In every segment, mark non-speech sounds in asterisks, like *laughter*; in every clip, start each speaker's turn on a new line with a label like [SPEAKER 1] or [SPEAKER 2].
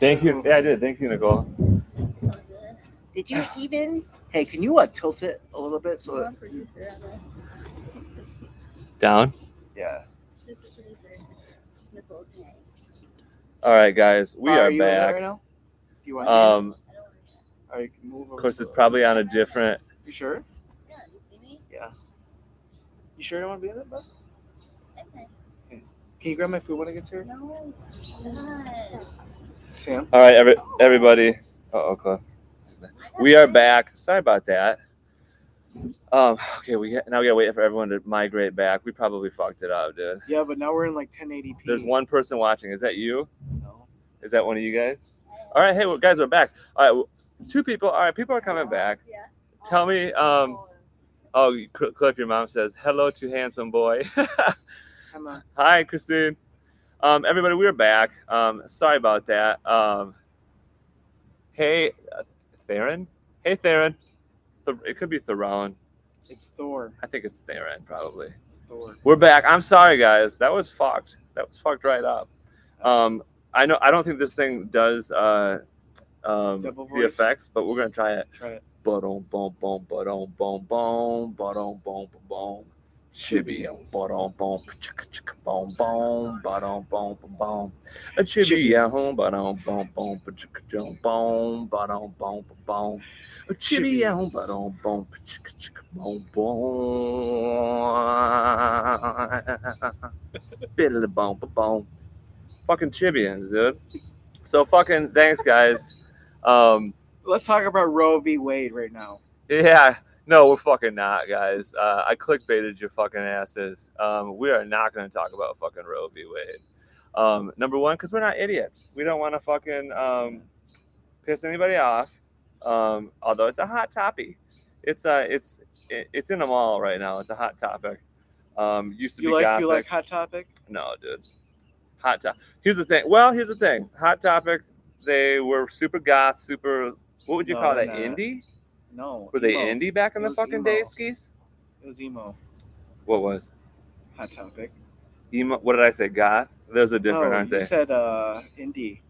[SPEAKER 1] Thank you. Yeah, I did. Thank you, Nicole.
[SPEAKER 2] Did *sighs* you even? Hey, can you like tilt it a little bit so it,
[SPEAKER 1] Down.
[SPEAKER 2] yeah.
[SPEAKER 1] All right, guys, we
[SPEAKER 2] Are
[SPEAKER 1] are
[SPEAKER 2] you in there
[SPEAKER 1] back.
[SPEAKER 2] now? Do you want?
[SPEAKER 1] Um,
[SPEAKER 2] Are you move over
[SPEAKER 1] of course,
[SPEAKER 2] to
[SPEAKER 1] it's
[SPEAKER 2] the-
[SPEAKER 1] probably on a different.
[SPEAKER 2] You sure? Yeah. You sure you don't want to be in it, bud? Can you grab my food when it gets here? Sam.
[SPEAKER 1] All right, every, everybody. Oh, okay. We are back. Sorry about that. Um, okay, we got- now we gotta wait for everyone to migrate back. We probably fucked it up, dude.
[SPEAKER 2] Yeah, but now we're in like 1080p.
[SPEAKER 1] There's one person watching. Is that you?
[SPEAKER 2] No.
[SPEAKER 1] Is that one of you guys? All right, hey well, guys, we're back. All right, well, two people. All right, people are coming back.
[SPEAKER 3] Yeah.
[SPEAKER 1] Tell me, um, oh, Cl- Cliff, your mom says hello to handsome boy.
[SPEAKER 2] Emma.
[SPEAKER 1] Hi, Christine. Um, everybody, we're back. Um, sorry about that. Um, hey, uh, Theron. Hey, Theron. Th- It could be Theron.
[SPEAKER 2] It's Thor.
[SPEAKER 1] I think it's Theron, probably.
[SPEAKER 2] It's Thor.
[SPEAKER 1] We're back. I'm sorry, guys. That was fucked. That was fucked right up. Um, I know. I don't think this thing does uh, um,
[SPEAKER 2] Double
[SPEAKER 1] the
[SPEAKER 2] voice?
[SPEAKER 1] effects, but we're gonna try it.
[SPEAKER 2] Try it.
[SPEAKER 1] Boom, boom, boom, boom, boom, boom, boom, boom, boom. Chibium, boom, boom, boom, boom, boom, boom, boom. A chibium, boom, boom, boom, boom, boom, boom, boom, boom. A chibium, boom, boom, boom, boom. Biddle boom, boom. Fucking chibiums, dude. So fucking thanks, guys. Um.
[SPEAKER 2] Let's talk about Roe v. Wade right now.
[SPEAKER 1] Yeah. No, we're fucking not, guys. Uh, I clickbaited your fucking asses. Um, we are not going to talk about fucking Roe v. Wade. Um, number one, because we're not idiots. We don't want to fucking um, piss anybody off. Um, although it's a hot topic. It's uh, it's it, it's in the mall right now. It's a hot topic. Um, used to
[SPEAKER 2] You
[SPEAKER 1] be
[SPEAKER 2] like
[SPEAKER 1] gothic.
[SPEAKER 2] you like Hot Topic?
[SPEAKER 1] No, dude. Hot topic. Here's the thing. Well, here's the thing. Hot topic. They were super goth, super. What would you
[SPEAKER 2] No,
[SPEAKER 1] call
[SPEAKER 2] they're
[SPEAKER 1] that?
[SPEAKER 2] not.
[SPEAKER 1] Indie.
[SPEAKER 2] No.
[SPEAKER 1] Were they
[SPEAKER 2] emo.
[SPEAKER 1] indie back in
[SPEAKER 2] It
[SPEAKER 1] the
[SPEAKER 2] was
[SPEAKER 1] fucking
[SPEAKER 2] emo.
[SPEAKER 1] day, skis?
[SPEAKER 2] It was emo.
[SPEAKER 1] What was
[SPEAKER 2] Hot Topic.
[SPEAKER 1] emo? What did I say? Goth? Those are different,
[SPEAKER 2] no,
[SPEAKER 1] aren't
[SPEAKER 2] Oh, you
[SPEAKER 1] they?
[SPEAKER 2] said uh, indie.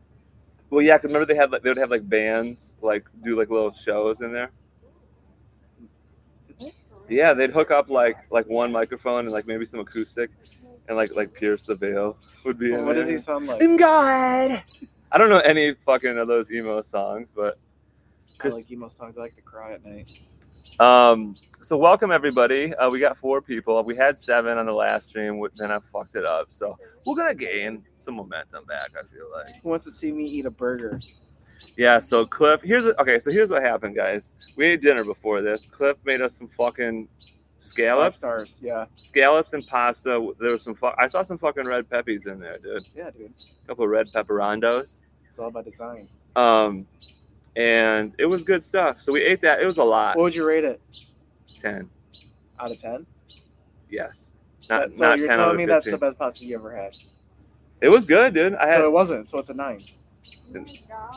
[SPEAKER 1] well, yeah. 'cause remember they had like they would have like bands, like do like little shows in there. Yeah, they'd hook up like like one microphone and like maybe some acoustic, and like like Pierce the Veil would be.
[SPEAKER 2] Well,
[SPEAKER 1] in
[SPEAKER 2] what does
[SPEAKER 1] there.
[SPEAKER 2] he sound like?
[SPEAKER 1] In God. I don't know any fucking of those emo songs, but
[SPEAKER 2] I
[SPEAKER 1] Chris-
[SPEAKER 2] like emo songs. I like to cry at night.
[SPEAKER 1] Um, so welcome everybody. Uh, we got four people. We had seven on the last stream, wh- then I fucked it up. So we're gonna gain some momentum back. I feel like.
[SPEAKER 2] Who wants to see me eat a burger?
[SPEAKER 1] Yeah. So Cliff, here's a, okay. So here's what happened, guys. We ate dinner before this. Cliff made us some fucking
[SPEAKER 2] Five
[SPEAKER 1] scallops,
[SPEAKER 2] stars. Yeah.
[SPEAKER 1] scallops and pasta. There was some. Fu- I saw some fucking red peppies in there, dude.
[SPEAKER 2] Yeah, dude.
[SPEAKER 1] A couple of red pepperondos.
[SPEAKER 2] It's all by design.
[SPEAKER 1] Um, and it was good stuff. So we ate that. It was a lot.
[SPEAKER 2] What would you rate it?
[SPEAKER 1] Ten.
[SPEAKER 2] Out of ten?
[SPEAKER 1] Yes. Not,
[SPEAKER 2] That- so
[SPEAKER 1] not
[SPEAKER 2] you're
[SPEAKER 1] 10 out
[SPEAKER 2] telling
[SPEAKER 1] of
[SPEAKER 2] me that's
[SPEAKER 1] 15.
[SPEAKER 2] the best pasta you ever had.
[SPEAKER 1] It was good, dude. I had
[SPEAKER 2] so it wasn't, so it's a nine.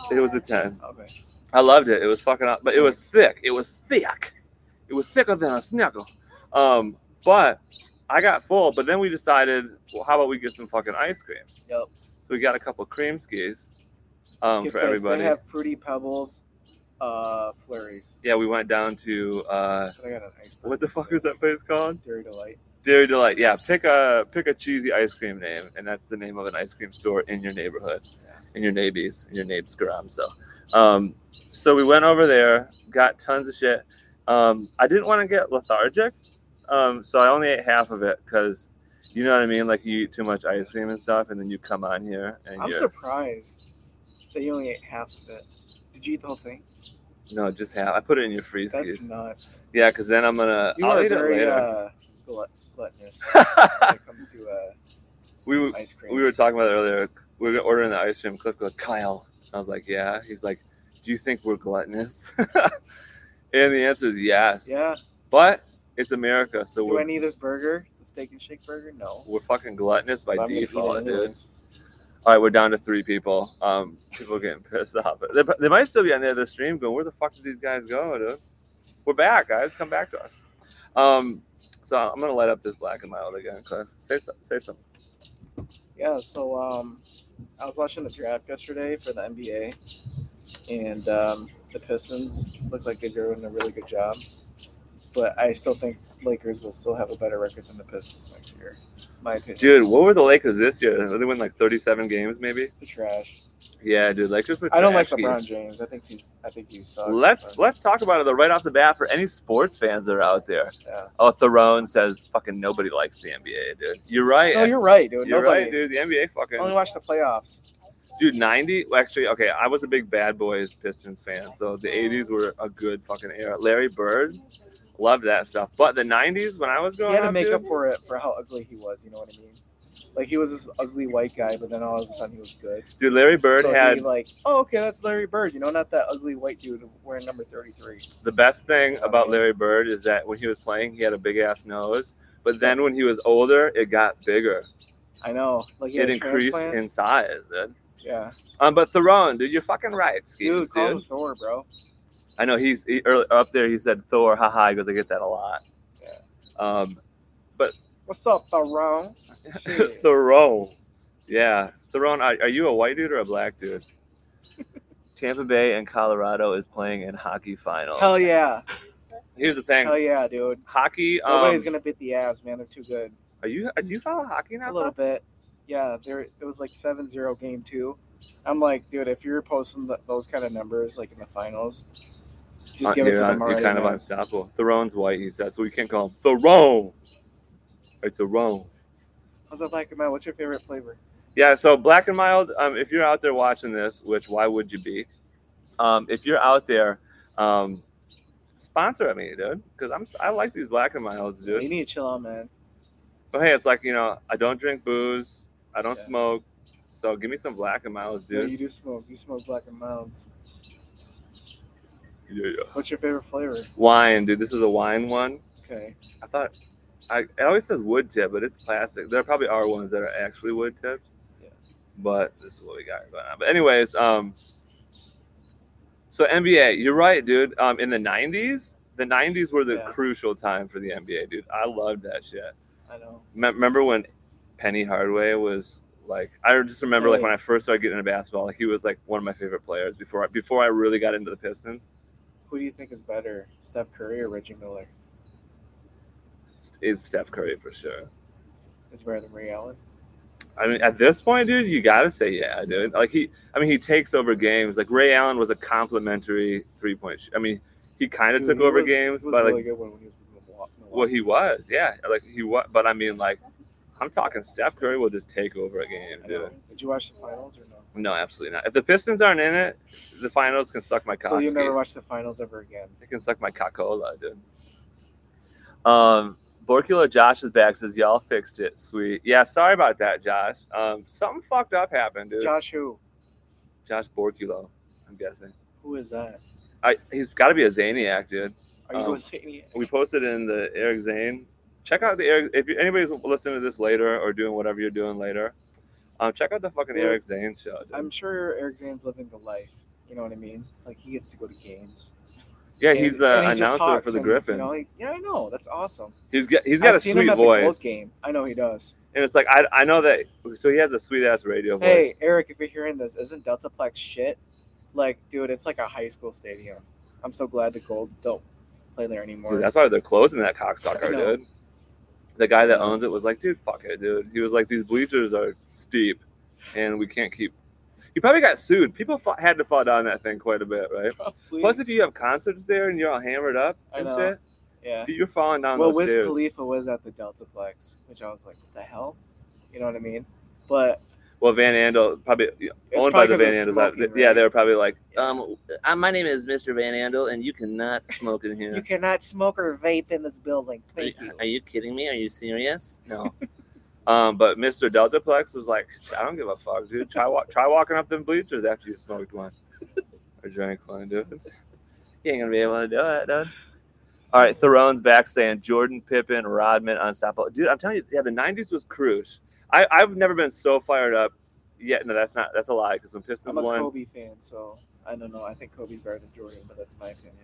[SPEAKER 1] It was a 10.
[SPEAKER 2] Okay.
[SPEAKER 1] I loved it. It was fucking up, but it was thick. It was thick. It was thicker than a snickle. Um, but I got full, but then we decided, well, how about we get some fucking ice cream?
[SPEAKER 2] Yep.
[SPEAKER 1] So we got a couple cream skis um,
[SPEAKER 2] Get
[SPEAKER 1] for
[SPEAKER 2] this,
[SPEAKER 1] everybody.
[SPEAKER 2] They have fruity pebbles, uh flurries.
[SPEAKER 1] yeah, we went down to, uh,
[SPEAKER 2] But I got an ice
[SPEAKER 1] what the fuck is
[SPEAKER 2] is
[SPEAKER 1] that place called?
[SPEAKER 2] Dairy Delight.
[SPEAKER 1] Dairy Delight. Yeah, pick a pick a cheesy ice cream name, and that's the name of an ice cream store in your neighborhood, in your neighbies, in your neighbors' gram. So, um, so we went over there, got tons of shit. Um, I didn't want to get lethargic, um, so I only ate half of it because, you know what I mean? Like you eat too much ice cream and stuff, and then you come on here and
[SPEAKER 2] I'm
[SPEAKER 1] you're
[SPEAKER 2] surprised that you only ate half of it. Did you eat the whole thing?
[SPEAKER 1] no, just half. I put it in your freeze.
[SPEAKER 2] That's
[SPEAKER 1] case.
[SPEAKER 2] nuts.
[SPEAKER 1] Yeah, because then I'm gonna.
[SPEAKER 2] You
[SPEAKER 1] I'll
[SPEAKER 2] are
[SPEAKER 1] eat
[SPEAKER 2] very
[SPEAKER 1] it later.
[SPEAKER 2] uh glut-
[SPEAKER 1] *laughs*
[SPEAKER 2] gluttonous when it comes to uh,
[SPEAKER 1] we
[SPEAKER 2] ice cream.
[SPEAKER 1] we were talking about it earlier. We were ordering the ice cream. Cliff goes, Kyle. I was like, yeah. He's like, do you think we're gluttonous? *laughs* and the answer is yes.
[SPEAKER 2] Yeah.
[SPEAKER 1] But it's America, so
[SPEAKER 2] Do I
[SPEAKER 1] we're,
[SPEAKER 2] need this burger? The steak and shake burger? No.
[SPEAKER 1] we're fucking gluttonous by
[SPEAKER 2] But I'm gonna eat it
[SPEAKER 1] default, dude.
[SPEAKER 2] anyways.
[SPEAKER 1] All right, we're down to three people. Um, people are getting pissed off. They, they might still be on the other stream going, where the fuck did these guys go, dude? We're back, guys. Come back to us. Um, so I'm gonna light up this black and mild again, Cliff. Say so- say something.
[SPEAKER 2] Yeah, so um I was watching the draft yesterday for the NBA, and um, the Pistons looked like they're doing a really good job. But I still think Lakers will still have a better record than the Pistons next year. My opinion.
[SPEAKER 1] Dude, what were the Lakers this year? Did they win like 37 games, maybe?
[SPEAKER 2] The trash.
[SPEAKER 1] Yeah, dude, Lakers were.
[SPEAKER 2] I don't like
[SPEAKER 1] trash
[SPEAKER 2] LeBron
[SPEAKER 1] teams.
[SPEAKER 2] James. I think he's. I think he's. Sucks,
[SPEAKER 1] Let's
[SPEAKER 2] but,
[SPEAKER 1] let's talk about it though, right off the bat for any sports fans that are out there.
[SPEAKER 2] Yeah.
[SPEAKER 1] Oh, Theron says fucking nobody likes the NBA, dude. You're right.
[SPEAKER 2] No, you're right, dude.
[SPEAKER 1] You're
[SPEAKER 2] Nobody.
[SPEAKER 1] right, dude. The NBA fucking
[SPEAKER 2] Only watch the playoffs.
[SPEAKER 1] dude 90 well, actually okay i was a big bad boys pistons fan so the 80s were a good fucking era larry bird loved that stuff but the 90s when i was
[SPEAKER 2] He
[SPEAKER 1] growing
[SPEAKER 2] had to
[SPEAKER 1] up,
[SPEAKER 2] make
[SPEAKER 1] dude,
[SPEAKER 2] up for it for how ugly he was. You know what I mean? Like he was this ugly white guy, but then all of a sudden he was good.
[SPEAKER 1] dude larry bird
[SPEAKER 2] so
[SPEAKER 1] had
[SPEAKER 2] he like, oh okay, that's Larry Bird. You know, not that ugly white dude wearing number thirty-three.
[SPEAKER 1] the best thing
[SPEAKER 2] Oh,
[SPEAKER 1] about
[SPEAKER 2] yeah.
[SPEAKER 1] larry bird is that when he was playing he had a big ass nose but then when he was older it got bigger
[SPEAKER 2] I know. Like he
[SPEAKER 1] it
[SPEAKER 2] had a
[SPEAKER 1] increased
[SPEAKER 2] transplant.
[SPEAKER 1] in size dude.
[SPEAKER 2] yeah.
[SPEAKER 1] um but theron dude you're fucking right Skeets,
[SPEAKER 2] Dude,
[SPEAKER 1] dude,
[SPEAKER 2] call him Thor, bro.
[SPEAKER 1] i know he's he, early, up there he said thor haha he goes i get that a lot
[SPEAKER 2] Yeah.
[SPEAKER 1] um
[SPEAKER 2] What's up,
[SPEAKER 1] *laughs*
[SPEAKER 2] Thorong? Shit.
[SPEAKER 1] Thoreau. Yeah. Thoreau, are, are you a white dude or a black
[SPEAKER 2] *laughs*
[SPEAKER 1] dude? Tampa Bay and Colorado is playing in hockey finals.
[SPEAKER 2] Hell yeah.
[SPEAKER 1] Here's the thing.
[SPEAKER 2] Hell yeah, dude.
[SPEAKER 1] Hockey. Um,
[SPEAKER 2] Nobody's gonna beat the Avs, man. They're too good.
[SPEAKER 1] are you? uh, Do you follow hockey now?
[SPEAKER 2] A little bit. Yeah, there it was like 7-0 game two. I'm like, dude, if you're posting th those kind of numbers like in the finals, just
[SPEAKER 1] Uh,
[SPEAKER 2] give it
[SPEAKER 1] you're
[SPEAKER 2] to
[SPEAKER 1] on-
[SPEAKER 2] them
[SPEAKER 1] You're
[SPEAKER 2] already.
[SPEAKER 1] kind of
[SPEAKER 2] man.
[SPEAKER 1] unstoppable. Thoron's white, he says, so we can't call him Thoreau. Hey, Thoreau.
[SPEAKER 2] How's that black and white? What's your favorite flavor?
[SPEAKER 1] Yeah, so Black and Mild, um, if you're out there watching this, which why would you be? Um, if you're out there, um, sponsor me, dude, because I'm I like these Black and Milds, dude.
[SPEAKER 2] You need to chill out, man.
[SPEAKER 1] But hey, it's like you know, I don't drink booze, I don't
[SPEAKER 2] Yeah.
[SPEAKER 1] smoke, so give me some black and miles,
[SPEAKER 2] Dude.
[SPEAKER 1] dude.
[SPEAKER 2] you do smoke. You smoke black and milds.
[SPEAKER 1] Yeah, yeah.
[SPEAKER 2] What's your favorite flavor?
[SPEAKER 1] Wine, dude. This is a wine one.
[SPEAKER 2] Okay.
[SPEAKER 1] I thought I it always says wood tip, but it's plastic. There probably are ones that are actually wood tips.
[SPEAKER 2] Yeah.
[SPEAKER 1] But this is what we got going on. But anyways, um, so NBA, you're right, dude. Um, in the '90s, the '90s were the
[SPEAKER 2] Yeah.
[SPEAKER 1] crucial time for the NBA, dude. I loved that shit.
[SPEAKER 2] I know.
[SPEAKER 1] Me- remember when Penny Hardaway was like I just remember like when I first started getting into basketball, like he was like one of my favorite players before I, before I really got into the Pistons.
[SPEAKER 2] Who do you think is better, Steph Curry or Reggie Miller?
[SPEAKER 1] It's Steph Curry for sure.
[SPEAKER 2] Is better than Ray Allen?
[SPEAKER 1] I mean, at this point, dude, you gotta say yeah, dude. Like he, I mean, he takes over games. Like Ray Allen was a complimentary three point. Sh- I mean, he kind of
[SPEAKER 2] Dude,
[SPEAKER 1] took
[SPEAKER 2] he
[SPEAKER 1] over
[SPEAKER 2] was-
[SPEAKER 1] games,
[SPEAKER 2] he was
[SPEAKER 1] but
[SPEAKER 2] really
[SPEAKER 1] like,
[SPEAKER 2] good when he was with Milwaukee.
[SPEAKER 1] well, he was, yeah, like he was. But I mean, like, I'm talking Steph Curry will just take over a game,
[SPEAKER 2] I
[SPEAKER 1] dude.
[SPEAKER 2] know. Did you watch the finals or no?
[SPEAKER 1] No, absolutely not. If the Pistons aren't in it, the finals can suck my cock.
[SPEAKER 2] So you never
[SPEAKER 1] Skeets.
[SPEAKER 2] watch the finals ever again.
[SPEAKER 1] They can suck my coca dude. Um, Borcular Josh is back. Says y'all fixed it. Sweet. Yeah. Sorry about that, Josh. Um, something fucked up happened, dude. Josh,
[SPEAKER 2] Josh, who?
[SPEAKER 1] Borculo. I'm guessing.
[SPEAKER 2] Who is that?
[SPEAKER 1] I he's got to be a Zaniac, dude.
[SPEAKER 2] Are you
[SPEAKER 1] Um,
[SPEAKER 2] going to say any?
[SPEAKER 1] We posted in the Eric Zane. Check out the Eric. If you, anybody's listening to this later or doing whatever you're doing later, um, check out the fucking
[SPEAKER 2] Yeah.
[SPEAKER 1] Eric Zane show. Dude.
[SPEAKER 2] I'm sure Eric Zane's living the life. You know what I mean? Like he gets to go to games.
[SPEAKER 1] yeah,
[SPEAKER 2] And-
[SPEAKER 1] he's the
[SPEAKER 2] and he just
[SPEAKER 1] announcer
[SPEAKER 2] talks
[SPEAKER 1] for the
[SPEAKER 2] and,
[SPEAKER 1] Griffins.
[SPEAKER 2] You know, like, yeah, I know. That's awesome.
[SPEAKER 1] he's got he's got
[SPEAKER 2] I've
[SPEAKER 1] a
[SPEAKER 2] seen
[SPEAKER 1] sweet
[SPEAKER 2] him at The
[SPEAKER 1] voice,
[SPEAKER 2] Gold game. I know he does.
[SPEAKER 1] and it's like I, I know that. So he has a sweet ass radio voice.
[SPEAKER 2] Hey, Eric, if you're hearing this, isn't Deltaplex shit? Like, dude, it's like a high school stadium. I'm so glad the Gold don't play there anymore.
[SPEAKER 1] Dude, that's why they're closing that
[SPEAKER 2] I
[SPEAKER 1] cocksucker,
[SPEAKER 2] know.
[SPEAKER 1] dude. The guy that
[SPEAKER 2] I know.
[SPEAKER 1] owns it was like, dude, fuck it, dude. He was like, these bleachers are steep, and we can't keep. He probably got sued. People fought, had to fall down that thing quite a bit, right?
[SPEAKER 2] Probably.
[SPEAKER 1] Plus, if you have concerts there and you're all hammered up
[SPEAKER 2] I
[SPEAKER 1] and
[SPEAKER 2] know.
[SPEAKER 1] shit,
[SPEAKER 2] yeah.
[SPEAKER 1] you're falling down
[SPEAKER 2] Well,
[SPEAKER 1] those
[SPEAKER 2] Wiz
[SPEAKER 1] stairs.
[SPEAKER 2] Khalifa was at the Deltaplex, which I was like, what the hell? You know what I mean? But
[SPEAKER 1] Well, Van Andel probably owned by
[SPEAKER 2] probably
[SPEAKER 1] the
[SPEAKER 2] 'cause of
[SPEAKER 1] Van Andels. I-
[SPEAKER 2] smoking,
[SPEAKER 1] Yeah,
[SPEAKER 2] right?
[SPEAKER 1] they were probably like, um, uh, my name is Mr. Van Andel, and you cannot smoke in here.
[SPEAKER 2] *laughs* you cannot smoke or vape in this building. Thank you.
[SPEAKER 1] Are you kidding me? Are you serious?
[SPEAKER 2] *laughs*
[SPEAKER 1] No. um, but Mr. Deltaplex was like, I don't give a fuck, dude. Try walk, try walking up them bleachers after you smoked one or drank one, dude. You ain't gonna be able to do it, dude. All right, Theron's back saying Jordan, Pippen, Rodman, unstoppable. Dude, I'm telling you, yeah, the '90s was cruise. I, I've never been so fired up. yet. no, that's not. That's a lie. Because when Pistons
[SPEAKER 2] I'm a
[SPEAKER 1] won,
[SPEAKER 2] Kobe fan, so I don't know. I think Kobe's better than Jordan, but that's my opinion.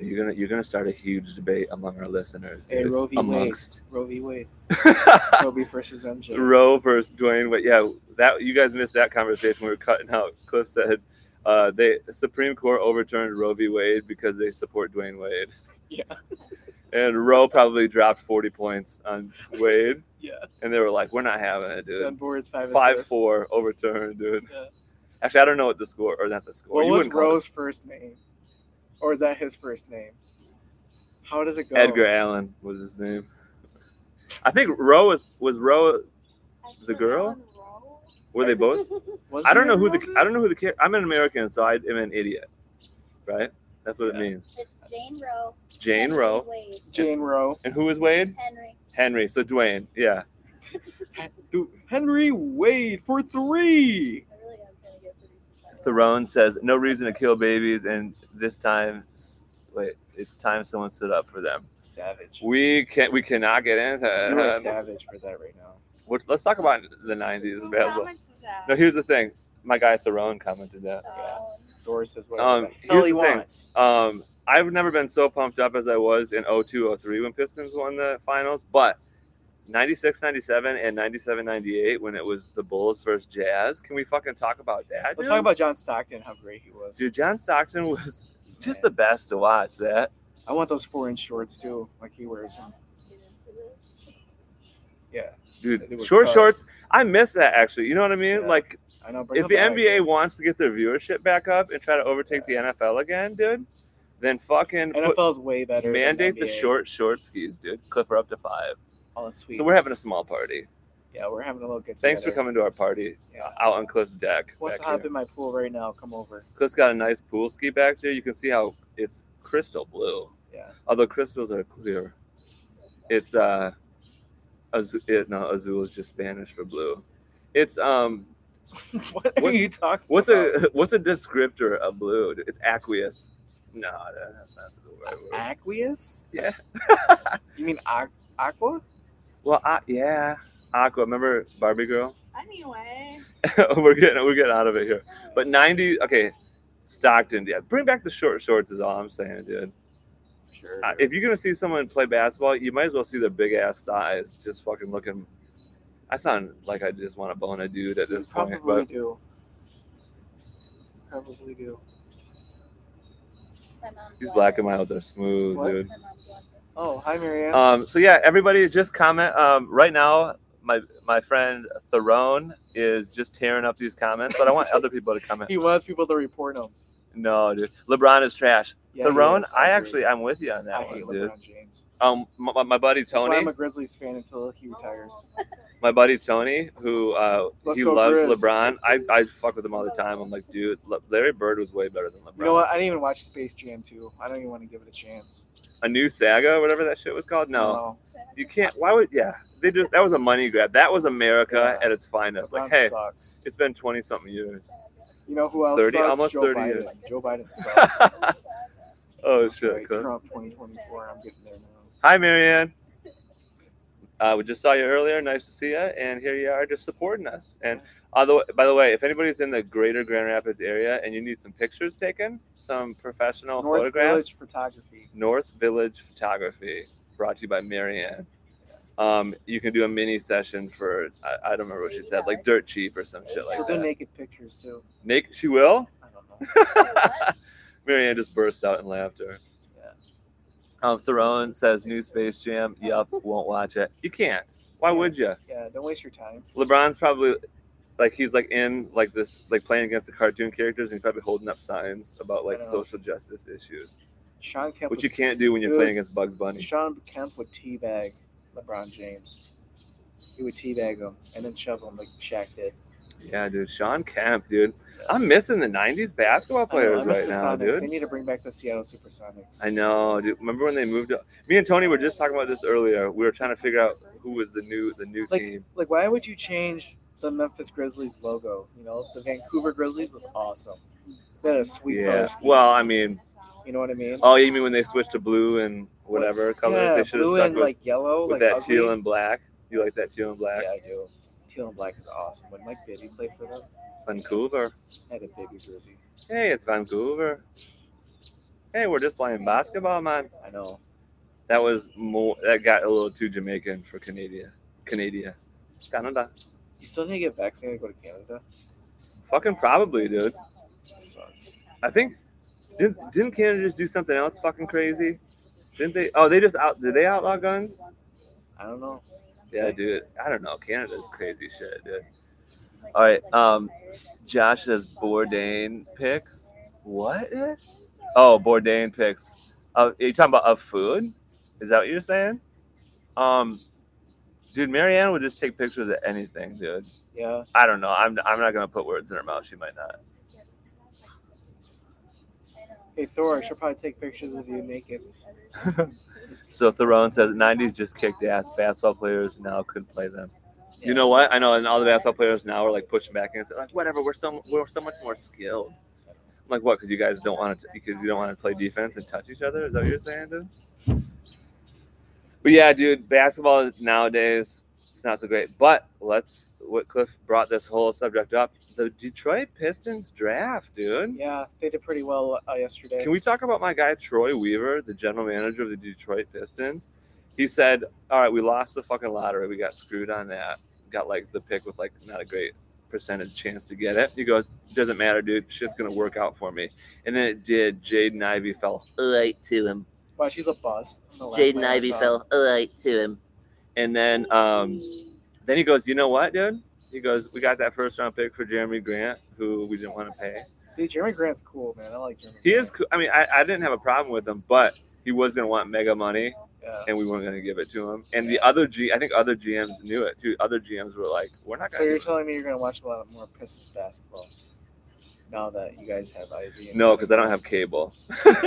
[SPEAKER 1] you're gonna you're gonna start a huge debate among our listeners,
[SPEAKER 2] Hey,
[SPEAKER 1] dude,
[SPEAKER 2] Roe v. Wade.
[SPEAKER 1] amongst *laughs*
[SPEAKER 2] *laughs* Roe v. Wade, Kobe versus MJ.
[SPEAKER 1] Roe versus Dwayne Wade. Yeah, that you guys missed that conversation we were cutting out. Cliff said uh, they Supreme Court overturned Roe v. Wade because they support Dwayne Wade.
[SPEAKER 2] Yeah.
[SPEAKER 1] And Roe probably dropped 40 points on Wade,
[SPEAKER 2] Yeah.
[SPEAKER 1] and they were like, "We're not having it,
[SPEAKER 2] John
[SPEAKER 1] dude."
[SPEAKER 2] Board's five.
[SPEAKER 1] Five
[SPEAKER 2] assists.
[SPEAKER 1] four overturned, dude.
[SPEAKER 2] Yeah.
[SPEAKER 1] Actually, I don't know what the score or not the score.
[SPEAKER 2] What
[SPEAKER 1] you
[SPEAKER 2] was
[SPEAKER 1] wouldn't call
[SPEAKER 2] Roe's
[SPEAKER 1] this
[SPEAKER 2] first name, or is that his first name? How does it go?
[SPEAKER 1] Edgar Allen was his name. I think Roe was was Roe. The girl? Were they both?
[SPEAKER 2] Was
[SPEAKER 1] I don't
[SPEAKER 2] he
[SPEAKER 1] know who
[SPEAKER 2] involved
[SPEAKER 1] the
[SPEAKER 2] in it?
[SPEAKER 1] I don't know who the char- I'm an American, so I am an idiot, right? That's what
[SPEAKER 2] Yeah.
[SPEAKER 1] it means.
[SPEAKER 3] It's Jane Roe.
[SPEAKER 1] Jane
[SPEAKER 3] Henry
[SPEAKER 1] Roe,
[SPEAKER 3] Wade,
[SPEAKER 2] Jane Roe.
[SPEAKER 1] and who is Wade?
[SPEAKER 3] Henry.
[SPEAKER 1] Henry. So Dwayne, yeah.
[SPEAKER 2] Du- Henry Wade for three.
[SPEAKER 3] I really am trying to get producers.
[SPEAKER 1] Theron says no reason to kill babies, and this time, s- wait, it's time someone stood up for them.
[SPEAKER 2] Savage.
[SPEAKER 1] We uh, can't. We cannot get into.
[SPEAKER 2] You are
[SPEAKER 1] that.
[SPEAKER 2] savage for that right now.
[SPEAKER 1] Which- let's talk about the '90s
[SPEAKER 4] Who
[SPEAKER 1] as well.
[SPEAKER 4] commented that?
[SPEAKER 1] No, here's the thing. My guy Theron commented that.
[SPEAKER 3] Oh,
[SPEAKER 2] Doris says whatever.
[SPEAKER 1] Um,
[SPEAKER 2] the
[SPEAKER 1] here's
[SPEAKER 5] All he
[SPEAKER 1] the thing.
[SPEAKER 5] wants.
[SPEAKER 1] Um, I've never been so pumped up as I was in 02, 03 when Pistons won the finals, but 96, 97, and 97, 98 when it was the Bulls versus Jazz. Can we fucking talk about that?
[SPEAKER 2] Let's
[SPEAKER 1] dude?
[SPEAKER 2] talk about John Stockton, how great he was.
[SPEAKER 1] dude. John Stockton was just the best to watch. That
[SPEAKER 2] I want those four inch shorts too, like he wears them. Yeah, They
[SPEAKER 1] dude,
[SPEAKER 2] were
[SPEAKER 1] short
[SPEAKER 2] tough.
[SPEAKER 1] shorts. I miss that actually. You know what I mean?
[SPEAKER 2] Yeah.
[SPEAKER 1] Like
[SPEAKER 2] I know. bring
[SPEAKER 1] if
[SPEAKER 2] it
[SPEAKER 1] the
[SPEAKER 2] back.
[SPEAKER 1] NBA wants to get their viewership back up and try to overtake the NFL again, dude, then fucking put-
[SPEAKER 2] NFL's way better. than
[SPEAKER 1] mandate the
[SPEAKER 2] NBA.
[SPEAKER 1] short short skis, dude. Cliff, we're up to five.
[SPEAKER 2] Oh, that's sweet.
[SPEAKER 1] So we're having a small party.
[SPEAKER 2] yeah, we're having a little good.
[SPEAKER 1] Thanks for coming to our party
[SPEAKER 2] Yeah.
[SPEAKER 1] out on Cliff's deck.
[SPEAKER 2] Wants to
[SPEAKER 1] back
[SPEAKER 2] hop
[SPEAKER 1] here.
[SPEAKER 2] in my pool right now? Come over.
[SPEAKER 1] Cliff's got a nice pool ski back there. You can see how it's crystal blue.
[SPEAKER 2] Yeah. *laughs*
[SPEAKER 1] Although crystals are clear. It's uh azul it, no, azul is just Spanish for blue. It's um
[SPEAKER 2] what are
[SPEAKER 1] What-
[SPEAKER 2] you talking?
[SPEAKER 1] what's
[SPEAKER 2] about?
[SPEAKER 1] a *laughs* what's a descriptor of blue? It's aqueous. No, that- that's not the right word.
[SPEAKER 2] aqueous?
[SPEAKER 1] Yeah.
[SPEAKER 2] *laughs* You mean aqu- aqua?
[SPEAKER 1] Well, I, yeah, aqua. Remember Barbie girl? *laughs*
[SPEAKER 4] Anyway,
[SPEAKER 1] we're getting we're getting out of it here. But 90 okay, Stockton. Yeah, bring back the short shorts is all I'm saying, dude.
[SPEAKER 2] Sure.
[SPEAKER 1] Uh, if you're gonna see someone play basketball, you might as well see their big ass thighs just fucking looking. I sound like I just want to bone a dude at this
[SPEAKER 2] probably
[SPEAKER 1] point, but
[SPEAKER 2] do. Probably do.
[SPEAKER 3] my mom's
[SPEAKER 1] these black and miles are smooth,
[SPEAKER 2] What?
[SPEAKER 1] dude.
[SPEAKER 3] My mom's watching.
[SPEAKER 2] Oh, hi, Marianne.
[SPEAKER 1] Um, so yeah, everybody, just comment. Um, right now, my my friend Theron is just tearing up these comments, but I want other people to
[SPEAKER 2] *laughs*
[SPEAKER 1] comment.
[SPEAKER 2] he wants people to report him.
[SPEAKER 1] No, dude, LeBron is trash.
[SPEAKER 2] Yeah, he
[SPEAKER 1] Theron,
[SPEAKER 2] is.
[SPEAKER 1] I
[SPEAKER 2] agree.
[SPEAKER 1] actually I'm with you on that
[SPEAKER 2] I
[SPEAKER 1] one,
[SPEAKER 2] hate
[SPEAKER 1] dude.
[SPEAKER 2] LeBron James.
[SPEAKER 1] Um, my, my- my buddy
[SPEAKER 2] That's why
[SPEAKER 1] Tony,
[SPEAKER 2] I'm a Grizzlies fan until he retires.
[SPEAKER 1] my buddy Tony, who uh,
[SPEAKER 2] Let's
[SPEAKER 1] he
[SPEAKER 2] go,
[SPEAKER 1] loves
[SPEAKER 2] Grizz.
[SPEAKER 1] LeBron. I, I fuck with him all the time. I'm like, dude, Le- Larry Bird was way better than LeBron.
[SPEAKER 2] You know what? I didn't even watch Space Jam 2. I don't even want to give it a chance.
[SPEAKER 1] A new saga, whatever that shit was called. No, you can't. Why would? Yeah, they just that was a money grab. That was America
[SPEAKER 2] Yeah.
[SPEAKER 1] at its
[SPEAKER 2] No,
[SPEAKER 1] finest.
[SPEAKER 2] LeBron
[SPEAKER 1] Like, hey,
[SPEAKER 2] sucks. Oh,
[SPEAKER 1] it's been twenty something years.
[SPEAKER 2] You know who else
[SPEAKER 1] 30
[SPEAKER 2] sucks?
[SPEAKER 1] almost
[SPEAKER 2] Joe
[SPEAKER 1] 30
[SPEAKER 2] Biden.
[SPEAKER 1] years.
[SPEAKER 2] Joe Biden sucks.
[SPEAKER 1] *laughs* Oh
[SPEAKER 2] Right,
[SPEAKER 1] shit. cool.
[SPEAKER 2] Trump 2024. I'm getting there now.
[SPEAKER 1] Hi, Marianne. Uh, we just saw you earlier. Nice to see you, and here you are, just supporting us. And although, by the way, if anybody's in the greater Grand Rapids area and you need some pictures taken, some professional
[SPEAKER 2] North
[SPEAKER 1] Oh, photographs,
[SPEAKER 2] Village Photography.
[SPEAKER 1] North Village Photography, brought to you by Marianne. Um, you can do a mini session for I, I don't remember what she said, like dirt cheap or some shit like
[SPEAKER 2] She'll do
[SPEAKER 1] that.
[SPEAKER 2] naked pictures too.
[SPEAKER 1] Nick, she will.
[SPEAKER 2] I
[SPEAKER 1] *laughs*
[SPEAKER 2] don't know.
[SPEAKER 1] Marianne just burst out in laughter.
[SPEAKER 2] Yeah.
[SPEAKER 1] Um, Theron says new Space Jam. Yup, won't watch it. You can't. Why
[SPEAKER 2] Yeah.
[SPEAKER 1] would you?
[SPEAKER 2] Yeah, don't waste your time.
[SPEAKER 1] LeBron's probably like he's like in like this like playing against the cartoon characters and he's probably holding up signs about like
[SPEAKER 2] I know.
[SPEAKER 1] social justice issues,
[SPEAKER 2] Sean Kemp.
[SPEAKER 1] which
[SPEAKER 2] Would,
[SPEAKER 1] you can't do when you're
[SPEAKER 2] Dude.
[SPEAKER 1] playing against Bugs Bunny.
[SPEAKER 2] Sean Kemp would teabag LeBron James. He would teabag him and then shove him like Shaq did.
[SPEAKER 1] Yeah, dude. Sean Kemp, dude. I'm missing the '90s basketball
[SPEAKER 2] I know, I
[SPEAKER 1] players
[SPEAKER 2] miss
[SPEAKER 1] right
[SPEAKER 2] the
[SPEAKER 1] now,
[SPEAKER 2] Sonics.
[SPEAKER 1] dude.
[SPEAKER 2] They need to bring back the Seattle Supersonics.
[SPEAKER 1] I know, dude. Remember when they moved? Up? Me and Tony were just talking about this earlier. We were trying to figure out who was the new the new
[SPEAKER 2] Like-
[SPEAKER 1] team.
[SPEAKER 2] like, why would you change the Memphis Grizzlies logo? You know, the Vancouver Grizzlies was awesome. They had a sweet
[SPEAKER 1] Yeah.
[SPEAKER 2] color
[SPEAKER 4] yeah.
[SPEAKER 2] scheme.
[SPEAKER 1] Well, I mean-
[SPEAKER 2] You know what I mean?
[SPEAKER 1] Oh, you mean when they switched to blue and whatever colors?
[SPEAKER 2] yeah,
[SPEAKER 1] they should have
[SPEAKER 2] blue
[SPEAKER 1] stuck
[SPEAKER 2] and
[SPEAKER 1] with,
[SPEAKER 2] like yellow,
[SPEAKER 1] with
[SPEAKER 2] like
[SPEAKER 1] that
[SPEAKER 2] ugly.
[SPEAKER 1] teal and black. You like that teal and black?
[SPEAKER 2] Yeah, I do. Teal and black is awesome. When Mike Bibby played for them,
[SPEAKER 1] Vancouver.
[SPEAKER 2] I had a Bibby jersey.
[SPEAKER 1] Hey, it's Vancouver. Hey, we're just playing basketball, man.
[SPEAKER 2] I know.
[SPEAKER 1] That was more. That got a little too Jamaican for Canada. Canada. Canada.
[SPEAKER 2] You still need to get vaccinated to go to Canada.
[SPEAKER 1] *laughs* Fucking probably, dude.
[SPEAKER 2] Sucks.
[SPEAKER 1] I think didn't, didn't Canada just do something else fucking crazy? Didn't they? Oh, they just out. Did they outlaw guns?
[SPEAKER 2] I don't know.
[SPEAKER 1] Yeah, dude. I don't know. Canada's crazy shit, dude. All right, um, Josh has Bourdain picks. What? Oh, Bourdain picks. Uh, are you talking about of food? Is that what you're saying? Um, dude, Marianne would just take pictures of anything, dude.
[SPEAKER 2] Yeah.
[SPEAKER 1] I don't know. I'm I'm not gonna put words in her mouth. She might not.
[SPEAKER 2] Hey Thor, I should probably take pictures of you naked.
[SPEAKER 1] So Theron says '90s just kicked ass. Basketball players now couldn't play them. You know what? I know, and all the basketball players now are like pushing back against it. Like, whatever. We're so we're so much more skilled. I'm like, what? Because you guys don't want to because you don't want to play defense and touch each other. Is that what you're saying, dude? But yeah, dude, basketball nowadays it's not so great. But let's what Cliff brought this whole subject up. The Detroit Pistons draft, dude.
[SPEAKER 2] Yeah, they did pretty well uh, yesterday.
[SPEAKER 1] Can we talk about my guy Troy Weaver, the general manager of the Detroit Pistons? He said, "All right, we lost the fucking lottery. We got screwed on that. Got like the pick with like not a great percentage chance to get it." He goes, "Doesn't matter, dude. Shit's gonna work out for me." And then it did. Jaden Ivey fell right to him,
[SPEAKER 2] wow, she's a bust. I'm gonna laugh
[SPEAKER 4] Jaden
[SPEAKER 2] my ass
[SPEAKER 4] Ivey
[SPEAKER 2] off.
[SPEAKER 4] fell right to him.
[SPEAKER 1] and then um, then he goes, "You know what, dude?" He goes, "We got that first round pick for Jeremy Grant, who we didn't want to pay."
[SPEAKER 2] Dude, Jeremy Grant's cool, man. I like Jeremy.
[SPEAKER 1] He
[SPEAKER 2] Grant.
[SPEAKER 1] is. Cool. I mean, I, I didn't have a problem with him, but he was gonna want mega money.
[SPEAKER 2] Yeah.
[SPEAKER 1] and we weren't going to give it to him. And the other G, I think other GMs knew it too. Other GMs were like, "We're not
[SPEAKER 2] So
[SPEAKER 1] going
[SPEAKER 2] you're
[SPEAKER 1] to."
[SPEAKER 2] telling me you're gonna watch a lot of more Pistons basketball now that you guys have Ivy? and-
[SPEAKER 1] no, because I don't have
[SPEAKER 2] *laughs*
[SPEAKER 1] cable. *laughs* Because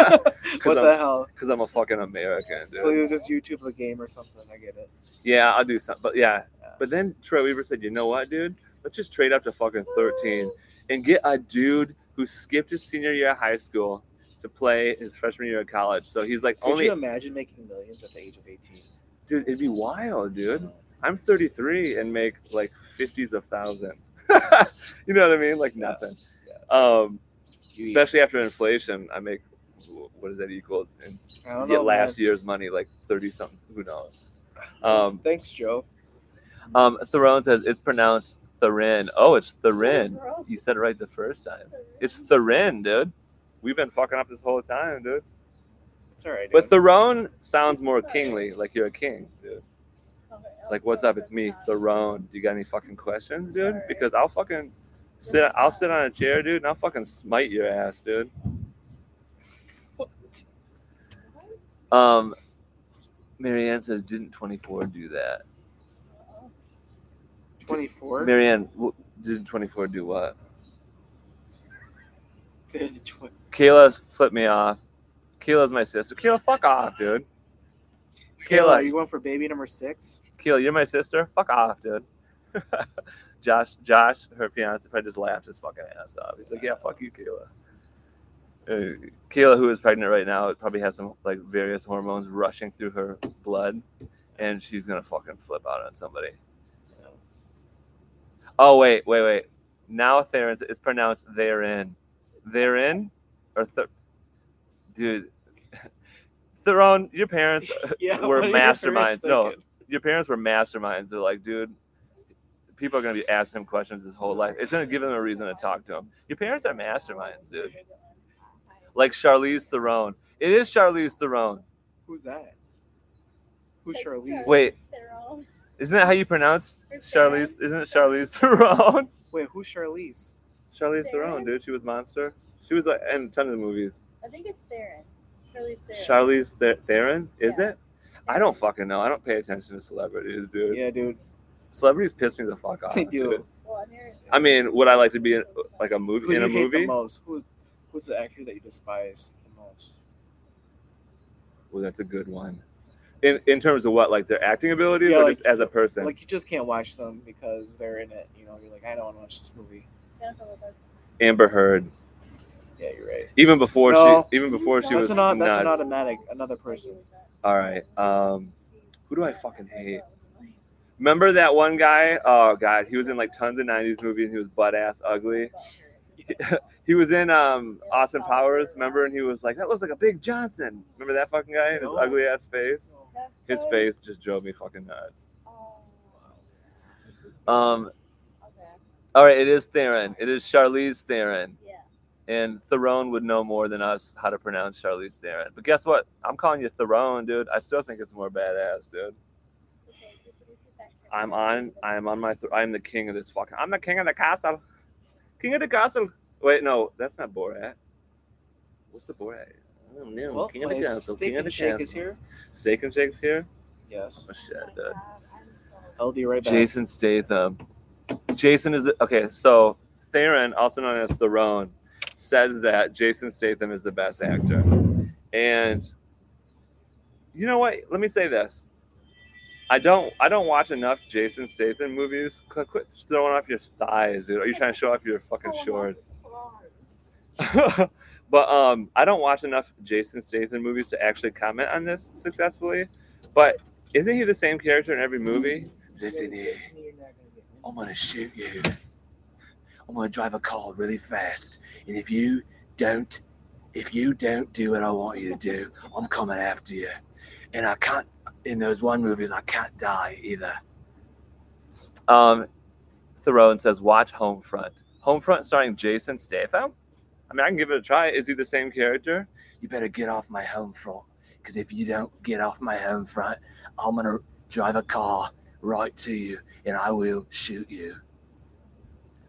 [SPEAKER 2] What
[SPEAKER 1] I'm,
[SPEAKER 2] the hell?
[SPEAKER 1] 'cause I'm a fucking American, dude.
[SPEAKER 2] So you just YouTube the game or something. I get it.
[SPEAKER 1] yeah, I'll do something. But yeah.
[SPEAKER 2] Yeah.
[SPEAKER 1] but then Troy Weaver said, "You know what, dude? Let's just trade up to fucking 13 and get a dude who skipped his senior year of high school to play his freshman year of college." So he's like,
[SPEAKER 2] Could
[SPEAKER 1] "Only
[SPEAKER 2] you imagine making millions at the age of Um, 18?
[SPEAKER 1] dude, it'd be wild, dude." I'm 33 and make like 50s of thousand. *laughs* you know what I mean? Like
[SPEAKER 2] Yeah.
[SPEAKER 1] nothing.
[SPEAKER 2] Yeah.
[SPEAKER 1] Um,
[SPEAKER 2] You eat-
[SPEAKER 1] especially after inflation, I make what does that equal? And
[SPEAKER 2] I don't
[SPEAKER 1] get
[SPEAKER 2] know,
[SPEAKER 1] last
[SPEAKER 2] man.
[SPEAKER 1] year's money like thirty something. Who knows? Um,
[SPEAKER 2] Thanks, Joe.
[SPEAKER 1] um, Theron says it's pronounced Therin. Oh, it's Therin. You said it right the first time. It's Therin, dude. We've been fucking up this whole time, dude.
[SPEAKER 2] It's all right.
[SPEAKER 1] But Theron sounds more kingly, like you're a king, dude. Like, what's up? It's me, Theron. You got any fucking questions, dude? Because I'll fucking sit. I'll sit on a chair, dude, and I'll fucking smite your ass, dude. Um, Marianne says, didn't 24 do that?
[SPEAKER 2] 24.
[SPEAKER 1] Marianne, w- did 24 do what?
[SPEAKER 2] *laughs* Dude, tw-
[SPEAKER 1] Kayla's flipped me off. Kayla's my sister. Kayla, fuck off, dude.
[SPEAKER 2] Kayla, are
[SPEAKER 1] Kayla,
[SPEAKER 2] you going for baby
[SPEAKER 1] *laughs*
[SPEAKER 2] number six? *laughs*
[SPEAKER 1] Kayla, you're my sister. Fuck off, dude. *laughs* Josh, Josh, her fiance, probably just laughed his fucking ass off. He's like, yeah, fuck you, Kayla. Uh, Kayla, who is pregnant right now, probably has some like various hormones rushing through her blood, and she's gonna fucking flip out on somebody. Oh wait, wait, wait. Now Theron, it's pronounced therein, therein, or th- dude. *laughs* Theron, your parents,
[SPEAKER 2] Yeah,
[SPEAKER 1] We're
[SPEAKER 2] *laughs* what are your parents
[SPEAKER 1] masterminds. No.
[SPEAKER 2] thinking?
[SPEAKER 1] your parents were masterminds. They're like, dude, people are gonna be asking him questions his whole life. It's gonna give them a reason to talk to him. Your parents are masterminds, dude. Like Charlize Theron. It is Charlize Theron.
[SPEAKER 2] Who's that? Who's Charlize?
[SPEAKER 1] Wait, isn't that how you pronounce Charlize? Isn't it Charlize *laughs* Theron?
[SPEAKER 2] Wait, who's Charlize?
[SPEAKER 1] Charlize Theron, dude. She was monster. She was like in a ton of the movies.
[SPEAKER 3] I think it's Theron. Charlie's Theron.
[SPEAKER 1] Charlize Ther- Theron, is
[SPEAKER 3] Yeah.
[SPEAKER 1] it? I don't fucking know. I don't pay attention to celebrities, dude.
[SPEAKER 2] Yeah, dude.
[SPEAKER 1] Celebrities piss me the fuck off.
[SPEAKER 2] They do.
[SPEAKER 1] dude.
[SPEAKER 3] Well, I mean,
[SPEAKER 1] I mean, would I like to be in like a movie
[SPEAKER 2] Who
[SPEAKER 1] in
[SPEAKER 2] do
[SPEAKER 1] a
[SPEAKER 2] you hate
[SPEAKER 1] movie?
[SPEAKER 2] the most? Who, who's the actor that you despise the most?
[SPEAKER 1] Well, that's a good one. In in terms of what, like their acting abilities,
[SPEAKER 2] Yeah,
[SPEAKER 1] or
[SPEAKER 2] like-
[SPEAKER 1] just as a person?
[SPEAKER 2] Like you just can't watch them because they're in it. You know, you're like, I don't want to watch this movie.
[SPEAKER 3] Jennifer Lopez.
[SPEAKER 1] Amber Heard,
[SPEAKER 2] Yeah, you're right.
[SPEAKER 1] even before
[SPEAKER 2] No.
[SPEAKER 1] she, even before she
[SPEAKER 2] that's
[SPEAKER 1] was
[SPEAKER 2] an au- that's
[SPEAKER 1] nuts.
[SPEAKER 2] an automatic. Another person.
[SPEAKER 1] All right, um, who do I fucking hate? Remember that one guy? Oh god, he was in like tons of '90s movies. and He was butt ass ugly. He was in um, Austin Powers, remember? And he was like, "That looks like a big Johnson." Remember that fucking guy and his
[SPEAKER 2] No.
[SPEAKER 1] ugly ass face? *laughs* His face just drove me fucking nuts. Um, All right, it is Theron. It is Charlize Theron.
[SPEAKER 3] Yeah.
[SPEAKER 1] And Theron would know more than us how to pronounce Charlize Theron. But guess what? I'm calling you Theron, dude. I still think it's more badass, dude.
[SPEAKER 3] It's okay, you can use your back here.
[SPEAKER 1] I'm on. I'm on my. Th- I'm the king of this fucking. I'm the king of the castle. King of the castle. Wait, no, that's not Borat. What's the Borat? I don't know.
[SPEAKER 2] Well,
[SPEAKER 1] Oh, king of
[SPEAKER 2] my
[SPEAKER 1] the castle.
[SPEAKER 2] steak
[SPEAKER 1] King of
[SPEAKER 2] and
[SPEAKER 1] the
[SPEAKER 2] shake
[SPEAKER 1] castle.
[SPEAKER 2] is here.
[SPEAKER 1] Steak and Shake's here.
[SPEAKER 2] Yes,
[SPEAKER 3] Oh
[SPEAKER 1] Oh shit,
[SPEAKER 3] my
[SPEAKER 1] dude.
[SPEAKER 3] God, I'm so-
[SPEAKER 2] I'll be right back.
[SPEAKER 1] Jason Statham. Jason is the okay. So Theron, also known as Theron, says that Jason Statham is the best actor, and you know what? Let me say this. I don't. I don't watch enough Jason Statham movies. Qu- Quit throwing off your thighs, dude. Are you trying to show off your fucking
[SPEAKER 3] Oh,
[SPEAKER 1] shorts? *laughs*
[SPEAKER 3] my God.
[SPEAKER 1] but um, I don't watch enough Jason Statham movies to actually comment on this successfully. But isn't he the same character in every movie? Listen here. I'm gonna shoot you. I'm gonna drive a car really fast, and if you don't, if you don't do what I want you to do, I'm coming after you. And I can't. In those one movies, I can't die either. Um, Thoreau says, "Watch Homefront. Homefront starring Jason Statham. I mean, I can give it a try. Is he the same character? You better get off my home front, because if you don't get off my home front, I'm gonna drive a car right to you, and I will shoot you.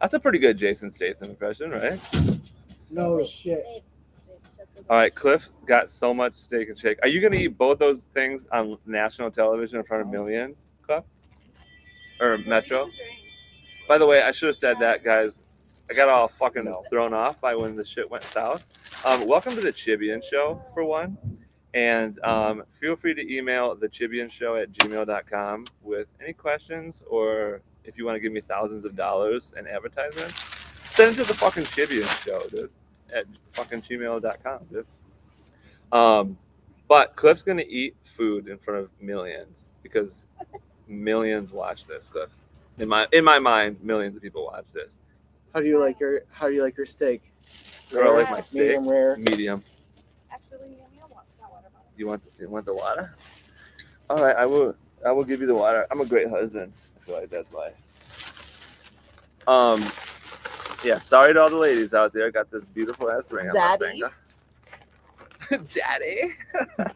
[SPEAKER 1] That's a pretty good Jason Statham impression, right?
[SPEAKER 4] No
[SPEAKER 3] Wait,
[SPEAKER 4] shit.
[SPEAKER 3] babe, babe, that's a-
[SPEAKER 1] All right, Cliff got so much steak and shake. Are you going to eat both those things on national television in front of millions, Cliff? Or Metro? By the way, I should have said that, guys. I got all fucking
[SPEAKER 2] No.
[SPEAKER 1] thrown off by when the shit went south. Um, welcome to the Chibian Show, for one. And um, feel free to email the Chibian Show at gmail.com with any questions or if you want to give me thousands of dollars in advertisements, send it to the fucking Chibian Show, dude, at fucking gmail.com, dude. Um, but Cliff's going to eat food in front of millions because millions watch this, Cliff. In my in my mind, millions of people watch this.
[SPEAKER 4] How do you like your How do you like your steak?
[SPEAKER 1] Girl, I like my steak.
[SPEAKER 2] medium rare.
[SPEAKER 1] Medium.
[SPEAKER 3] Actually, yeah, I want that water bottle.
[SPEAKER 1] You want you want the water? All right, I will I will give you the water. I'm a great husband. I feel like that's why. Um, yeah. Sorry to all the ladies out there. Got this beautiful ass ring on my
[SPEAKER 6] Zaddy?
[SPEAKER 1] finger. Daddy.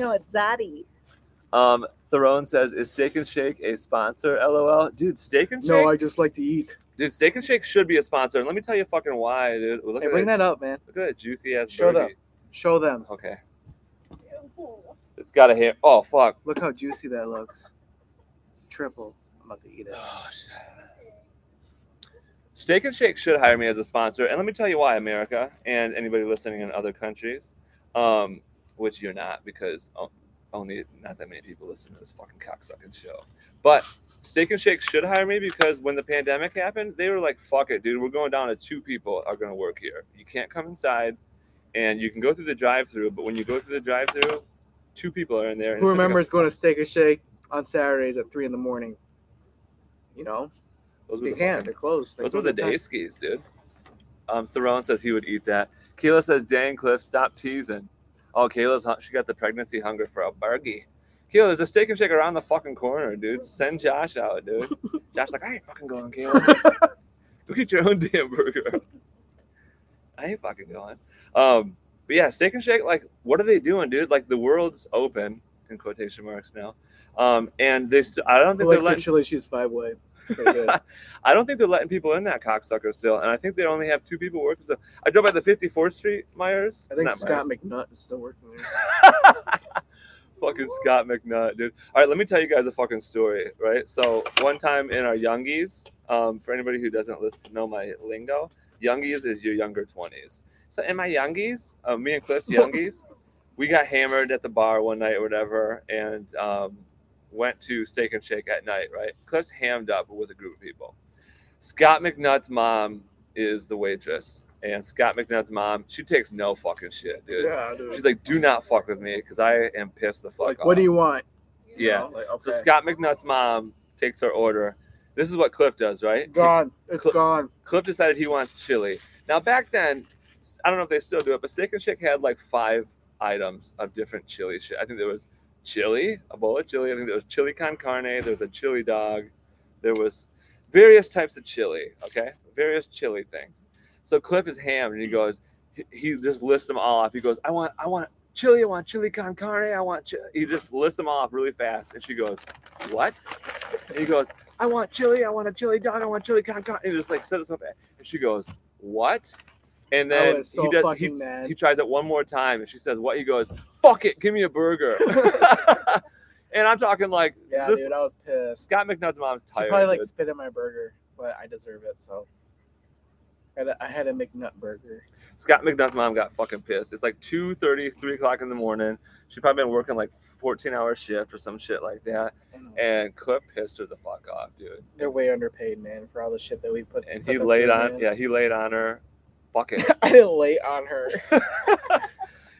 [SPEAKER 6] No, it's Zaddy.
[SPEAKER 1] Um, Theron says, "Is Steak and Shake a sponsor?" LOL. Dude, Steak and Shake.
[SPEAKER 4] No, I just like to eat.
[SPEAKER 1] dude, Steak and Shake should be a sponsor. And let me tell you fucking why, dude. Look
[SPEAKER 4] Hey,
[SPEAKER 1] at
[SPEAKER 4] bring
[SPEAKER 1] that.
[SPEAKER 4] that up, man.
[SPEAKER 1] Look at that juicy ass.
[SPEAKER 4] Show
[SPEAKER 1] birdie.
[SPEAKER 4] Show them.
[SPEAKER 1] Okay.
[SPEAKER 3] Ew.
[SPEAKER 1] It's got a hair. Oh fuck.
[SPEAKER 4] Look how juicy that looks. It's a triple. I'm about to eat it.
[SPEAKER 1] Oh, shit. Steak and Shake should hire me as a sponsor, and let me tell you why, America, and anybody listening in other countries, um, which you're not, because o- only not that many people listen to this fucking cocksucking show. But Steak and Shake should hire me because when the pandemic happened, they were like, "Fuck it, dude, we're going down to two people are gonna work here. You can't come inside, and you can go through the drive-through, but when you go through the drive-through, two people are in there." and
[SPEAKER 4] Who
[SPEAKER 1] it's like a-
[SPEAKER 4] remembers going to Steak and Shake on Saturdays at three in the morning? You know,
[SPEAKER 1] Those were
[SPEAKER 4] you
[SPEAKER 1] the
[SPEAKER 4] can't.
[SPEAKER 1] fucking-
[SPEAKER 4] They're closed. They
[SPEAKER 1] Those were
[SPEAKER 4] close
[SPEAKER 1] the
[SPEAKER 4] at 10.
[SPEAKER 1] day skis, dude. Um, Theron says he would eat that. Kayla says, "Dang, Cliff, stop teasing." Oh, Kayla's hun- she got the pregnancy hunger for a burgie. Kayla, there's a steak and shake around the fucking corner, dude. Send Josh out, dude. Josh like, I ain't fucking going, *laughs* Kayla. Go get your own damn burger. *laughs* I ain't fucking going. Um, but yeah, steak and shake. Like, what are they doing, dude? Like, the world's open in quotation marks now, um, and they. St- I don't think
[SPEAKER 4] Who
[SPEAKER 1] they're
[SPEAKER 4] likes their
[SPEAKER 1] letting.
[SPEAKER 4] chili cheese five way? It's
[SPEAKER 1] *laughs*
[SPEAKER 4] pretty good.
[SPEAKER 1] I don't think they're letting people in that cocksucker still, and I think they only have two people working. So I drove by the 54th Street Myers.
[SPEAKER 4] I think
[SPEAKER 1] not
[SPEAKER 4] Scott McNutt is still working there.
[SPEAKER 1] fucking Scott McNutt, dude. All right, let me tell you guys a fucking story, right? So one time in our youngies, um, for anybody who doesn't listen, know my lingo, youngies is your younger twenties. So in my youngies, uh, me and Cliff's youngies, we got hammered at the bar one night or whatever, and um, went to Steak and Shake at night, right? Cliff's hammed up with a group of people. Scott McNutt's mom is the waitress, and Scott McNutt's mom, she takes no fucking shit, *laughs* dude.
[SPEAKER 4] Yeah,
[SPEAKER 1] She's like, "Do not fuck with me, because I am pissed the fuck
[SPEAKER 4] Like,
[SPEAKER 1] off."
[SPEAKER 4] what do you want? You
[SPEAKER 1] Yeah.
[SPEAKER 4] know, like, okay.
[SPEAKER 1] So Scott McNutt's mom takes her order. This is what Cliff does, right?
[SPEAKER 4] gone. It's
[SPEAKER 1] Cl-
[SPEAKER 4] gone.
[SPEAKER 1] Cliff decided he wants chili. Now back then, I don't know if they still do it, but Steak and Shake had like five items of different chili shit. I think there was chili, a bowl of chili. I think there was chili con carne. There was a chili dog. There was various types of chili. Okay, various chili things. So Cliff is hammed, and he goes, he, he just lists them all off. He goes, I want, I want chili, I want chili con carne, I want. Chili. He just lists them all off really fast, and she goes, what? And he goes, I want chili, I want a chili dog, I want chili con carne. And he just like says something, and she goes, what? And
[SPEAKER 2] I
[SPEAKER 1] then
[SPEAKER 2] was so
[SPEAKER 1] he does.
[SPEAKER 2] fucking
[SPEAKER 1] He,
[SPEAKER 2] mad.
[SPEAKER 1] he tries it one more time, and she says, "What?" He goes, "Fuck it, give me a
[SPEAKER 2] *laughs*
[SPEAKER 1] burger." *laughs* and I'm talking like
[SPEAKER 2] yeah,
[SPEAKER 1] this.
[SPEAKER 2] dude, I was pissed.
[SPEAKER 1] Scott McNutt's mom's
[SPEAKER 2] She
[SPEAKER 1] tired.
[SPEAKER 2] probably like
[SPEAKER 1] dude.
[SPEAKER 2] spit in my burger, but I deserve it, so. I had a, I had a McNutt burger.
[SPEAKER 1] Scott McNutt's mom got fucking pissed. It's like 2 3 o'clock in the morning. She probably been working like 14 hour shift or some shit like that. And Cliff pissed her the fuck off, dude.
[SPEAKER 2] They're way underpaid, man, for all the shit that we put.
[SPEAKER 1] And
[SPEAKER 2] put
[SPEAKER 1] he
[SPEAKER 2] them
[SPEAKER 1] laid
[SPEAKER 2] through,
[SPEAKER 1] on,
[SPEAKER 2] man.
[SPEAKER 1] yeah, he laid on her. Fuck it.
[SPEAKER 2] *laughs* I didn't lay
[SPEAKER 1] *laughs*
[SPEAKER 2] on her.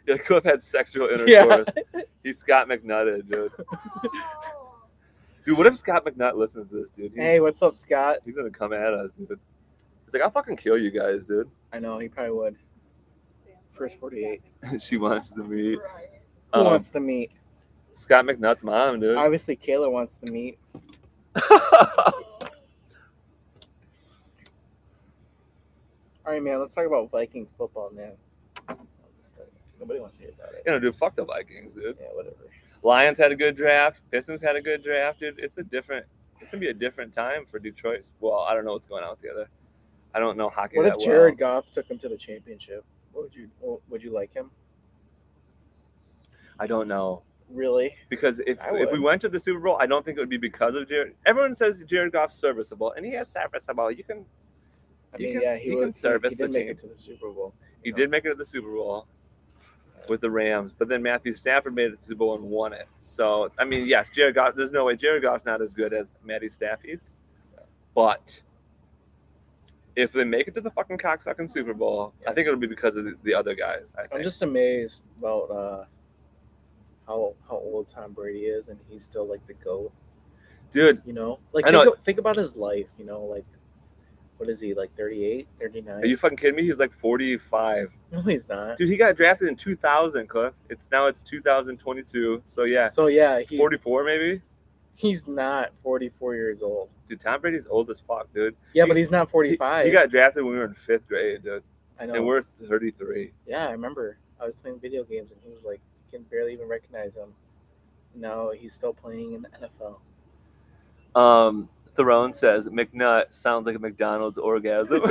[SPEAKER 1] Yeah, Cliff had sexual
[SPEAKER 2] Yeah.
[SPEAKER 1] intercourse. He's Scott McNutted, dude.
[SPEAKER 3] Oh.
[SPEAKER 1] Dude, what if Scott McNutt listens to this, dude? He-
[SPEAKER 2] Hey, what's up, Scott?
[SPEAKER 1] He's gonna come at us, dude. He's like, I'll fucking kill you guys, dude. *laughs*
[SPEAKER 2] I know he probably would. *laughs* First 48.
[SPEAKER 1] she wants to
[SPEAKER 2] *laughs*
[SPEAKER 1] meet
[SPEAKER 2] Who
[SPEAKER 1] um,
[SPEAKER 2] wants the meat?
[SPEAKER 1] Scott McNutt's mom, dude. *laughs*
[SPEAKER 2] Obviously, Kayla wants the meat. All right, man. Let's talk about Vikings football, man. I'm just kidding. Nobody wants to hear about it.
[SPEAKER 1] you know, dude, fuck the Vikings, dude.
[SPEAKER 2] Yeah, whatever.
[SPEAKER 1] Lions had a good draft. Pistons had a good draft, dude. It's a different. It's gonna be a different time for Detroit. Well, I don't know what's going on with the other. I don't know hockey.
[SPEAKER 2] What
[SPEAKER 1] that
[SPEAKER 2] if Jared
[SPEAKER 1] well.
[SPEAKER 2] Goff took him to the championship? What would you what, would you like him?
[SPEAKER 1] I don't know
[SPEAKER 2] Really?
[SPEAKER 1] because if
[SPEAKER 2] I
[SPEAKER 1] if we
[SPEAKER 2] would.
[SPEAKER 1] went to the Super Bowl, I don't think it would be because of Jared. Everyone says Jared Goff's serviceable, and he is serviceable. You can.
[SPEAKER 2] I
[SPEAKER 1] You
[SPEAKER 2] mean,
[SPEAKER 1] can-
[SPEAKER 2] yeah,
[SPEAKER 1] you
[SPEAKER 2] he
[SPEAKER 1] can
[SPEAKER 2] would. He,
[SPEAKER 1] service
[SPEAKER 2] he
[SPEAKER 1] the
[SPEAKER 2] did make
[SPEAKER 1] team.
[SPEAKER 2] it to the Super Bowl.
[SPEAKER 1] He
[SPEAKER 2] Yeah.
[SPEAKER 1] did make it to the Super Bowl with the Rams, but then Matthew Stafford made it to the Super Bowl and won it. So I mean, yes, Jared Goff. There's no way Jared Goff's not as good as Matty Staff is, but if they make it to the fucking cocksucking Super Bowl, I think it'll be because of the, the other guys. I
[SPEAKER 2] I'm
[SPEAKER 1] think.
[SPEAKER 2] just amazed about uh, how how old Tom Brady is, and he's still like the goat.
[SPEAKER 1] Dude,
[SPEAKER 2] You know, like
[SPEAKER 1] I
[SPEAKER 2] think,
[SPEAKER 1] know.
[SPEAKER 2] a- think about his life. You know, like what is he like 38, 39?
[SPEAKER 1] are you fucking kidding me? He's like 45.
[SPEAKER 2] *laughs* no, he's not.
[SPEAKER 1] Dude, he got drafted in 2000, Cliff. It's now it's 2022. So yeah,
[SPEAKER 2] So yeah, he,
[SPEAKER 1] 44 maybe.
[SPEAKER 2] he's not 44 years old.
[SPEAKER 1] Dude, Tom Brady's old as fuck, dude.
[SPEAKER 2] Yeah,
[SPEAKER 1] He-
[SPEAKER 2] but he's not
[SPEAKER 1] He-
[SPEAKER 2] 45.
[SPEAKER 1] He, got drafted when we were in fifth grade, dude,
[SPEAKER 2] I
[SPEAKER 1] and
[SPEAKER 2] know.
[SPEAKER 1] we're 33.
[SPEAKER 2] Yeah, I remember. I was playing video games, and he was like, you can barely even recognize him. No, he's still playing in the NFL.
[SPEAKER 1] Um, Theron says McNutt sounds like a McDonald's orgasm.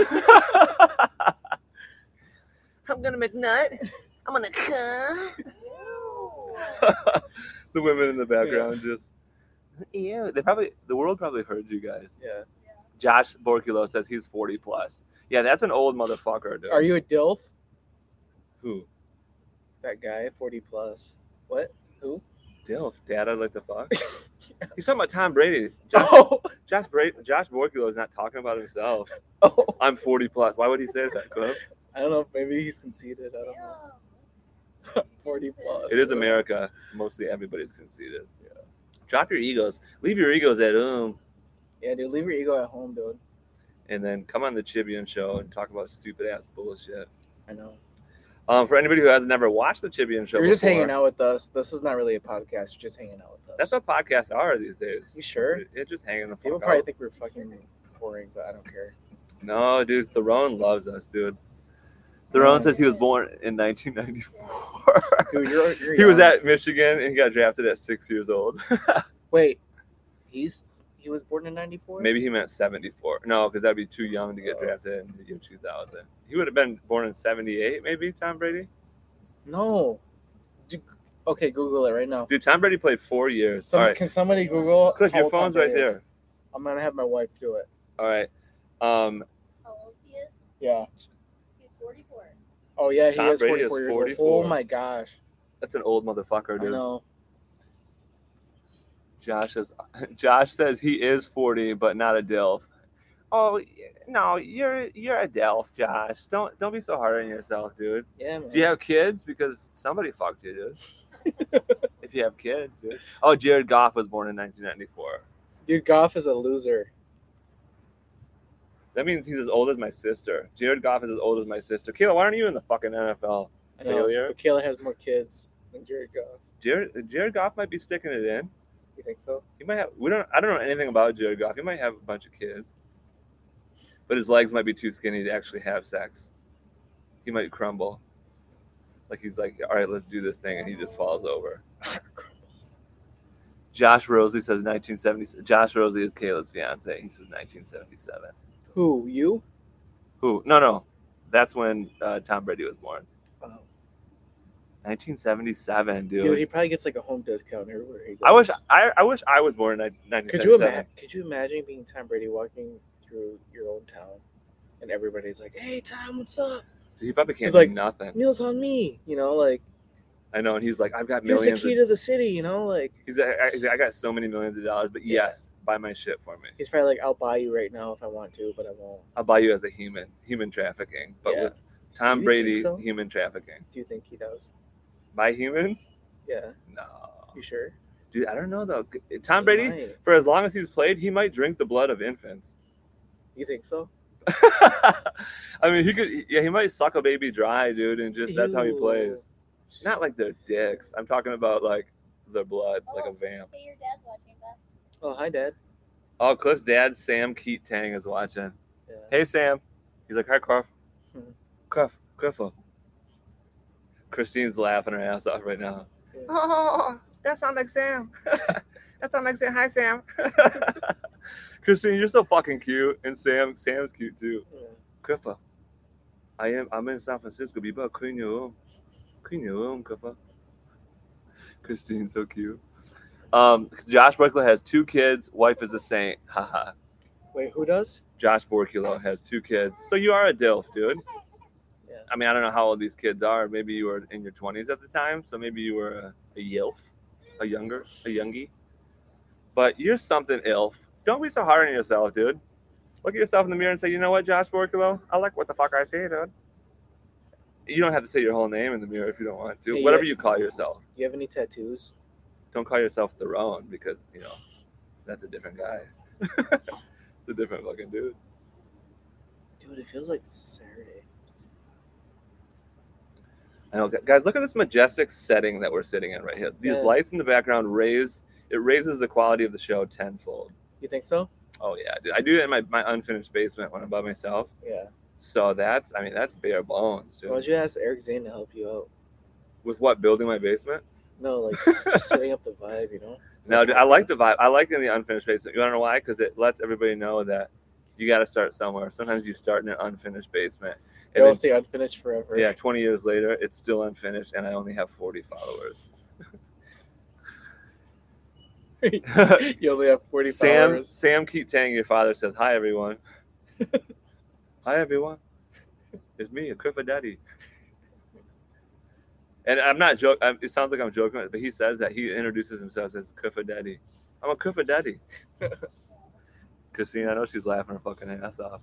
[SPEAKER 4] I'm gonna McNutt.
[SPEAKER 2] *laughs*
[SPEAKER 4] I'm gonna cut.
[SPEAKER 1] *laughs* the women in the background just yeah. They probably the world probably heard you guys.
[SPEAKER 2] Yeah.
[SPEAKER 1] Josh Borculo says he's forty plus. Yeah, that's an old motherfucker. Dude.
[SPEAKER 2] Are you a DILF?
[SPEAKER 1] who?
[SPEAKER 2] That guy, 40 plus.
[SPEAKER 1] *laughs*
[SPEAKER 2] What? *laughs* Who?
[SPEAKER 1] Dilf, dad, I like the
[SPEAKER 2] *laughs*
[SPEAKER 1] fuck. He's talking about Tom *laughs* Brady. Josh,
[SPEAKER 2] Oh,
[SPEAKER 1] Josh, Bra- Josh Borculo is not talking about himself.
[SPEAKER 2] oh.
[SPEAKER 1] I'm 40 plus. Why would he say that, *laughs* Cliff?
[SPEAKER 2] I don't know. Maybe he's conceited. I don't know. 40 plus.
[SPEAKER 1] It is America. Mostly everybody's conceited. Yeah. Drop your egos. Leave your egos at home.
[SPEAKER 2] Yeah, dude, leave your ego at home, dude.
[SPEAKER 1] and then come on the Chibian show and talk about stupid ass bullshit.
[SPEAKER 2] I know.
[SPEAKER 1] Um, for anybody who has never watched the Chibian show,
[SPEAKER 2] You're just
[SPEAKER 1] before,
[SPEAKER 2] hanging out with us. This is not really a podcast. You're just hanging out with us.
[SPEAKER 1] That's what podcasts are these days.
[SPEAKER 2] You sure?
[SPEAKER 1] It just hanging the
[SPEAKER 2] People
[SPEAKER 1] fuck
[SPEAKER 2] probably
[SPEAKER 1] out.
[SPEAKER 2] think we're fucking boring, but I don't care.
[SPEAKER 1] No, dude, Theron loves us, dude. Theron
[SPEAKER 2] Mm.
[SPEAKER 1] says he was born in 1994.
[SPEAKER 2] Dude, you're, you're
[SPEAKER 1] *laughs* he was
[SPEAKER 2] young.
[SPEAKER 1] at Michigan and he got drafted at six years old.
[SPEAKER 2] Wait, he's he was born in '94.
[SPEAKER 1] Maybe he meant 74. No, because that'd be too young to get
[SPEAKER 2] Oh.
[SPEAKER 1] drafted in the year 2000. He would have been born in 78, maybe Tom Brady.
[SPEAKER 2] No. Dude, okay, Google it right now.
[SPEAKER 1] Dude, Tom Brady played four years.
[SPEAKER 2] Some,
[SPEAKER 1] All right,
[SPEAKER 2] Can somebody Google?
[SPEAKER 1] click
[SPEAKER 2] how
[SPEAKER 1] your
[SPEAKER 2] old Tom
[SPEAKER 1] phone's right
[SPEAKER 2] Brady is?
[SPEAKER 1] there.
[SPEAKER 2] I'm gonna have my wife do it.
[SPEAKER 1] All right. Um,
[SPEAKER 3] How old he is?
[SPEAKER 2] Yeah.
[SPEAKER 3] He's 44.
[SPEAKER 2] Oh yeah, he
[SPEAKER 1] Tom
[SPEAKER 2] is
[SPEAKER 1] Brady
[SPEAKER 2] 44
[SPEAKER 1] is
[SPEAKER 2] years
[SPEAKER 1] 44.
[SPEAKER 2] old. Oh my gosh.
[SPEAKER 1] That's an old motherfucker,
[SPEAKER 2] I
[SPEAKER 1] dude.
[SPEAKER 2] know.
[SPEAKER 1] Josh says, *laughs* Josh says he is forty, but not a Delf. Oh no, you're you're a Delf, Josh. Don't don't be so hard on yourself, dude.
[SPEAKER 2] Yeah, man.
[SPEAKER 1] Do you have kids? Because somebody fucked you, dude.
[SPEAKER 2] *laughs*
[SPEAKER 1] if you have kids, dude. Oh, Jared Goff was born in 1994.
[SPEAKER 2] Dude, Goff is a loser.
[SPEAKER 1] That means he's as old as my sister. Jared Goff is as old as my sister. Kayla, why aren't you in the fucking NFL?
[SPEAKER 2] I know.
[SPEAKER 1] Failure.
[SPEAKER 2] But Kayla has more kids than Jared Goff.
[SPEAKER 1] Jared Jared Goff might be sticking it in.
[SPEAKER 2] You think so?
[SPEAKER 1] He might have. We don't. I don't know anything about Jared Goff. He might have a bunch of kids. but his legs might be too skinny to actually have sex. He might crumble. Like he's like, all right, let's do this thing, and he just falls over. Josh Rosie says 1970. Josh Rosie is Kayla's fiance. He says 1977.
[SPEAKER 2] Who you?
[SPEAKER 1] Who? No, no, that's when uh, Tom Brady was born.
[SPEAKER 2] Oh.
[SPEAKER 1] 1977, dude.
[SPEAKER 2] Dude, he probably gets like a home discount everywhere he goes.
[SPEAKER 1] I wish I, I wish I was born in 1977.
[SPEAKER 2] Could you imagine? Could you imagine being Tom Brady walking through your own town, and everybody's like, "Hey, Tom, what's up?
[SPEAKER 1] He probably can't
[SPEAKER 2] He's
[SPEAKER 1] do
[SPEAKER 2] like-
[SPEAKER 1] nothing.
[SPEAKER 2] Meals on me." You know, like
[SPEAKER 1] I know, and he's like, I've got
[SPEAKER 2] here's the
[SPEAKER 1] millions.
[SPEAKER 2] key
[SPEAKER 1] Of,
[SPEAKER 2] to the city. You know, like
[SPEAKER 1] he's, like, I, he's like, I got so many millions of dollars, but
[SPEAKER 2] Yeah.
[SPEAKER 1] yes, buy my shit for me.
[SPEAKER 2] he's probably like, "I'll buy you right now if I want to, but I won't."
[SPEAKER 1] I'll buy you as a human, human trafficking. But
[SPEAKER 2] Yeah.
[SPEAKER 1] with Tom
[SPEAKER 2] You think
[SPEAKER 1] Brady,
[SPEAKER 2] so?
[SPEAKER 1] human trafficking.
[SPEAKER 2] Do you think he does?
[SPEAKER 1] By humans?
[SPEAKER 2] Yeah.
[SPEAKER 1] No,
[SPEAKER 2] You sure?
[SPEAKER 1] dude, I don't know though. Tom
[SPEAKER 2] He
[SPEAKER 1] Brady,
[SPEAKER 2] might.
[SPEAKER 1] for as long as he's played, he might drink the blood of infants. *laughs*
[SPEAKER 2] You think so?
[SPEAKER 1] I mean, he could, yeah, he might suck a baby dry, dude, and just that's how he
[SPEAKER 2] Ew.
[SPEAKER 1] plays. Not like their dicks. I'm talking about like their blood, like a
[SPEAKER 3] Oh.
[SPEAKER 1] vamp.
[SPEAKER 3] Hey, your dad's watching, but
[SPEAKER 2] Oh, hi, Dad.
[SPEAKER 1] Oh, Cliff's dad, Sam Keat Tang, is watching.
[SPEAKER 2] Yeah.
[SPEAKER 1] Hey, Sam. He's like, hi, Cliff.
[SPEAKER 2] Hmm.
[SPEAKER 1] Cliff, Cliffo. Christine's laughing her ass off right now. *laughs*
[SPEAKER 2] Yeah.
[SPEAKER 1] Oh, oh, oh, that sounds like Sam.
[SPEAKER 2] *laughs*
[SPEAKER 1] that sounds like Sam. Hi, Sam. Christine, you're so fucking cute, and Sam, Sam's cute too.
[SPEAKER 2] Yeah.
[SPEAKER 1] Cliffo, I am. I'm in San Francisco. Be better clean your room. Clean your room, Cliffo. Christine's so cute. Um, Josh Burkle has two kids. Wife is a saint. Haha.
[SPEAKER 2] Wait, who does?
[SPEAKER 1] Josh Borculo has two kids. So you are a DILF, dude.
[SPEAKER 2] Yeah.
[SPEAKER 1] I mean, I don't know how old these kids are. Maybe you were in your 20s at the time. So maybe you were a, a YILF, a younger, a youngie. But you're something ILF. Don't be so hard on yourself, dude. Look at yourself in the mirror and say, you know what, Josh Borculo? I like what the fuck I see, dude. You don't have to say your whole name in the mirror if you don't want to.
[SPEAKER 2] Yeah,
[SPEAKER 1] Whatever
[SPEAKER 2] yeah.
[SPEAKER 1] you call yourself.
[SPEAKER 2] You have any tattoos?
[SPEAKER 1] Don't call yourself Theron because, you know, that's a different guy. *laughs* it's a different fucking dude.
[SPEAKER 2] Dude, it feels like Saturday.
[SPEAKER 1] I know, gu- guys. Look at this majestic setting that we're sitting in right here. These
[SPEAKER 2] Yeah.
[SPEAKER 1] lights in the background raise it raises the quality of the show tenfold.
[SPEAKER 2] You think so?
[SPEAKER 1] Oh yeah, dude. I do that in my, my unfinished basement when I'm by myself.
[SPEAKER 2] Yeah.
[SPEAKER 1] So that's I mean that's bare bones, dude.
[SPEAKER 2] Why don't you ask Eric Zane to help you out?
[SPEAKER 1] With what building my basement? *laughs*
[SPEAKER 2] No, like s- just setting up the vibe, you know.
[SPEAKER 1] No, dude. I like the vibe. I like in the unfinished basement. You wanna know why? Because it lets everybody know that you got to start somewhere. Sometimes you start in an unfinished basement, and
[SPEAKER 2] It'll
[SPEAKER 1] then,
[SPEAKER 2] stay unfinished forever.
[SPEAKER 1] yeah, 20 years later, it's still unfinished, and I only have 40 followers.
[SPEAKER 2] *laughs* you only have forty
[SPEAKER 1] Sam
[SPEAKER 2] followers.
[SPEAKER 1] Sam keep Tang, your father says, Hi everyone. Hi everyone. It's me, Akrifa Daddy. And I'm not joking. It sounds like I'm joking, but he says that he introduces himself as Kufa Daddy. I'm a Kufa Daddy. Christine, I know she's laughing her fucking ass off.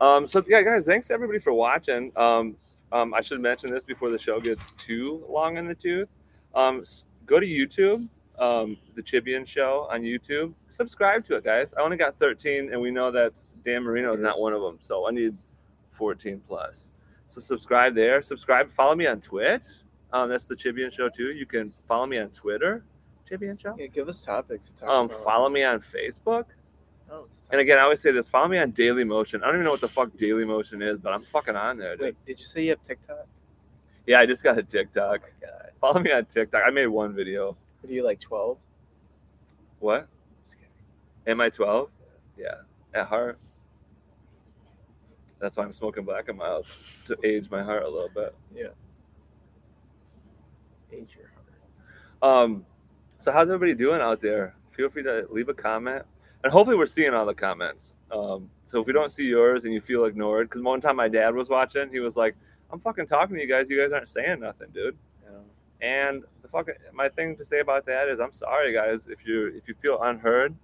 [SPEAKER 1] Um, so yeah, guys, thanks everybody for watching. Um, um, I should mention this before the show gets too long in the tooth. Um, s- go to YouTube um, the Chibian show on YouTube. Subscribe to it, guys. I only got 13, and we know that Dan Marino is not one of them, so I need 14 plus. So subscribe there. Subscribe. Follow me on Twitch. Um, that's the Chibian show too. You can follow me on Twitter, Chibian show.
[SPEAKER 2] Yeah, give us topics to talk
[SPEAKER 1] Um,
[SPEAKER 2] about.
[SPEAKER 1] follow me on Facebook.
[SPEAKER 2] Oh, it's a
[SPEAKER 1] And
[SPEAKER 2] topic.
[SPEAKER 1] again, I always say this: follow me on Daily Motion. I don't even know what the fuck Daily Motion is, but I'm fucking on there, dude.
[SPEAKER 2] Wait, did you say you have TikTok? Oh
[SPEAKER 1] Yeah, I just got a TikTok.
[SPEAKER 2] My God,
[SPEAKER 1] Follow me on TikTok. I made one video.
[SPEAKER 2] are you like twelve?
[SPEAKER 1] What? Am I 12? Yeah, at heart. That's why I'm smoking black and mild to age my heart a little bit.
[SPEAKER 2] Age your heart.
[SPEAKER 1] Um, so how's everybody doing out there? Feel free to leave a comment, and hopefully we're seeing all the comments. Um, so if we don't see yours and you feel ignored, because one time my dad was watching, he was like, "I'm fucking talking to you guys. You guys aren't saying nothing, dude."
[SPEAKER 2] You know?
[SPEAKER 1] And the fucking my thing to say about that is I'm sorry guys if you if you feel unheard,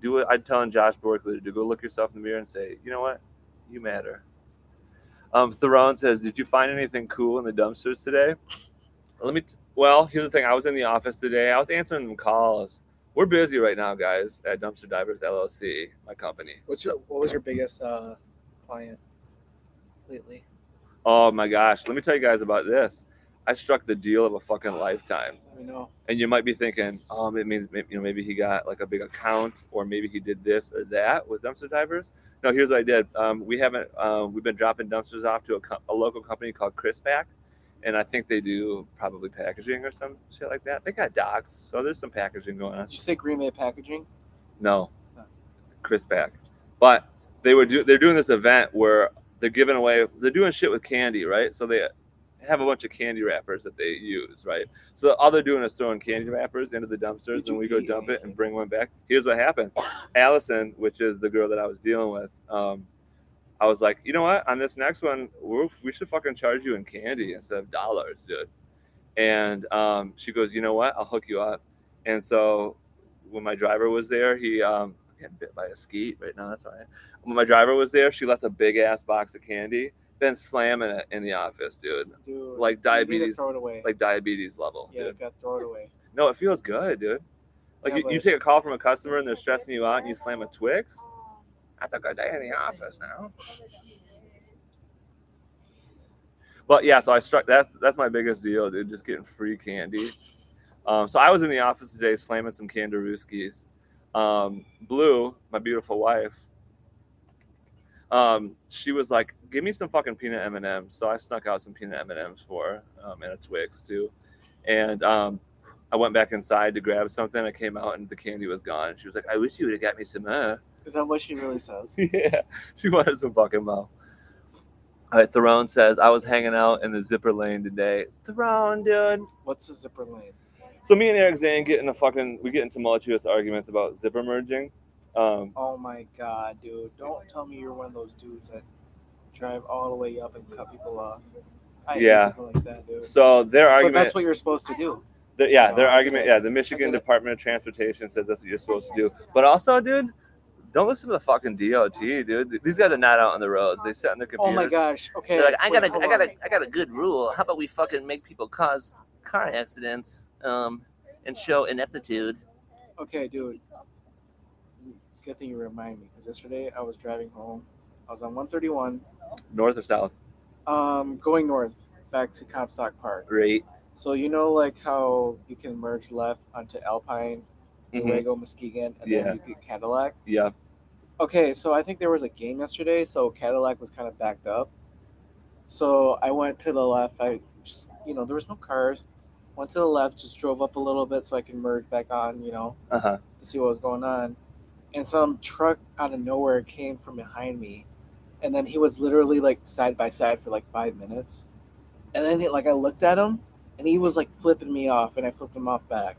[SPEAKER 1] do what I'm telling Josh Borkley to do. Go look yourself in the mirror and say, you know what, you matter. Um, Theron says, did you find anything cool in the dumpsters today? Let me. T- well, here's the thing. I was in the office today. I was answering them calls. We're busy right now, guys, at Dumpster Divers LLC, my company.
[SPEAKER 2] What's your what was your biggest uh, client lately?
[SPEAKER 1] Oh my gosh, let me tell you guys about this. I struck the deal of a fucking lifetime.
[SPEAKER 2] You know,
[SPEAKER 1] And you might be thinking, um, it means maybe, you know maybe he got like a big account or maybe he did this or that with dumpster divers. No, here's what I did. Um, we haven't uh, we've been dropping dumpsters off to a, co- a local company called Crispack, and I think they do probably packaging or some shit like that. They got docks, so there's some packaging going on.
[SPEAKER 2] did you say Green Bay packaging?
[SPEAKER 1] No,
[SPEAKER 2] Oh.
[SPEAKER 1] Chris back. But they were do they're doing this event where they're giving away they're doing shit with candy, right? So they have a bunch of candy wrappers that they use, right? So all they're doing is throwing candy wrappers into the dumpsters,
[SPEAKER 2] Did you
[SPEAKER 1] and we go
[SPEAKER 2] eat
[SPEAKER 1] dump it and bring one back. Here's what happened: Allison, which is the girl that I was dealing with, um, I was like, you know what? On this next one, we're, we should fucking charge you in candy instead of dollars, dude. And um, she goes, you know what? I'll hook you up. And so when my driver was there, he um I'm getting bit by a skeet right now. That's all right. When my driver was there, she left a big ass box of candy, been slamming it in the office, dude.
[SPEAKER 2] Dude,
[SPEAKER 1] Like
[SPEAKER 2] you need to
[SPEAKER 1] diabetes-
[SPEAKER 2] Throw it away.
[SPEAKER 1] Like diabetes level.
[SPEAKER 2] yeah,
[SPEAKER 1] dude.
[SPEAKER 2] you got throw it away.
[SPEAKER 1] No, it feels good, dude. Like
[SPEAKER 2] Yeah,
[SPEAKER 1] you, you
[SPEAKER 2] but-
[SPEAKER 1] take a call from a customer and they're stressing you out, and you slam a Twix. That's a good day in the office now. But yeah, so I struck. That's that's my biggest deal, dude. Just getting free candy. Um, so I was in the office today slamming some Kandaruskis. Um, Blue, my beautiful wife, um, she was like, "Give me some fucking peanut M and M's." So I snuck out some peanut M and M's for her, um, and a Twix too. And um, I went back inside to grab something. I came out and the candy was gone. She was like, "I wish you would have got me some uh, more."
[SPEAKER 2] Is that what she really says?
[SPEAKER 1] *laughs* yeah, she wanted some fucking mouth. All right, Theron says I was hanging out in the zipper lane today. Theron, dude.
[SPEAKER 2] What's a zipper lane?
[SPEAKER 1] So me and Eric Zane get in a fucking we get in tumultuous arguments about zipper merging. Um,
[SPEAKER 2] Oh my god, dude! Don't tell me you're one of those dudes that drive all the way up and cut people off. I hate
[SPEAKER 1] Yeah.
[SPEAKER 2] people like that, dude.
[SPEAKER 1] so their
[SPEAKER 2] But
[SPEAKER 1] argument,
[SPEAKER 2] that's what you're supposed to do.
[SPEAKER 1] the- yeah, their
[SPEAKER 2] Oh, I
[SPEAKER 1] argument,
[SPEAKER 2] get it.
[SPEAKER 1] yeah, the Michigan
[SPEAKER 2] I get it.
[SPEAKER 1] Department of Transportation says that's what you're supposed to do. But also, dude, don't listen to the fucking DOT, dude. These guys are not out on the roads. They sit on their
[SPEAKER 2] Oh
[SPEAKER 1] computers.
[SPEAKER 2] my gosh. Okay.
[SPEAKER 1] They're like, I
[SPEAKER 2] wait,
[SPEAKER 1] got a,
[SPEAKER 2] hold
[SPEAKER 1] I got
[SPEAKER 2] on.
[SPEAKER 1] a, I got a good rule. How about we fucking make people cause car accidents? Um, and show ineptitude.
[SPEAKER 2] Okay, dude. Good thing you remind me because yesterday I was driving home. I was on 131,
[SPEAKER 1] north or south,
[SPEAKER 2] um, going north back to Comstock Park.
[SPEAKER 1] right?
[SPEAKER 2] So you know, like how you can merge left onto Alpine,
[SPEAKER 1] Mhm.
[SPEAKER 2] Nuevo, Muskegon, and
[SPEAKER 1] Yeah.
[SPEAKER 2] then you get Cadillac.
[SPEAKER 1] Yeah.
[SPEAKER 2] Okay, so I think there was a game yesterday, so Cadillac was kind of backed up. So I went to the left. I just, you know, there was no cars. Went to the left, just drove up a little bit so I could merge back on, you know,
[SPEAKER 1] Uh *laughs* huh.
[SPEAKER 2] to see what was going on. And some truck out of nowhere came from behind me. And then he was literally like side by side for like five minutes. And then he, like I looked at him and he was like flipping me off and I flipped him off back.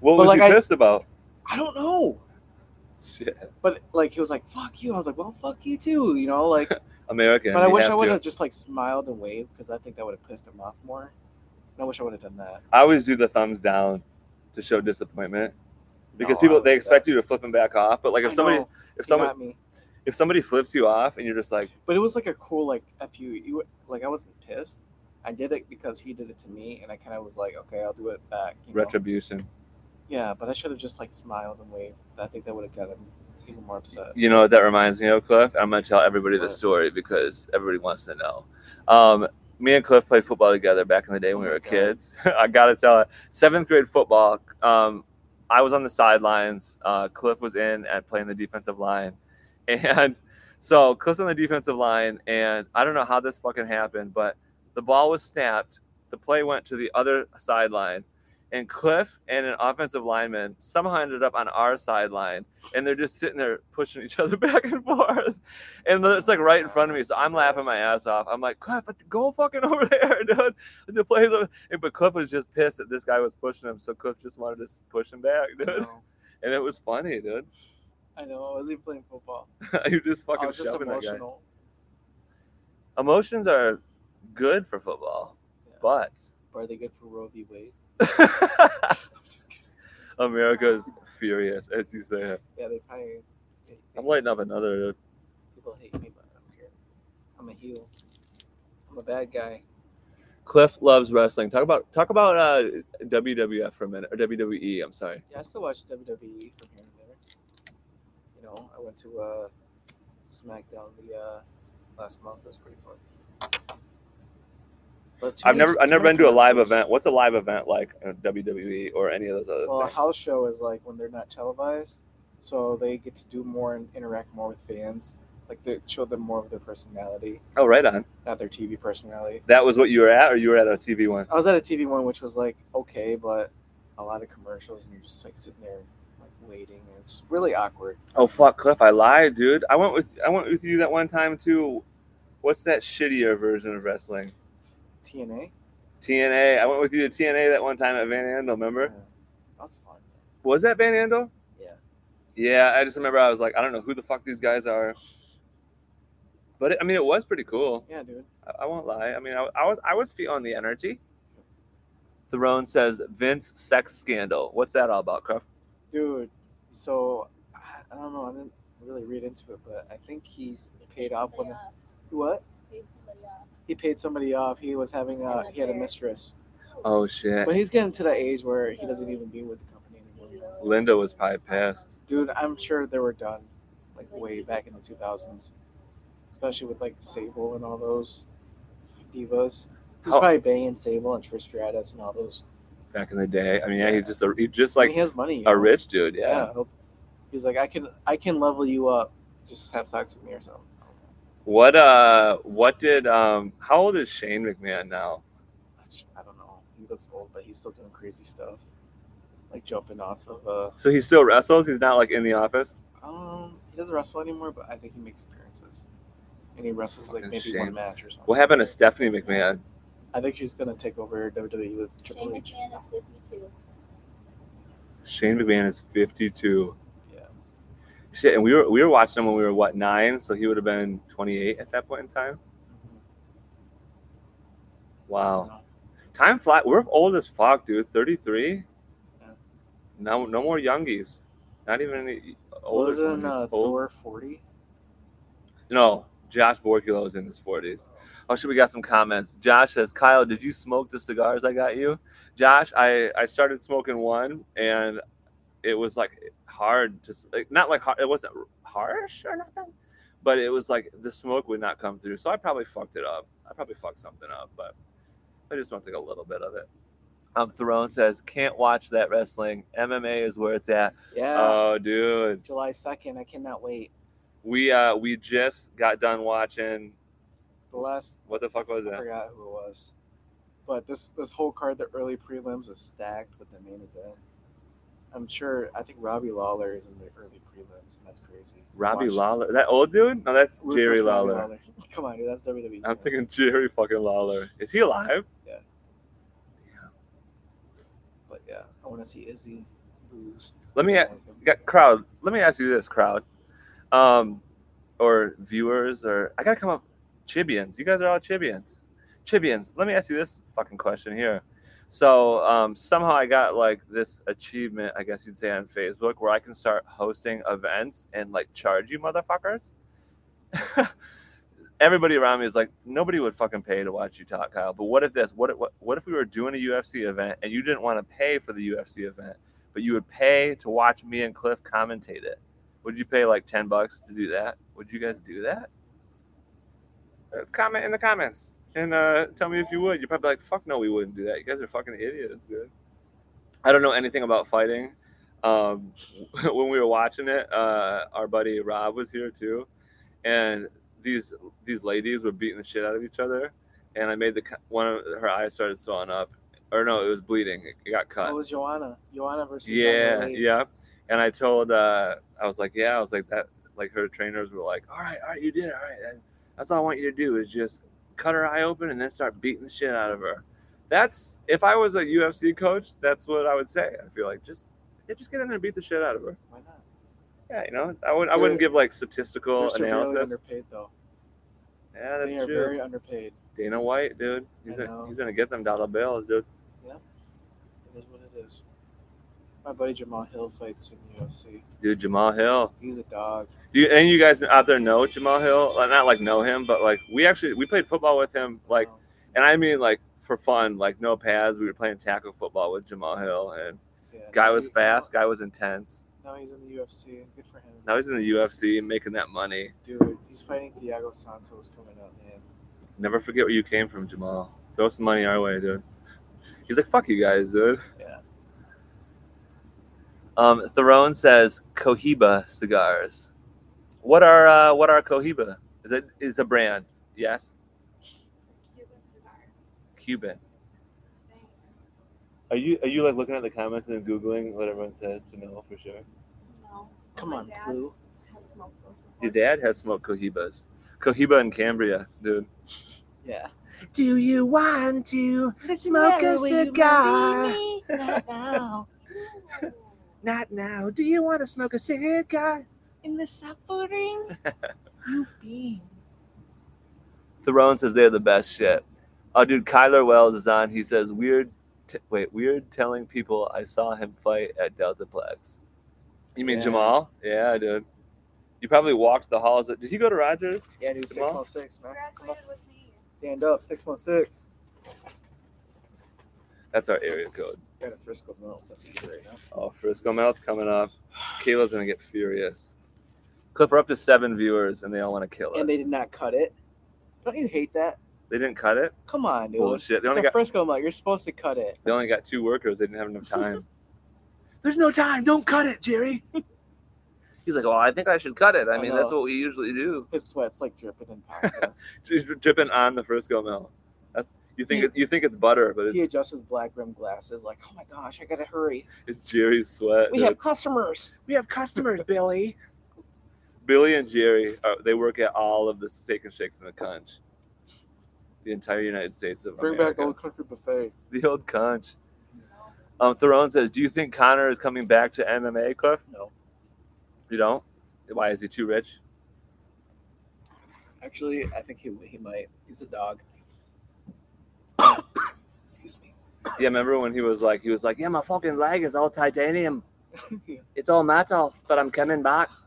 [SPEAKER 1] what was
[SPEAKER 2] like,
[SPEAKER 1] you
[SPEAKER 2] I-
[SPEAKER 1] pissed about?
[SPEAKER 2] I don't know.
[SPEAKER 1] Shit.
[SPEAKER 2] But like he was like, fuck you. I was like, well, fuck you too. You
[SPEAKER 1] *laughs*
[SPEAKER 2] know, like,
[SPEAKER 1] American.
[SPEAKER 2] but I
[SPEAKER 1] you
[SPEAKER 2] wish I
[SPEAKER 1] have
[SPEAKER 2] would
[SPEAKER 1] to.
[SPEAKER 2] have just like smiled and waved because I think that would have pissed him off more. And I wish I would have done that.
[SPEAKER 1] I always do the thumbs down to show disappointment because
[SPEAKER 2] No, I
[SPEAKER 1] people
[SPEAKER 2] would
[SPEAKER 1] they
[SPEAKER 2] do
[SPEAKER 1] expect you to flip them back off. But like if
[SPEAKER 2] I
[SPEAKER 1] somebody
[SPEAKER 2] know,
[SPEAKER 1] if
[SPEAKER 2] he
[SPEAKER 1] somebody
[SPEAKER 2] got me.
[SPEAKER 1] if somebody flips you off and you're just like
[SPEAKER 2] But it was like a cool like f you. You like I wasn't pissed. I did it because he did it to me, and I kind of was like, okay, I'll do it back. you know?
[SPEAKER 1] retribution.
[SPEAKER 2] Yeah, but I should have just like smiled and waved. I think that would have got him even more
[SPEAKER 1] *laughs*
[SPEAKER 2] upset.
[SPEAKER 1] You know what that reminds me of, Cliff? I'm gonna tell everybody the
[SPEAKER 2] What?
[SPEAKER 1] story because everybody wants to know. Um, me and Cliff played football together back in the day
[SPEAKER 2] Oh
[SPEAKER 1] when
[SPEAKER 2] my
[SPEAKER 1] we were
[SPEAKER 2] God.
[SPEAKER 1] kids. *laughs* I gotta tell it. Seventh grade football. Um, I was on the sidelines. Uh, Cliff was in at playing the defensive line, *laughs* and so Cliff's on the defensive line, and I don't know how this fucking happened, but the ball was snapped. The play went to the other sideline, and Cliff and an offensive lineman somehow ended up on our sideline, and they're just sitting there pushing each *laughs* other back and forth, and it's like right in front of me. So I'm laughing my ass off. I'm like, Cliff, go fucking *laughs* over there, dude. The plays, over. but Cliff was just pissed that this guy was pushing him, so Cliff just wanted to push him back, *laughs*
[SPEAKER 2] I
[SPEAKER 1] dude.
[SPEAKER 2] know.
[SPEAKER 1] And it was funny, dude. *laughs*
[SPEAKER 2] I know. I wasn't even playing football.
[SPEAKER 1] You're just
[SPEAKER 2] I
[SPEAKER 1] fucking
[SPEAKER 2] was just
[SPEAKER 1] shoving that guy.
[SPEAKER 2] emotional.
[SPEAKER 1] Emotions are good for football,
[SPEAKER 2] Yeah.
[SPEAKER 1] but
[SPEAKER 2] But are they good for Roe v. Wade?
[SPEAKER 1] America's furious, as you say. it.
[SPEAKER 2] Yeah, they probably. They,
[SPEAKER 1] I'm lighting up another.
[SPEAKER 2] people hate me, but I don't care. I'm a heel. I'm a bad guy.
[SPEAKER 1] Cliff loves wrestling. Talk about talk about uh, WWF for a minute or WWE. I'm sorry.
[SPEAKER 2] Yeah, I still watch WWE from here and there. You know, I went to uh, SmackDown the uh, last month. It was pretty fun.
[SPEAKER 4] But
[SPEAKER 1] I've never I've never been to a live
[SPEAKER 4] commercials-
[SPEAKER 1] event. What's a live event like uh, WWE or any of those other
[SPEAKER 2] Well, a
[SPEAKER 1] things?
[SPEAKER 2] house show is like when they're not televised, so they get to do more and interact more with fans. Like they show them more of their personality,
[SPEAKER 1] oh, right on.
[SPEAKER 2] not their TV personality.
[SPEAKER 1] That was what you were at, or you were at a TV one.
[SPEAKER 2] I was at a TV one, which was like okay, but a lot of commercials, and you're just like sitting there like waiting, and it's really awkward.
[SPEAKER 1] Oh fuck, Cliff, I lied, dude. I went with I went with you that one time too. What's that shittier version of wrestling?
[SPEAKER 2] TNA,
[SPEAKER 1] TNA. I went with you to TNA that one time at Van Andel. Remember?
[SPEAKER 2] that was fun.
[SPEAKER 1] Was that Van Andel?
[SPEAKER 2] Yeah.
[SPEAKER 1] Yeah, I just remember I was like, I don't know who the fuck these guys are. But it, I mean, it was pretty cool.
[SPEAKER 2] Yeah, dude.
[SPEAKER 1] I, I won't lie. I mean, I, I was I was feeling the energy. Throne says Vince sex scandal. What's that all about, Cuff?
[SPEAKER 2] Dude, so I- I don't know. I didn't really read into it, but I think he's paid off
[SPEAKER 3] Somebody
[SPEAKER 2] when what
[SPEAKER 3] Paid somebody off.
[SPEAKER 2] he paid somebody off. He was having a he had a mistress.
[SPEAKER 1] Oh shit,
[SPEAKER 2] But he's getting to the age where he doesn't even be with the company anymore.
[SPEAKER 3] CEO.
[SPEAKER 1] Linda was probably
[SPEAKER 2] *laughs*
[SPEAKER 1] pissed.
[SPEAKER 2] Dude, I'm sure they were done like way back in the 2000s, especially with like Sable and all those divas. He's
[SPEAKER 1] How-
[SPEAKER 2] probably banging Sable and Trish Stratus and all those.
[SPEAKER 1] back in the day. I mean, yeah, he's just a he's just
[SPEAKER 2] Like
[SPEAKER 1] like
[SPEAKER 2] he has money. you
[SPEAKER 1] a
[SPEAKER 2] know?
[SPEAKER 1] rich dude. Yeah.
[SPEAKER 2] Yeah. He's like, I can I can level you up. Just have sex with me or something.
[SPEAKER 1] What uh what did um how old is Shane McMahon now?
[SPEAKER 2] I don't know. He looks old, but he's still doing crazy stuff, like jumping off of uh
[SPEAKER 1] So he still wrestles, he's not like in the office.
[SPEAKER 2] Um, he doesn't wrestle anymore, but I think he makes appearances. And he wrestles like
[SPEAKER 1] Fucking
[SPEAKER 2] maybe
[SPEAKER 1] shame.
[SPEAKER 2] one match or something.
[SPEAKER 1] What happened to Stephanie McMahon?
[SPEAKER 2] I think she's gonna take over WWE with
[SPEAKER 3] Shane
[SPEAKER 2] Triple H.
[SPEAKER 3] McMahon is 52.
[SPEAKER 1] Shane McMahon is fifty two.
[SPEAKER 2] Yeah.
[SPEAKER 1] Shit, and we were we were watching him when we were what nine, so he would have been twenty eight at that point in time. Wow. Time fly we're old as fuck, dude. Thirty three?
[SPEAKER 2] Yeah.
[SPEAKER 1] No no more youngies. Not even any older.
[SPEAKER 2] Wasn't uh,
[SPEAKER 1] youngies. Old-
[SPEAKER 2] Thor forty?
[SPEAKER 1] No, Josh Borculo is in his 40s. Oh, shit, we got some comments. Josh says, Kyle, did you smoke the cigars I got you? Josh, I, I started smoking one and it was like hard, just like, not like hard, it wasn't harsh or nothing, but it was like the smoke would not come through. So I probably fucked it up. I probably fucked something up, but I just smoked like a little bit of it. Um, Throne says, can't watch that wrestling. MMA is where it's at.
[SPEAKER 2] Yeah.
[SPEAKER 1] Oh, dude
[SPEAKER 2] July second. I cannot wait.
[SPEAKER 1] we uh we just got done watching
[SPEAKER 2] The last
[SPEAKER 1] what the fuck was
[SPEAKER 2] I
[SPEAKER 1] that
[SPEAKER 2] forgot who it was, but this this whole card, the early prelims, is stacked with the main event. I'm sure. I think Robbie Lawler is in the early prelims, and that's crazy.
[SPEAKER 1] robbie
[SPEAKER 2] Watch-
[SPEAKER 1] lawler that old dude no that's
[SPEAKER 2] Ruthless
[SPEAKER 1] jerry
[SPEAKER 2] Robbie
[SPEAKER 1] lawler.
[SPEAKER 2] *laughs* Come on, dude. That's E. WWE.
[SPEAKER 1] i'm thinking jerry fucking lawler is he alive
[SPEAKER 2] But yeah, I want to see Izzy lose.
[SPEAKER 1] let me a- got crowd let me ask you this crowd um or viewers or i gotta come up chibians you guys are all chibians chibians let me ask you this fucking question here so um somehow i got like this achievement i guess you'd say on facebook where i can start hosting events and like charge you motherfuckers *laughs* everybody around me is like nobody would fucking pay to watch you talk kyle but what if this what if, what, what if we were doing a ufc event and you didn't want to pay for the ufc event but you would pay to watch me and Cliff commentate it. Would you pay like 10 bucks to do that? Would you guys do that? Uh, comment in the comments and uh, tell me if you would. You're probably like, fuck no, we wouldn't do that. You guys are fucking idiots, dude. I don't know anything about fighting. Um, *laughs* when we were watching it, uh, our buddy Rob was here too. And these these ladies were beating the shit out of each other. And I made the co- one of her eyes started swelling up. Or no, it was bleeding. It got cut.
[SPEAKER 2] Oh, It was Joanna. Joanna versus
[SPEAKER 1] Yeah,
[SPEAKER 2] Emily.
[SPEAKER 1] yeah. And I told, uh, I was like, yeah, I was like that. Like her trainers were like, all right, all right, you did, it, all right. That- That's all I want you to do is just cut her eye open and then start beating the shit out of her. That's if I was a UFC coach, that's what I would say. I feel like just, yeah, just get in there and beat the shit out of her.
[SPEAKER 2] Why not?
[SPEAKER 1] Yeah, you know, I would, I wouldn't
[SPEAKER 2] They're-
[SPEAKER 1] give like
[SPEAKER 2] They're
[SPEAKER 1] statistical
[SPEAKER 2] severely
[SPEAKER 1] analysis.
[SPEAKER 2] underpaid though.
[SPEAKER 1] Yeah,
[SPEAKER 2] they
[SPEAKER 1] that's
[SPEAKER 2] are
[SPEAKER 1] true.
[SPEAKER 2] very underpaid.
[SPEAKER 1] Dana White, dude, he's
[SPEAKER 2] I
[SPEAKER 1] gonna,
[SPEAKER 2] know.
[SPEAKER 1] he's gonna get them dollar bills, dude.
[SPEAKER 2] It is what it is. My buddy Jamal Hill fights in UFC.
[SPEAKER 1] Dude, Jamal Hill.
[SPEAKER 2] He's a dog.
[SPEAKER 1] Do you, any of you guys out there know Jamal Hill? Like, not like know him, but like we actually we played football with him, like,
[SPEAKER 2] Um,
[SPEAKER 1] and I mean like for fun, like no pads. We were playing tackle football with Jamal Hill, and
[SPEAKER 2] yeah,
[SPEAKER 1] guy
[SPEAKER 2] now
[SPEAKER 1] was
[SPEAKER 2] he-
[SPEAKER 1] fast, guy was intense.
[SPEAKER 2] Now he's in the UFC. Good for him,
[SPEAKER 1] Now he's in the UFC, making that money.
[SPEAKER 2] dude. He's fighting Thiago Santos coming up, man.
[SPEAKER 1] Never forget where you came from, Jamal. Throw some money our way, dude. He's like, fuck you guys, dude.
[SPEAKER 2] Yeah.
[SPEAKER 1] Um, Theron says Cohiba cigars. What are uh, what are Cohiba? Is it is a brand? Yes,
[SPEAKER 3] Cuban cigars.
[SPEAKER 1] Cuban.
[SPEAKER 3] Thank
[SPEAKER 1] Are you are you like looking at the comments and then googling what everyone says to know for sure?
[SPEAKER 3] you. No.
[SPEAKER 4] Come
[SPEAKER 3] My
[SPEAKER 4] on,
[SPEAKER 3] dad
[SPEAKER 4] Blue.
[SPEAKER 3] has smoked those before.
[SPEAKER 1] Your dad has smoked Cohibas. Cohiba in Cambria, dude.
[SPEAKER 2] Yeah.
[SPEAKER 5] Do you want to
[SPEAKER 6] Smoke a cigar.
[SPEAKER 3] Ooh.
[SPEAKER 5] Not now. Do you want to smoke a cigar?
[SPEAKER 6] In the suffering you've been.
[SPEAKER 1] Theron says they're the best shit. Oh, dude, Kyler Wells is on. He says weird. T- wait, weird telling people I saw him fight at Deltaplex. You mean
[SPEAKER 2] Yeah.
[SPEAKER 1] Jamal? Yeah, dude. You probably walked the halls. Did he go to Rogers?
[SPEAKER 2] Yeah, dude. Six one six, man. Come on,
[SPEAKER 3] Graduated with me.
[SPEAKER 2] stand up. Six one six.
[SPEAKER 1] That's our area code.
[SPEAKER 2] Got a Frisco melt. That's good right now.
[SPEAKER 1] Oh, Frisco Melt's coming up. Kayla's gonna get furious. Cliff, we're up to seven viewers, and they all want to kill us.
[SPEAKER 2] And they did not cut it. Don't you hate that?
[SPEAKER 1] They didn't cut it.
[SPEAKER 2] Come on, dude.
[SPEAKER 1] Bullshit. They
[SPEAKER 2] It's
[SPEAKER 1] only
[SPEAKER 2] a
[SPEAKER 1] got
[SPEAKER 2] Frisco melt. You're supposed to cut it.
[SPEAKER 1] they only got two workers. They didn't have
[SPEAKER 2] *laughs*
[SPEAKER 1] enough time.
[SPEAKER 5] There's no time. Don't cut it, Jerry.
[SPEAKER 1] He's like, well, I think I should cut it. I
[SPEAKER 2] I
[SPEAKER 1] mean, that's
[SPEAKER 2] know.
[SPEAKER 1] what we usually do.
[SPEAKER 2] His sweat's like dripping in pasta.
[SPEAKER 1] She's dripping on the Frisco mill. That's you think *laughs* it, you think it's butter, but
[SPEAKER 2] he
[SPEAKER 1] it's,
[SPEAKER 2] adjusts his black rim glasses. Like, oh my gosh, I gotta hurry.
[SPEAKER 1] it's Jerry's sweat.
[SPEAKER 2] We
[SPEAKER 1] dude.
[SPEAKER 2] have customers.
[SPEAKER 5] We have customers, Billy.
[SPEAKER 1] Billy and Jerry are, they work at all of the steak and shakes in the conch. The entire United States of
[SPEAKER 2] Bring
[SPEAKER 1] America.
[SPEAKER 2] back old country buffet.
[SPEAKER 1] the old conch. Um, Theron says, "Do you think Connor is coming back to MMA, Cliff?
[SPEAKER 2] No.
[SPEAKER 1] You don't? Why is he too rich?
[SPEAKER 2] Actually, I think he he might. He's a dog. Excuse me.
[SPEAKER 1] Yeah, remember when he was like, he was like, yeah, my fucking leg is all titanium.
[SPEAKER 2] Yeah.
[SPEAKER 1] It's all metal, but I'm coming back.
[SPEAKER 2] *laughs*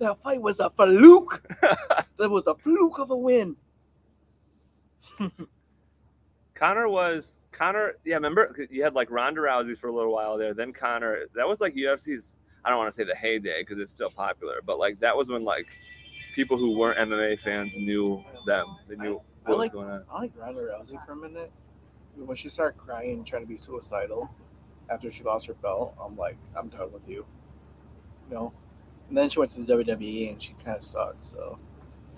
[SPEAKER 2] That fight was
[SPEAKER 1] *laughs*
[SPEAKER 2] a fluke. that was a fluke of a win.
[SPEAKER 1] Connor was Connor. Yeah, remember you had like Ronda Rousey for a little while there. Then Connor. That was like UFC's. I don't want to say the heyday because it's still popular, but like that was when like people who weren't MMA fans knew them. They knew what
[SPEAKER 2] I
[SPEAKER 1] was
[SPEAKER 2] like-
[SPEAKER 1] going on.
[SPEAKER 2] I like Ronda Rousey for a minute. When she started crying and trying to be suicidal after she lost her belt, I'm like, I'm done with you. You know? And then she went to the WWE and she kind of sucked. So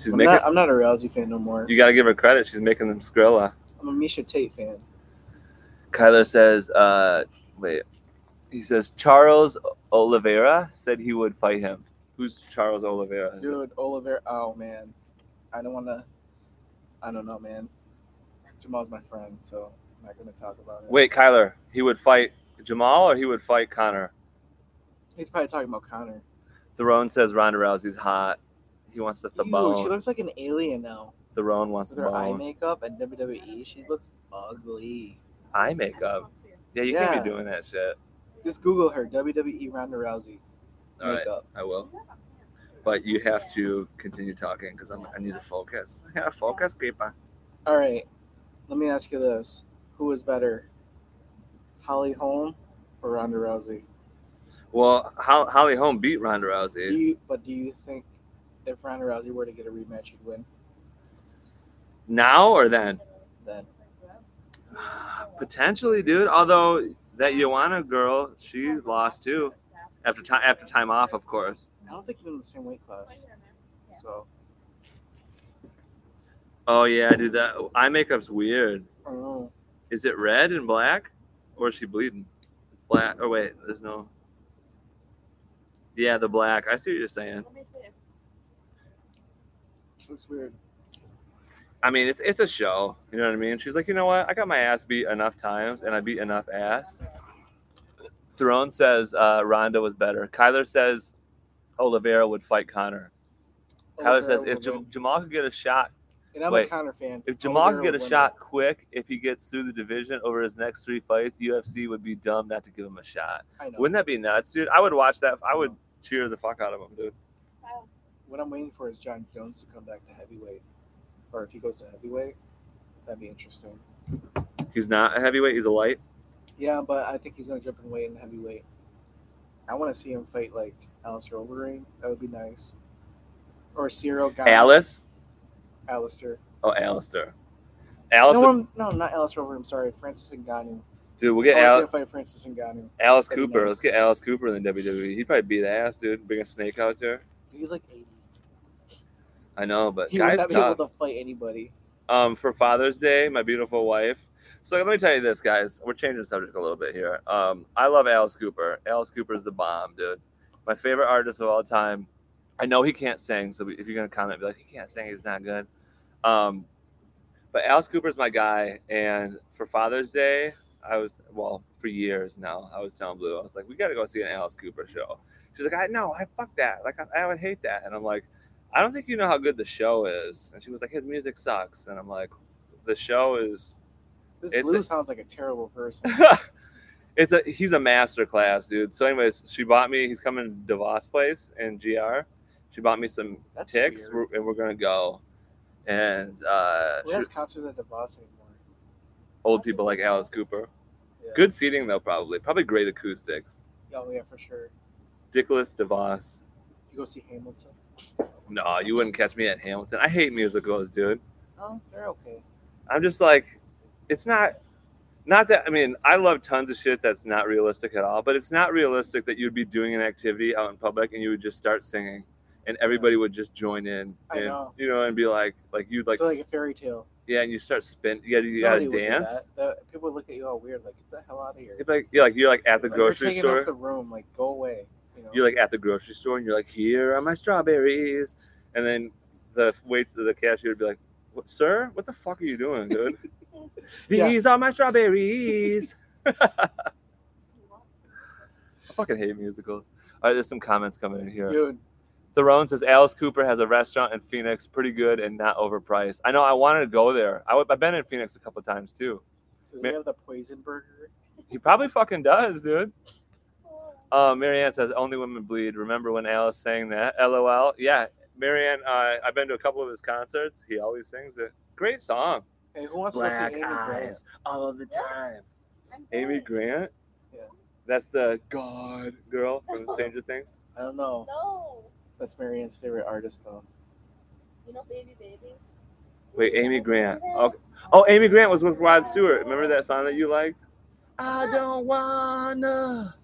[SPEAKER 1] She's
[SPEAKER 2] I'm,
[SPEAKER 1] making.
[SPEAKER 2] not, I'm not a Rousey fan no more.
[SPEAKER 1] you got to give her credit. She's making them Skrilla.
[SPEAKER 2] I'm a Misha Tate fan.
[SPEAKER 1] Kyler says, uh, wait. He says Charles Oliveira said he would fight him. Who's Charles Oliveira? Is it-
[SPEAKER 2] Dude, Oliver, oh man. I don't want to. I don't know, man. Jamal's my friend, so I'm not going to talk about it.
[SPEAKER 1] Wait, Kyler. He would fight Jamal or he would fight Connor.
[SPEAKER 2] He's probably talking about Connor.
[SPEAKER 1] Theron says Ronda Rousey's hot. He wants the
[SPEAKER 2] Ew,
[SPEAKER 1] bone.
[SPEAKER 2] she looks like an alien now.
[SPEAKER 1] Theron wants
[SPEAKER 2] With
[SPEAKER 1] the
[SPEAKER 2] her eye
[SPEAKER 1] bone.
[SPEAKER 2] makeup and WWE, she looks ugly.
[SPEAKER 1] Eye makeup. Yeah, you can't
[SPEAKER 2] Yeah.
[SPEAKER 1] be doing that shit.
[SPEAKER 2] Just Google her WWE Ronda Rousey
[SPEAKER 1] All right,
[SPEAKER 2] makeup.
[SPEAKER 1] I will. But you have to continue talking because I'm. I need to focus. I gotta focus, people.
[SPEAKER 2] All right, let me ask you this: Who is better, Holly Holm or Ronda Rousey?
[SPEAKER 1] Well, Ho- Holly Holm beat Ronda
[SPEAKER 2] Do
[SPEAKER 1] Rousey.
[SPEAKER 2] you, but do you think if Ronda Rousey were to get a rematch, she'd win?
[SPEAKER 1] Now or then? *sighs*
[SPEAKER 2] Then
[SPEAKER 1] Potentially, dude. Although that Joanna girl, she lost too after time after time off, of course.
[SPEAKER 2] I don't think they're in the same weight class. So
[SPEAKER 1] Oh yeah, dude. That eye makeup's weird.
[SPEAKER 2] I don't know.
[SPEAKER 1] Is it red and black, or is she bleeding? It's black. Oh wait, there's no. Yeah, the black. I see what you're saying.
[SPEAKER 3] Let me see.
[SPEAKER 2] She looks weird.
[SPEAKER 1] I mean, it's it's a show. You know what I mean? She's like, you know what? I got my ass beat enough times, and I beat enough ass. Theron says uh, Ronda was better. Kyler says Oliveira would fight Connor. Kyler
[SPEAKER 2] Oliveira
[SPEAKER 1] says if
[SPEAKER 2] would
[SPEAKER 1] Jam-
[SPEAKER 2] win.
[SPEAKER 1] Jamal could get a shot,
[SPEAKER 2] and I'm
[SPEAKER 1] wait.
[SPEAKER 2] a Connor fan.
[SPEAKER 1] if Jamal could
[SPEAKER 2] Oliveira
[SPEAKER 1] get a
[SPEAKER 2] would win.
[SPEAKER 1] shot quick, if he gets through the division over his next three fights, UFC would be dumb not to give him a shot.
[SPEAKER 2] I know.
[SPEAKER 1] Wouldn't that be nuts, dude? I would watch that. I would cheer the fuck out of him, dude.
[SPEAKER 2] What I'm waiting for is John Jones to come back to heavyweight, or if he goes to heavyweight, that'd be interesting.
[SPEAKER 1] He's not a heavyweight. He's a light.
[SPEAKER 2] Yeah, but I think he's gonna jump in weight and heavyweight. I want to see him fight like Alistair Overeem. That would be nice. Or Cyril Gane.
[SPEAKER 1] Alice.
[SPEAKER 2] Alistair.
[SPEAKER 1] Oh, Alistair. Allison,
[SPEAKER 2] no, I'm, no, not Alice Rover. I'm sorry, Francis Ngannou.
[SPEAKER 1] dude, we'll
[SPEAKER 2] Yeah,
[SPEAKER 1] get
[SPEAKER 2] I
[SPEAKER 1] Al-
[SPEAKER 2] want to fight Francis Ngannou.
[SPEAKER 1] Alice
[SPEAKER 2] That'd be
[SPEAKER 1] Cooper.
[SPEAKER 2] nice.
[SPEAKER 1] Let's get Alice Cooper in the WWE. He'd probably beat ass, dude. Bring a snake out there.
[SPEAKER 2] He's like 80.
[SPEAKER 1] I know, but
[SPEAKER 2] He would
[SPEAKER 1] guys,
[SPEAKER 2] not be
[SPEAKER 1] tough.
[SPEAKER 2] able to fight anybody.
[SPEAKER 1] um, for Father's Day, my beautiful wife. So let me tell you this, guys. We're changing the subject a little bit here. Um, I love Alice Cooper. Alice Cooper is the bomb, dude. My favorite artist of all time. I know he can't sing, so if you're gonna comment, be like, he can't sing, he's not good. Um, but Alice Cooper's my guy, and for Father's Day, I was well for years now. I was telling Blue, I was like, we got to go see an Alice Cooper show. She's like, I know, I fuck that, like I, I would hate that, and I'm like. I don't think you know how good the show is. And she was like, his music sucks. And I'm like, the show is, *laughs*
[SPEAKER 2] This
[SPEAKER 1] It's
[SPEAKER 2] blue
[SPEAKER 1] a-
[SPEAKER 2] sounds like a terrible
[SPEAKER 1] *laughs*
[SPEAKER 2] person.
[SPEAKER 1] it's a, he's a master class, dude. So, anyways, she bought me, he's coming to DeVos Place in GR. She bought me some
[SPEAKER 2] That's
[SPEAKER 1] ticks
[SPEAKER 2] weird.
[SPEAKER 1] we're- and we're going to go. And uh,
[SPEAKER 2] Who has concerts at DeVos anymore?
[SPEAKER 1] old people like Alice Cooper.
[SPEAKER 2] Yeah.
[SPEAKER 1] Good seating, though, probably. Probably great acoustics.
[SPEAKER 2] Oh yeah, for sure.
[SPEAKER 1] Dickless DeVos.
[SPEAKER 2] You go see Hamilton.
[SPEAKER 1] No, you wouldn't catch me at Hamilton. I hate musicals, dude.
[SPEAKER 2] Oh, they're okay.
[SPEAKER 1] I'm just like, it's not, not that. I mean, I love tons of shit that's not realistic at all, but it's not realistic that you'd be doing an activity out in public and you would just start singing and everybody would just join in.
[SPEAKER 2] I
[SPEAKER 1] And,
[SPEAKER 2] know.
[SPEAKER 1] You know, and be like, like you'd like,
[SPEAKER 2] it's like a
[SPEAKER 1] s-
[SPEAKER 2] fairy tale.
[SPEAKER 1] yeah, and you start spin. You gotta, you gotta
[SPEAKER 2] Nobody would do
[SPEAKER 1] dance.
[SPEAKER 2] That. That- people would look at you all weird, like get the hell out of here.
[SPEAKER 1] It's like you're like you're like at the
[SPEAKER 2] Like,
[SPEAKER 1] grocery
[SPEAKER 2] We're taking
[SPEAKER 1] store.
[SPEAKER 2] up the room. Like go away. You know.
[SPEAKER 1] you're like at the grocery store and you're like, here are my strawberries, and then the wait the cashier would be like, what, sir, what the fuck are you doing, dude?
[SPEAKER 2] *laughs* Yeah.
[SPEAKER 1] These are my strawberries. I fucking hate musicals. All right, there's some comments coming in here.
[SPEAKER 2] dude.
[SPEAKER 1] Theron says Alice Cooper has a restaurant in Phoenix, pretty good and not overpriced. I know. I wanted to go there. I would, I've been in Phoenix a couple times too.
[SPEAKER 2] Does
[SPEAKER 1] Ma-
[SPEAKER 2] he have the poison burger?
[SPEAKER 1] He probably fucking does, dude.
[SPEAKER 3] Oh,
[SPEAKER 1] Uh, Marianne says only women bleed. Remember when Alice sang that? LOL. Yeah, Marianne. Uh, I've been to a couple of his concerts. He always sings it. Great song.
[SPEAKER 2] Hey, who wants to go see Amy Grant?
[SPEAKER 5] all the time.
[SPEAKER 3] I'm
[SPEAKER 1] Amy
[SPEAKER 3] good.
[SPEAKER 1] Grant.
[SPEAKER 2] Yeah.
[SPEAKER 1] That's the God girl from Stranger Things.
[SPEAKER 2] I don't know.
[SPEAKER 3] No,
[SPEAKER 2] That's Marianne's favorite artist though.
[SPEAKER 3] you know, baby, baby.
[SPEAKER 1] Wait, Amy Grant. Okay. Oh, Amy Grant was with Rod Stewart. Remember that song that you liked? I don't wanna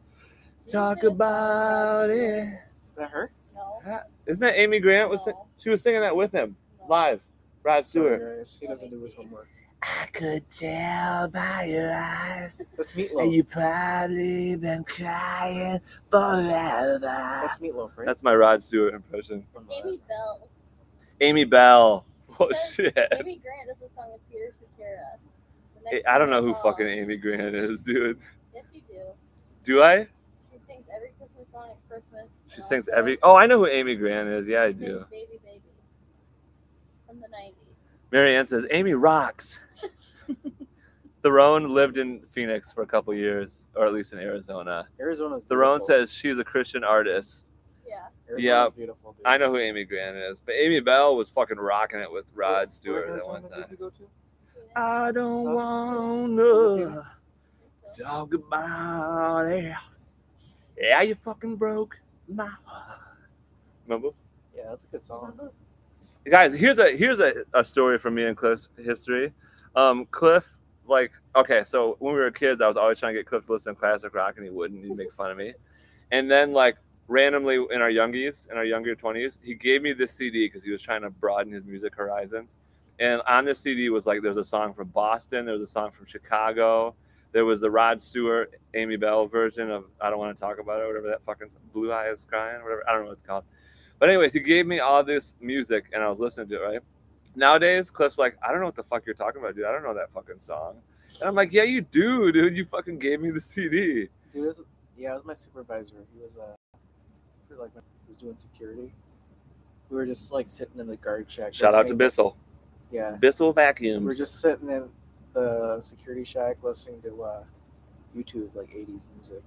[SPEAKER 1] talk about it.
[SPEAKER 2] Is that her?
[SPEAKER 3] No,
[SPEAKER 1] Isn't that Amy Grant? Was sing-
[SPEAKER 3] No.
[SPEAKER 1] she was singing that with him
[SPEAKER 3] no.
[SPEAKER 1] live? Rod
[SPEAKER 2] Sorry,
[SPEAKER 1] Stewart.
[SPEAKER 2] guys. He doesn't do his homework.
[SPEAKER 5] I could tell by your eyes
[SPEAKER 2] That's
[SPEAKER 5] that
[SPEAKER 2] meatloaf.
[SPEAKER 5] you probably been crying forever.
[SPEAKER 2] That's meatloaf, right?
[SPEAKER 1] That's my Rod Stewart impression.
[SPEAKER 3] Amy Bell.
[SPEAKER 1] Amy Bell. *laughs* Oh
[SPEAKER 3] Because
[SPEAKER 1] shit.
[SPEAKER 3] Amy Grant does a song with Peter Cetera. The next
[SPEAKER 1] I don't
[SPEAKER 3] song
[SPEAKER 1] know who
[SPEAKER 3] called-
[SPEAKER 1] fucking Amy Grant is, dude.
[SPEAKER 3] Yes, you do.
[SPEAKER 1] Do I?
[SPEAKER 3] She sings every Christmas song at Christmas.
[SPEAKER 1] She
[SPEAKER 3] and
[SPEAKER 1] sings
[SPEAKER 3] also
[SPEAKER 1] every. Oh, I know who Amy Grant is. Yeah, I
[SPEAKER 3] she sings
[SPEAKER 1] do.
[SPEAKER 3] Baby, baby. From the nineties.
[SPEAKER 1] Marianne says Amy rocks. Theron lived in Phoenix for a couple years, or at least in Arizona.
[SPEAKER 2] Arizona's
[SPEAKER 1] Theron
[SPEAKER 2] beautiful.
[SPEAKER 1] says she's a Christian artist.
[SPEAKER 3] Yeah.
[SPEAKER 2] Arizona's beautiful, dude.
[SPEAKER 1] I know who Amy Grant is, but Amy Bell was fucking rocking it with
[SPEAKER 2] Where- where
[SPEAKER 1] Rod Stewart
[SPEAKER 2] does
[SPEAKER 1] at one
[SPEAKER 2] one that
[SPEAKER 1] time.
[SPEAKER 2] you go to?
[SPEAKER 3] yeah.
[SPEAKER 1] I don't
[SPEAKER 2] Huh?
[SPEAKER 1] wanna
[SPEAKER 3] So,
[SPEAKER 1] talk about it. Yeah, you fucking broke my heart. Remember?
[SPEAKER 2] Yeah, that's a good song.
[SPEAKER 1] guys here's a here's a, a story from me and cliff's history um cliff like okay so when we were kids i was always trying to get cliff to listen to classic rock and he wouldn't he'd make fun of me and then like randomly in our youngies in our younger 20s he gave me this cd because he was trying to broaden his music horizons and on this cd was like there's a song from boston there was a song from chicago there was the rod stewart amy bell version of i don't want to talk about it whatever that fucking blue eye is crying whatever i don't know what it's called but anyways, he gave me all this music and I was listening to it, right? Nowadays, Cliff's like, I don't know what the fuck you're talking about, dude. I don't know that fucking song. And I'm like, yeah, you do, dude. You fucking gave me the CD.
[SPEAKER 2] Dude, it was, yeah, it was my supervisor. He was uh, he was like when he was doing security. We were just like sitting in the guard check.
[SPEAKER 1] Shout out to
[SPEAKER 2] listening-
[SPEAKER 1] Bissell.
[SPEAKER 2] Yeah,
[SPEAKER 1] Bissell
[SPEAKER 2] we were
[SPEAKER 1] Vacuums.
[SPEAKER 2] just sitting in the security shack listening to uh, YouTube like '80s music.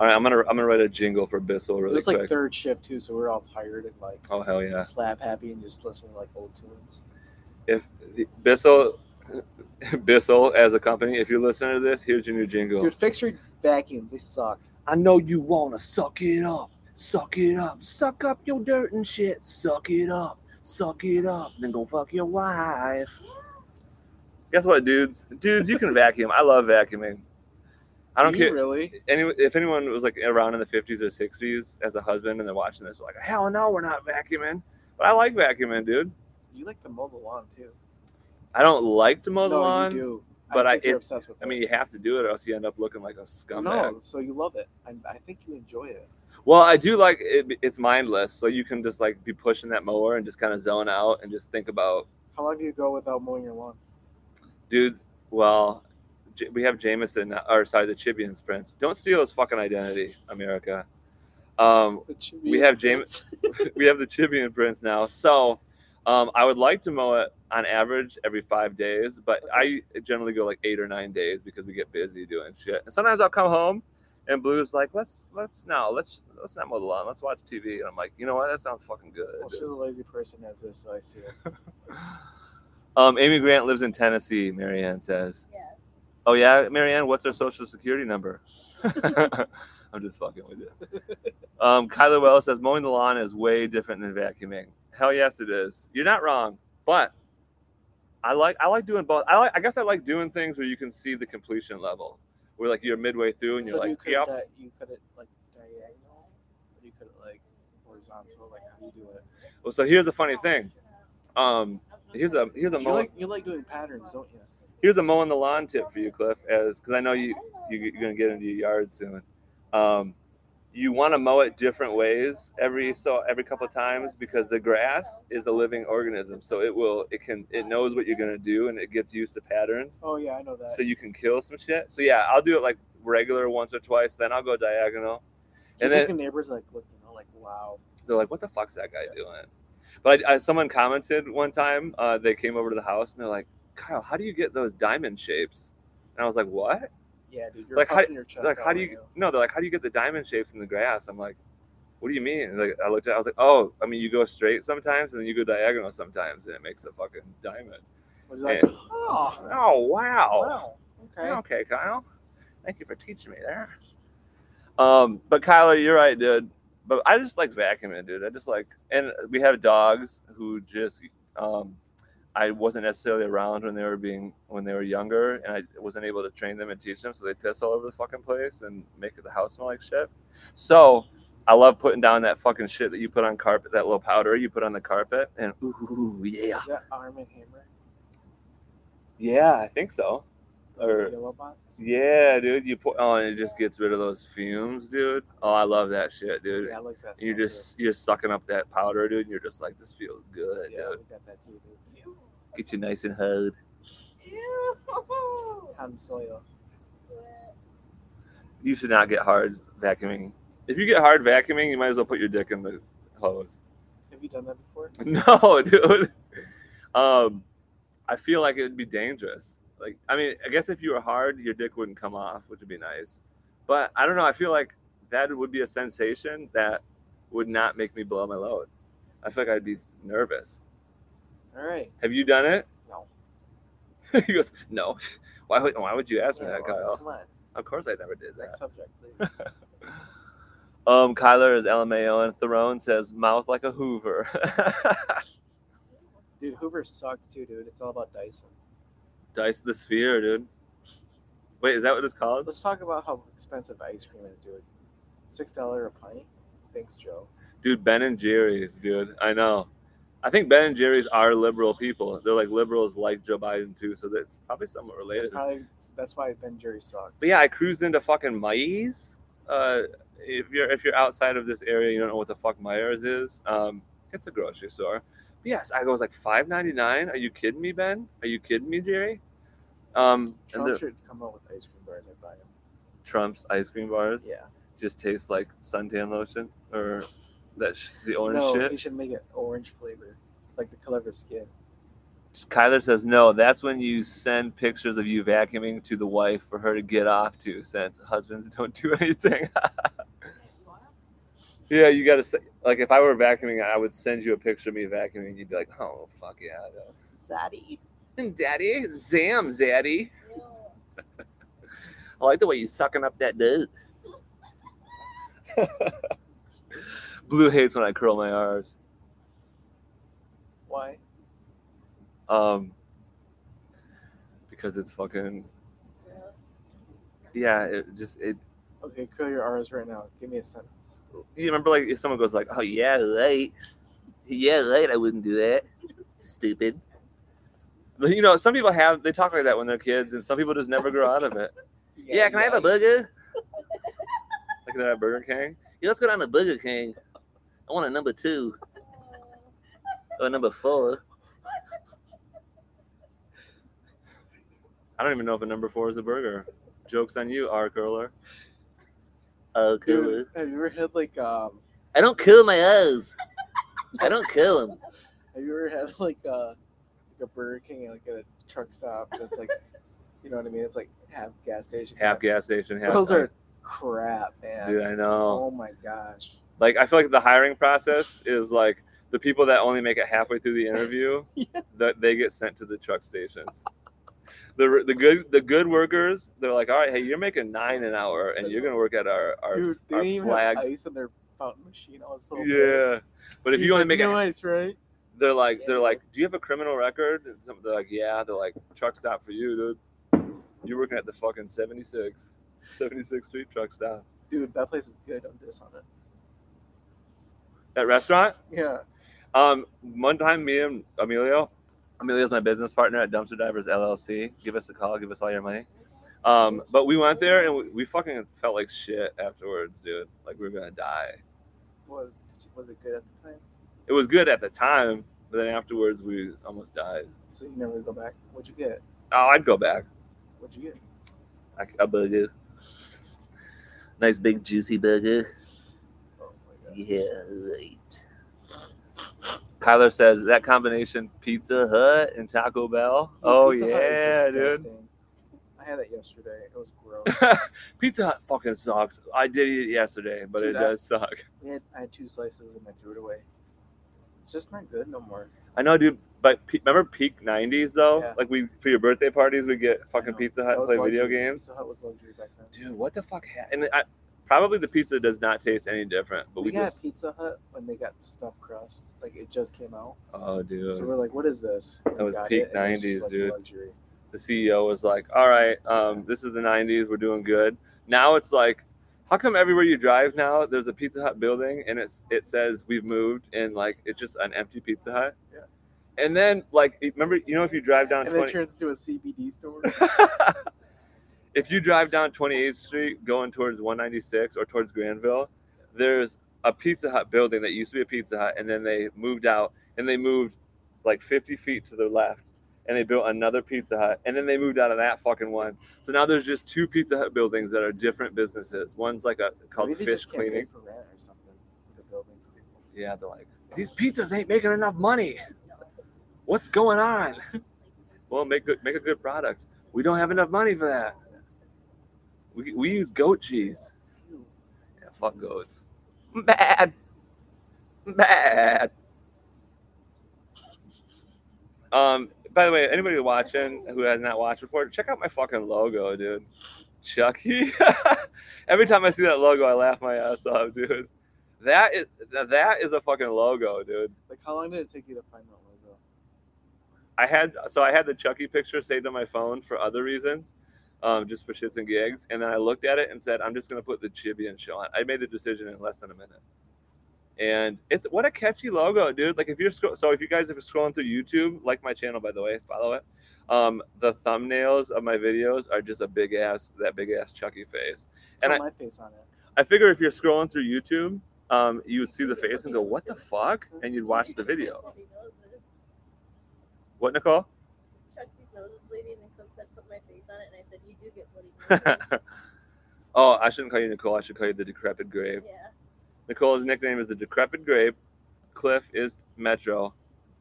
[SPEAKER 1] All right, I'm gonna I'm gonna write a jingle for Bissell
[SPEAKER 2] it
[SPEAKER 1] really
[SPEAKER 2] was
[SPEAKER 1] quick.
[SPEAKER 2] like third shift too, so we were all tired and like
[SPEAKER 1] oh hell yeah!
[SPEAKER 2] slap happy and just listening to like old tunes.
[SPEAKER 1] If Bissell *laughs* Bissell as a company, if you listen to this, here's your new jingle.
[SPEAKER 2] Dude, fix your vacuums. They suck.
[SPEAKER 5] I know you wanna suck it up, suck it up, suck up your dirt and shit, suck it up, suck it up, then go fuck your wife.
[SPEAKER 1] Guess what, dudes? Dudes, you can vacuum. I love vacuuming. I don't
[SPEAKER 2] Do you
[SPEAKER 1] care.
[SPEAKER 2] Really?
[SPEAKER 1] Any, if anyone was like around in the 50s or 60s as a husband and they're watching this, they're like, hell no, we're not vacuuming. But I like vacuuming, dude.
[SPEAKER 2] You like to mow the lawn too.
[SPEAKER 1] I don't like to mow the
[SPEAKER 2] no,
[SPEAKER 1] lawn.
[SPEAKER 2] You do.
[SPEAKER 1] but I-
[SPEAKER 2] think you're
[SPEAKER 1] it-
[SPEAKER 2] obsessed with
[SPEAKER 1] I
[SPEAKER 2] it.
[SPEAKER 1] mean, you have to do it, or else you end up looking like a scumbag.
[SPEAKER 2] no, so you love it. I, I think you enjoy it.
[SPEAKER 1] Well, I do like it. It's mindless, so you can just like be pushing that mower and just kind of zone out and just think about,
[SPEAKER 2] How long do you go without mowing your lawn? *laughs*
[SPEAKER 1] dude. Well, J- we have Jameson, uh, or sorry, the Chibians Prince. Don't steal his fucking identity, America. Um, we have James. we have the Chibian Prince now. So, um, I would like to mow it on average every five days, but I generally go like eight or nine days because we get busy doing shit. And sometimes I'll come home, and Blue's like, "Let's let's no, let's let's not mow the lawn. Let's watch TV." And I'm like, "You know what? That sounds fucking good."
[SPEAKER 2] *laughs* Well, she's a lazy person as this, so I see it.
[SPEAKER 1] Um, Amy Grant lives in Tennessee. Marianne says,
[SPEAKER 3] Yeah.
[SPEAKER 1] "Oh yeah, Marianne, what's her social security number?" *laughs* I'm just fucking with
[SPEAKER 2] *laughs*
[SPEAKER 1] you. Um, Kyler Wells says mowing the lawn is way different than vacuuming. Hell yes, it is. You're not wrong, but I like I like doing both. I like I guess I like doing things where you can see the completion level, where like you're midway through and you're
[SPEAKER 2] so you
[SPEAKER 1] like,
[SPEAKER 2] could
[SPEAKER 1] yep.
[SPEAKER 2] uh, you could it like diagonal, or you could it like horizontal. Like how do you do it?
[SPEAKER 1] Well, so here's a funny thing. Um, here's a here's a
[SPEAKER 2] You
[SPEAKER 1] mowing,
[SPEAKER 2] like you like doing patterns, don't you?
[SPEAKER 1] here's a mowing the lawn tip for you, Cliff, as because I know you you, you're gonna get into your yard soon. Um, you want to mow it different ways every so every couple of times because the grass is a living organism, so it will it can it knows what you're gonna do and it gets used to patterns,
[SPEAKER 2] Oh yeah, I know that.
[SPEAKER 1] so you can kill some shit. So yeah, I'll do it like regular once or twice, then I'll go diagonal,
[SPEAKER 2] Do you
[SPEAKER 1] and
[SPEAKER 2] think
[SPEAKER 1] then
[SPEAKER 2] the neighbors like looking, they're like, wow.
[SPEAKER 1] they're like, "What the fuck's that guy doing?" But uh, someone commented one time uh, they came over to the house and they're like, "Kyle, how do you get those diamond shapes?" And I was like, "What?"
[SPEAKER 2] Yeah, dude, you're
[SPEAKER 1] Like, how-
[SPEAKER 2] puffing your chest.
[SPEAKER 1] They're like,
[SPEAKER 2] out
[SPEAKER 1] how do
[SPEAKER 2] right
[SPEAKER 1] you?
[SPEAKER 2] now."
[SPEAKER 1] No, they're like, how do you get the diamond shapes in the grass? I'm like, what do you mean? And, like, I looked at, it, I was like, oh, I mean, you go straight sometimes, and then you go diagonal sometimes, and it makes a fucking diamond.
[SPEAKER 2] Was it like,
[SPEAKER 1] And-
[SPEAKER 2] oh,
[SPEAKER 1] Oh wow.
[SPEAKER 2] wow, okay.
[SPEAKER 1] Okay, Kyle. Thank you for teaching me there. Um, but Kyler, you're right, dude. But I just like vacuuming, dude. I just like, and we have dogs who just, um, I wasn't necessarily around when they were being when they were younger, and I wasn't able to train them and teach them, so they piss all over the fucking place and make the house smell like shit. So I love putting down that fucking shit that you put on carpet, that little powder you put on the carpet, and ooh yeah,
[SPEAKER 2] Is that Arm and Hammer?
[SPEAKER 1] yeah, I think so.
[SPEAKER 2] The
[SPEAKER 1] Or-
[SPEAKER 2] yellow box?
[SPEAKER 1] Yeah, dude. You put oh, and it just gets rid of those fumes, dude. Oh, I love that shit, dude.
[SPEAKER 2] Yeah, I like that.
[SPEAKER 1] you're
[SPEAKER 2] smell,
[SPEAKER 1] just you're sucking up that powder, dude. And you're just like, this feels good,
[SPEAKER 2] too. yeah,
[SPEAKER 1] dude.
[SPEAKER 2] we got that too, dude.
[SPEAKER 1] Get you nice and hugged.
[SPEAKER 2] Tom Sawyer.
[SPEAKER 1] You should not get hard vacuuming. If you get hard vacuuming, you might as well put your dick in the hose.
[SPEAKER 2] Have you done that before?
[SPEAKER 1] *laughs* No, dude. Um, I feel like it would be dangerous. Like, I mean, I guess if you were hard, your dick wouldn't come off, which would be nice. But I don't know. I feel like that would be a sensation that would not make me blow my load. I feel like I'd be nervous.
[SPEAKER 2] All right.
[SPEAKER 1] Have you done it?
[SPEAKER 2] No.
[SPEAKER 1] *laughs* he goes, no. *laughs* Why would Why would you ask me
[SPEAKER 2] Yeah,
[SPEAKER 1] that,
[SPEAKER 2] well,
[SPEAKER 1] Kyle?
[SPEAKER 2] Come on.
[SPEAKER 1] Of course, I never did that.
[SPEAKER 2] Next subject, please. *laughs*
[SPEAKER 1] Um, Kyler is LMAO, and Throne says mouth like a Hoover. *laughs*
[SPEAKER 2] dude, Hoover sucks too, dude. It's all about Dyson.
[SPEAKER 1] Dice the sphere, dude. Wait, is that what it's called?
[SPEAKER 2] Let's talk about how expensive ice cream is, dude. Six dollar a pint. Thanks, Joe.
[SPEAKER 1] Dude, Ben and Jerry's, dude. I know. I think Ben and Jerry's are liberal people. They're like liberals like Joe Biden too, so that's probably somewhat
[SPEAKER 2] That's
[SPEAKER 1] related.
[SPEAKER 2] probably that's why Ben Jerry sucks.
[SPEAKER 1] But yeah, I cruised into fucking Myers. Uh, if you're if you're outside of this area, you don't know what the fuck Myers is. Um, it's a grocery store. But yes, I was like five ninety nine. Are you kidding me, Ben? Are you kidding me, Jerry? Um, and
[SPEAKER 2] Trump
[SPEAKER 1] the
[SPEAKER 2] should come out with ice cream bars. I buy them.
[SPEAKER 1] Trump's ice cream bars
[SPEAKER 2] Yeah.
[SPEAKER 1] just taste like suntan lotion or that sh- the orange
[SPEAKER 2] no,
[SPEAKER 1] shit.
[SPEAKER 2] he should make it orange flavor, like the color of his skin.
[SPEAKER 1] Kyler says no. That's when you send pictures of you vacuuming to the wife for her to get off to, since husbands *laughs* don't do anything. yeah, you gotta say like if I were vacuuming, I would send you a picture of me vacuuming. You'd be like, oh fuck yeah,
[SPEAKER 6] Zaddy.
[SPEAKER 1] and daddy, zam, zaddy. I like the way you sucking up that dirt. Blue hates when I curl my R's.
[SPEAKER 2] Why?
[SPEAKER 1] Um, because it's fucking
[SPEAKER 3] Gross.
[SPEAKER 1] yeah. It just it.
[SPEAKER 2] Okay, curl your R's right now. Give me a sentence.
[SPEAKER 1] You remember like if someone goes like, "Oh yeah, right, yeah, right," I wouldn't do that. Stupid. But you know, some people have they talk like that when they're kids, and some people just never grow out of it. Yeah, can I have a burger? like they're at Burger King. Yeah, let's go down to Burger King. I want a number two
[SPEAKER 3] Oh.
[SPEAKER 1] or number four. I don't even know if a number four is a burger. Jokes on you, R curler. Uh, curler.
[SPEAKER 2] Dude, have you ever had like um?
[SPEAKER 1] I don't curl my O's. I don't curl them.
[SPEAKER 2] Have you ever had *laughs* like a like a Burger King like at a truck stop that's like, you know what I mean? It's like half gas station.
[SPEAKER 1] Half gas station, half.
[SPEAKER 2] Those are crap, man.
[SPEAKER 1] Dude, I know.
[SPEAKER 2] Oh my gosh.
[SPEAKER 1] Like, I feel like the hiring process is like the people that only make it halfway through the
[SPEAKER 2] *laughs*
[SPEAKER 1] interview, that they get sent to the truck stations. The, the good the good workers they're like all right hey you're making nine an hour and you're gonna work at our our,
[SPEAKER 2] Dude, they
[SPEAKER 1] our
[SPEAKER 2] didn't even
[SPEAKER 1] flags
[SPEAKER 2] have ice in their fountain machine. I was so
[SPEAKER 1] yeah but if you only make it
[SPEAKER 2] no ice, right?
[SPEAKER 1] they're like
[SPEAKER 7] Yeah.
[SPEAKER 1] they're like do you have a criminal record and some, they're like yeah they're like truck stop for you dude you're working at the fucking 76 76 street truck stop
[SPEAKER 2] Dude, that place is good. I'm just on it.
[SPEAKER 1] that restaurant
[SPEAKER 2] Yeah.
[SPEAKER 1] um one time me and emilio emilio's my business partner at dumpster divers llc give us a call give us all your money um but we went there and we, we fucking felt like shit afterwards dude like we were gonna die
[SPEAKER 2] Was was it good at the time?
[SPEAKER 1] it was good at the time but then afterwards we almost died
[SPEAKER 2] So you never go back. What'd you get?
[SPEAKER 1] oh i'd go back
[SPEAKER 2] What'd you get?
[SPEAKER 1] like a burger. Nice big juicy burger.
[SPEAKER 2] Oh my god.
[SPEAKER 1] Yeah, right. Kyler says that combination Pizza Hut and Taco Bell. Oh
[SPEAKER 2] Pizza Hut is
[SPEAKER 1] yeah, dude.
[SPEAKER 2] disgusting. I had that yesterday. It was gross.
[SPEAKER 1] *laughs* Pizza Hut fucking sucks. I did eat it yesterday, but
[SPEAKER 2] Dude,
[SPEAKER 1] it
[SPEAKER 2] I-
[SPEAKER 1] does suck.
[SPEAKER 2] We had, I had two slices and I threw it away. It's just not good no more.
[SPEAKER 1] I know, dude. But pe- remember peak '90s though?
[SPEAKER 2] Yeah.
[SPEAKER 1] Like we for your birthday parties, we get
[SPEAKER 2] I
[SPEAKER 1] fucking
[SPEAKER 2] know.
[SPEAKER 1] Pizza
[SPEAKER 2] That
[SPEAKER 1] Hut and
[SPEAKER 2] was
[SPEAKER 1] play
[SPEAKER 2] luxury.
[SPEAKER 1] video games.
[SPEAKER 2] Pizza Hut was luxury back then.
[SPEAKER 1] Dude, what the fuck? Ha- and I, probably the pizza does not taste any different, but
[SPEAKER 2] We,
[SPEAKER 1] we,
[SPEAKER 2] got
[SPEAKER 1] just
[SPEAKER 2] Pizza Hut when they got stuffed crust. Like it just came out.
[SPEAKER 1] oh dude.
[SPEAKER 2] So we're like, what is this? That
[SPEAKER 1] was peak 90s, dude.
[SPEAKER 2] Luxury.
[SPEAKER 1] the CEO was like, "All right, um, this is the '90s. We're doing good." Now it's like, how come everywhere you drive now, there's a Pizza Hut building and it's it says we've moved and like it's just an empty Pizza Hut.
[SPEAKER 2] Yeah.
[SPEAKER 1] And then like, remember, you know, if you drive down
[SPEAKER 2] And then it
[SPEAKER 1] 20,
[SPEAKER 2] turns into a CBD
[SPEAKER 1] *laughs*
[SPEAKER 2] store.
[SPEAKER 1] if you drive down 28th Street going towards 196 or towards Granville, there's a Pizza Hut building that used to be a Pizza Hut, and then they moved out and they moved like 50 feet to the left and they built another Pizza Hut, and then they moved out of that fucking one. So now there's just two Pizza Hut buildings that are different businesses. One's like a called
[SPEAKER 2] Maybe they
[SPEAKER 1] Fish
[SPEAKER 2] just can't pay
[SPEAKER 1] Cleaning.
[SPEAKER 2] for rent or something. The buildings.
[SPEAKER 1] Yeah, they're like, these pizzas ain't making enough money. What's going on?
[SPEAKER 5] *laughs*
[SPEAKER 1] well, make good, make a good product. We don't have enough money for that. We, we use goat cheese. Yeah, fuck goats. Bad. Bad. Um, by the way, anybody watching who has not watched before, check out my fucking logo, dude. Chucky. *laughs* Every time I see that logo, I laugh my ass off, dude. That is that is a fucking logo, dude.
[SPEAKER 2] Like how long did it take you to find that logo?
[SPEAKER 1] I had so I had the Chucky picture saved on my phone for other reasons, um, just for shits and gigs. And then I looked at it and said, I'm just gonna put the Chibian show on. I made the decision in less than a minute. And it's what a catchy logo, dude. Like if you're scro- so if you guys are scrolling through YouTube, like my channel by the way, follow it. Um, the thumbnails of my videos are just a big ass that big ass Chucky face. And
[SPEAKER 2] Put
[SPEAKER 1] I-
[SPEAKER 2] my face on it.
[SPEAKER 1] I figure if you're scrolling through YouTube, um, you would see the face and go, "What the fuck?" and you'd watch the video.
[SPEAKER 3] He knows this.
[SPEAKER 1] What, Nicole?
[SPEAKER 3] Chucky's nose is bleeding, and Cliff said, "Put my face on it," and I said, "You do get
[SPEAKER 1] *laughs*
[SPEAKER 3] bloody noses."
[SPEAKER 1] oh, I shouldn't call you Nicole. I should call you the decrepit grape.
[SPEAKER 3] yeah.
[SPEAKER 1] Nicole's nickname is the decrepit grape. Cliff is Metro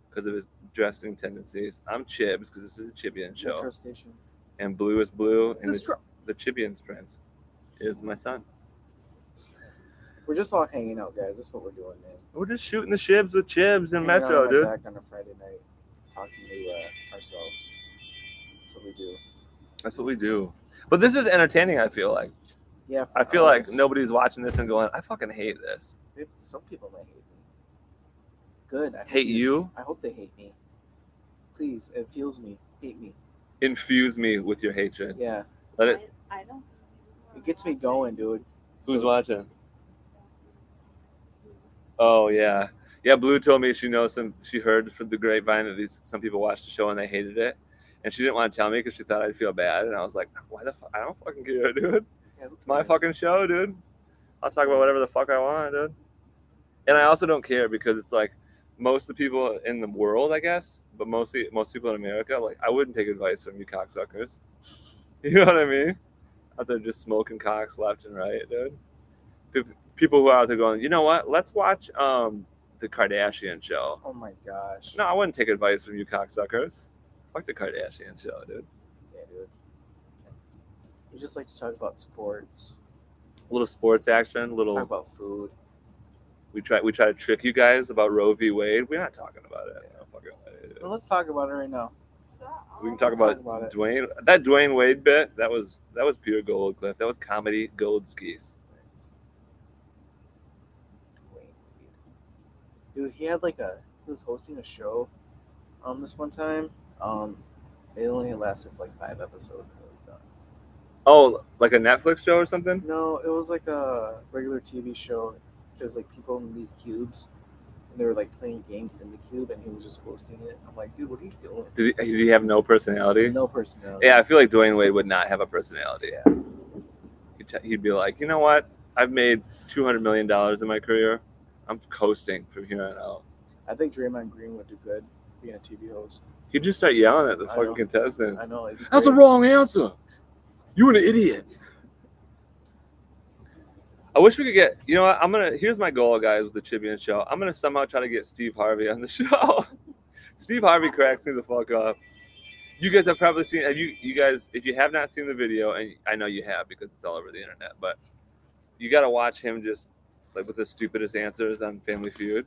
[SPEAKER 1] because of his dressing tendencies. I'm Chibs because this is a Chibian show.
[SPEAKER 2] Metro station.
[SPEAKER 1] And Blue is Blue, and the,
[SPEAKER 2] The stro-
[SPEAKER 1] the Chibian's prince is my son.
[SPEAKER 2] We're just all hanging out, guys. That's what we're doing, man.
[SPEAKER 1] We're just shooting the shibs with Chibs and
[SPEAKER 2] Hanging out
[SPEAKER 1] Metro,
[SPEAKER 2] on
[SPEAKER 1] dude.
[SPEAKER 2] our Back on a Friday night, talking to uh, ourselves. That's what we do.
[SPEAKER 1] That's what we do. But this is entertaining. I feel like.
[SPEAKER 2] Yeah.
[SPEAKER 1] I feel
[SPEAKER 2] for
[SPEAKER 1] like
[SPEAKER 2] us.
[SPEAKER 1] nobody's watching this and going, "I fucking hate this."
[SPEAKER 2] It- some people might hate me. Good. I hope
[SPEAKER 1] Hate you?
[SPEAKER 2] I hope they hate me. Please, it feels me. Hate me.
[SPEAKER 1] infuse me with your hatred.
[SPEAKER 2] Yeah,
[SPEAKER 1] Let it.
[SPEAKER 3] I, I don't.
[SPEAKER 2] it gets me going, dude.
[SPEAKER 1] Who's watching? Oh yeah, yeah. Blue told me she knows some. She heard from the grapevine that these some people watched the show and they hated it, and she didn't want to tell me because she thought I'd feel bad. And I was like, why the fuck? I don't fucking care, *laughs* dude.
[SPEAKER 2] Yeah,
[SPEAKER 1] It's my fucking show, dude. I'll talk about whatever the fuck I want, dude. And I also don't care because it's like most of the people in the world, I guess, but mostly most people in America, like I wouldn't take advice from you cocksuckers. *laughs* You know what I mean? Out there just smoking cocks left and right, dude. Pe- People who are out there going, you know what? Let's watch um the Kardashian show.
[SPEAKER 2] Oh my gosh.
[SPEAKER 1] No, I wouldn't take advice from you cocksuckers. Fuck the Kardashian show, dude.
[SPEAKER 2] Yeah, dude. We just like to talk about sports,
[SPEAKER 1] A little sports action,
[SPEAKER 2] talk
[SPEAKER 1] little
[SPEAKER 2] about food.
[SPEAKER 1] We try we try to trick you guys about Roe v. Wade. We're not talking about it. No fucking way, dude.
[SPEAKER 2] But let's talk about it right now.
[SPEAKER 3] *laughs*
[SPEAKER 1] We can talk
[SPEAKER 2] let's
[SPEAKER 1] about,
[SPEAKER 2] talk about it.
[SPEAKER 1] Dwayne. That Dwayne Wade bit. That was that was pure gold, Cliff. That was comedy gold skis.
[SPEAKER 2] Dude, he had like a he was hosting a show um this one time. Um it only lasted for like five episodes and it was done.
[SPEAKER 1] Oh, like a Netflix show or something?
[SPEAKER 2] No, it was like a regular TV show. It was like people in these cubes and they were like playing games in the cube and he was just hosting it. I'm like, dude, what are you doing?
[SPEAKER 1] Did he, did he have no personality?
[SPEAKER 2] No personality.
[SPEAKER 1] Yeah, I feel like Dwayne Wade would not have a personality.
[SPEAKER 2] Yeah.
[SPEAKER 1] He'd, t- he'd be like, you know what? I've made two hundred million dollars in my career. I'm coasting from here on out.
[SPEAKER 2] I think Draymond Green would do good being a TV host.
[SPEAKER 1] He'd just start yelling at the
[SPEAKER 2] I
[SPEAKER 1] fucking
[SPEAKER 2] know.
[SPEAKER 1] contestants.
[SPEAKER 2] I know. it'd be
[SPEAKER 1] That's a
[SPEAKER 2] great.
[SPEAKER 1] wrong answer. You're an idiot. I wish we could get. You know what? I'm gonna. Here's my goal, guys, with the Chibian show. I'm gonna somehow try to get Steve Harvey on the *laughs* show. Steve Harvey cracks me the fuck up. You guys have probably seen. Have you? You guys, if you have not seen the video, and I know you have because it's all over the internet, but you got to watch him just like with the stupidest answers on Family Feud.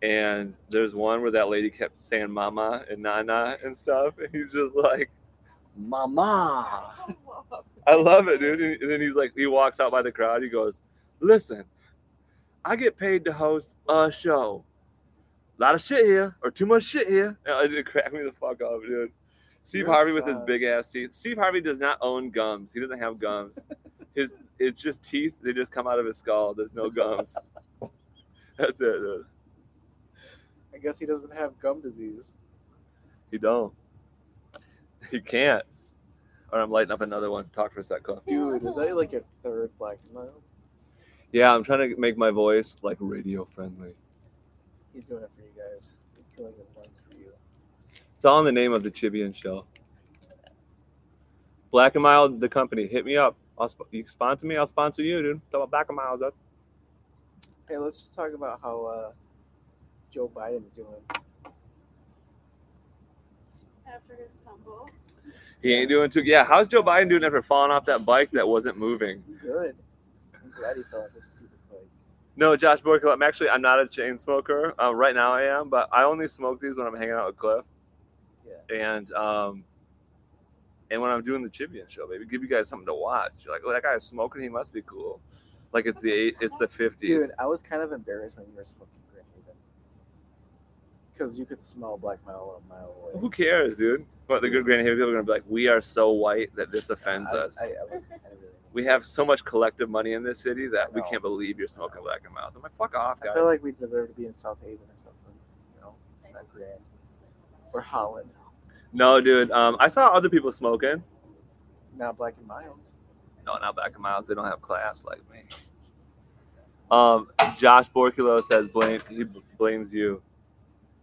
[SPEAKER 1] And there's one where that lady kept saying "mama" and "nana" and stuff, and he's just like.
[SPEAKER 2] Mama.
[SPEAKER 1] I love it, dude. And- And then he's like, he walks out by the crowd. He goes, "Listen, I get paid to host a show. A lot of shit here, or too much shit here." And it cracked me the fuck up, dude. Steve
[SPEAKER 2] You're
[SPEAKER 1] Harvey with his
[SPEAKER 2] obsessed.
[SPEAKER 1] big ass teeth. Steve Harvey does not own gums. He doesn't have *laughs* gums. His it's just teeth. They just come out of his skull. There's no *laughs* gums. That's it. Dude.
[SPEAKER 2] I guess he doesn't have gum disease.
[SPEAKER 1] He don't. He can't. All right, I'm lighting up another one. Talk for a sec, Cliff.
[SPEAKER 2] Dude, is that like your third black mile?
[SPEAKER 1] Yeah, I'm trying to make my voice like radio friendly.
[SPEAKER 2] He's doing it for you guys. He's killing his lungs for you.
[SPEAKER 1] It's all in the name of the Chibian Show. Black and Mild, the company, hit me up. I'll sp- you sponsor me, I'll sponsor you, dude. Talk about Black and Mild, up.
[SPEAKER 2] Hey, let's just talk about how uh, Joe Biden's doing.
[SPEAKER 3] After his tumble.
[SPEAKER 1] He ain't doing too. Yeah, how's Joe Biden doing after falling off that bike that wasn't moving?
[SPEAKER 2] Good. I'm glad he fell off his stupid bike.
[SPEAKER 1] No, Josh Borkel, I'm actually I'm not a chain smoker. Uh, right now I am, but I only smoke these when I'm hanging out with Cliff. Yeah. And um, and when I'm doing the Chibian show, baby, give you guys something to watch. You're like, oh, that guy's smoking. He must be cool. Like it's the eight, it's the fifties.
[SPEAKER 2] Dude, I was kind of embarrassed when you were smoking Grand Haven. Because you could smell Black Mile a mile away.
[SPEAKER 1] Who cares, dude? But the good Grand Haven people are gonna be like, we are so white that this offends
[SPEAKER 2] I,
[SPEAKER 1] us.
[SPEAKER 2] I, I was, I really
[SPEAKER 1] we have so much collective money in this city that
[SPEAKER 2] I
[SPEAKER 1] we
[SPEAKER 2] know.
[SPEAKER 1] can't believe you're smoking black and miles. I'm like, fuck off,
[SPEAKER 2] I
[SPEAKER 1] guys.
[SPEAKER 2] feel like we deserve to be in South Haven or something. You know, not Grand. Or Holland.
[SPEAKER 1] no, dude. Um, I saw other people smoking.
[SPEAKER 2] Not Black and Miles.
[SPEAKER 1] No, not black and miles. They don't have class like me. Um, Josh Borculo says blame he bl- blames you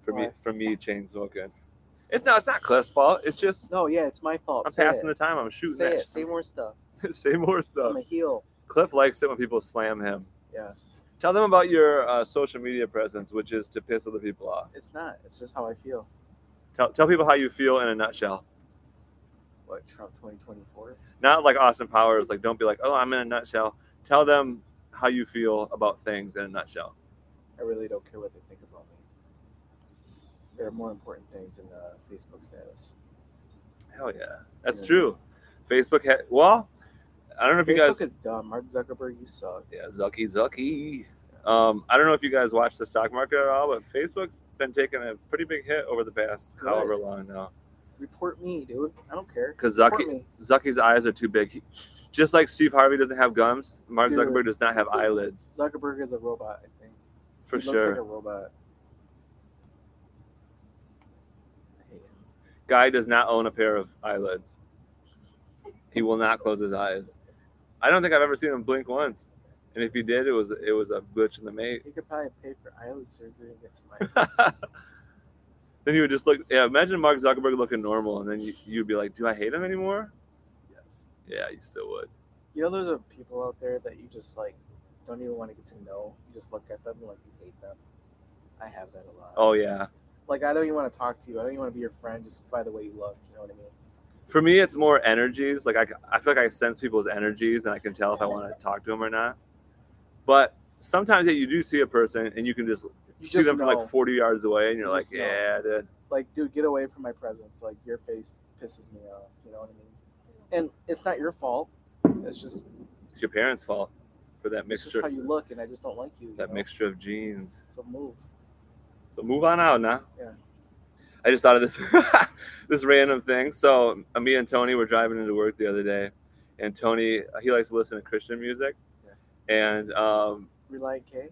[SPEAKER 1] for me
[SPEAKER 2] Why?
[SPEAKER 1] for me chain smoking. It's not it's not Cliff's fault. It's just
[SPEAKER 2] No, yeah, it's my fault.
[SPEAKER 1] I'm
[SPEAKER 2] Say
[SPEAKER 1] passing
[SPEAKER 2] it.
[SPEAKER 1] the time. I'm shooting. Oh.
[SPEAKER 2] Say
[SPEAKER 1] at
[SPEAKER 2] it. Say more stuff.
[SPEAKER 1] *laughs* Say more stuff.
[SPEAKER 2] I'm a heel.
[SPEAKER 1] Cliff likes it when people slam him.
[SPEAKER 2] Yeah.
[SPEAKER 1] Tell them about your uh, social media presence, which is to piss other people off.
[SPEAKER 2] It's not. It's just how I feel.
[SPEAKER 1] Tell, tell people how you feel in a nutshell.
[SPEAKER 2] What Trump 2024?
[SPEAKER 1] Not like Austin Powers, like don't be like, oh, I'm in a nutshell. Tell them how you feel about things in a nutshell.
[SPEAKER 2] I really don't care what they think about me. There are more important things in uh, Facebook status.
[SPEAKER 1] Hell yeah. That's
[SPEAKER 2] Yeah.
[SPEAKER 1] true. Facebook, ha- well, I don't know if you
[SPEAKER 2] Facebook
[SPEAKER 1] guys.
[SPEAKER 2] is dumb. Mark Zuckerberg, you suck.
[SPEAKER 1] Yeah, Zucky Zucky. Um, I don't know if you guys watch the stock market at all, but Facebook's been taking a pretty big hit over the past
[SPEAKER 2] Good.
[SPEAKER 1] however long now.
[SPEAKER 2] report me, dude. I don't care.
[SPEAKER 1] Because
[SPEAKER 2] Report
[SPEAKER 1] Zucky,
[SPEAKER 2] me.
[SPEAKER 1] Zucky's eyes are too big. He, just like Steve Harvey doesn't have gums, Mark
[SPEAKER 2] Dude.
[SPEAKER 1] Zuckerberg does not have eyelids
[SPEAKER 2] Zuckerberg is a robot, I think.
[SPEAKER 1] for
[SPEAKER 2] he
[SPEAKER 1] sure.
[SPEAKER 2] Looks like a robot. I hate him.
[SPEAKER 1] Guy does not own a pair of eyelids. He will not close his eyes. I don't think I've ever seen him blink once. And if he did, it was it was a glitch in the mate.
[SPEAKER 2] He could probably pay for eyelid surgery and get some eyelids.
[SPEAKER 1] *laughs* then he would just look. Yeah, imagine Mark Zuckerberg looking normal, and then you, you'd be like, "Do I hate him anymore?"
[SPEAKER 2] yes.
[SPEAKER 1] Yeah, you still would.
[SPEAKER 2] You know, those are people out there that you just like don't even want to get to know. You just look at them and like you hate them. I have that a lot.
[SPEAKER 1] Oh yeah.
[SPEAKER 2] Like I don't even want to talk to you. I don't even want to be your friend just by the way you look. You know what I mean?
[SPEAKER 1] For me, it's more energies. Like I, I feel like I sense people's energies, and I can tell if I want to talk to them or not. But sometimes yeah, you do see a person, and you can just
[SPEAKER 2] You
[SPEAKER 1] see
[SPEAKER 2] just
[SPEAKER 1] them from
[SPEAKER 2] know.
[SPEAKER 1] like forty yards away, and you're
[SPEAKER 2] You
[SPEAKER 1] like,
[SPEAKER 2] just know.
[SPEAKER 1] "Yeah, dude."
[SPEAKER 2] Like, dude, get away from my presence. Like your face pisses me off. You know what I mean? And it's not your fault. It's just
[SPEAKER 1] it's your parents' fault for that
[SPEAKER 2] it's just
[SPEAKER 1] mixture,
[SPEAKER 2] how you look, and I just don't like you. you
[SPEAKER 1] that
[SPEAKER 2] know?
[SPEAKER 1] mixture of genes.
[SPEAKER 2] So move.
[SPEAKER 1] So move on out now.
[SPEAKER 2] Yeah.
[SPEAKER 1] I just thought of this *laughs* this random thing. So uh, me and Tony were driving into work the other day, and Tony uh, he likes to listen to Christian music, and um,
[SPEAKER 2] Reliant K.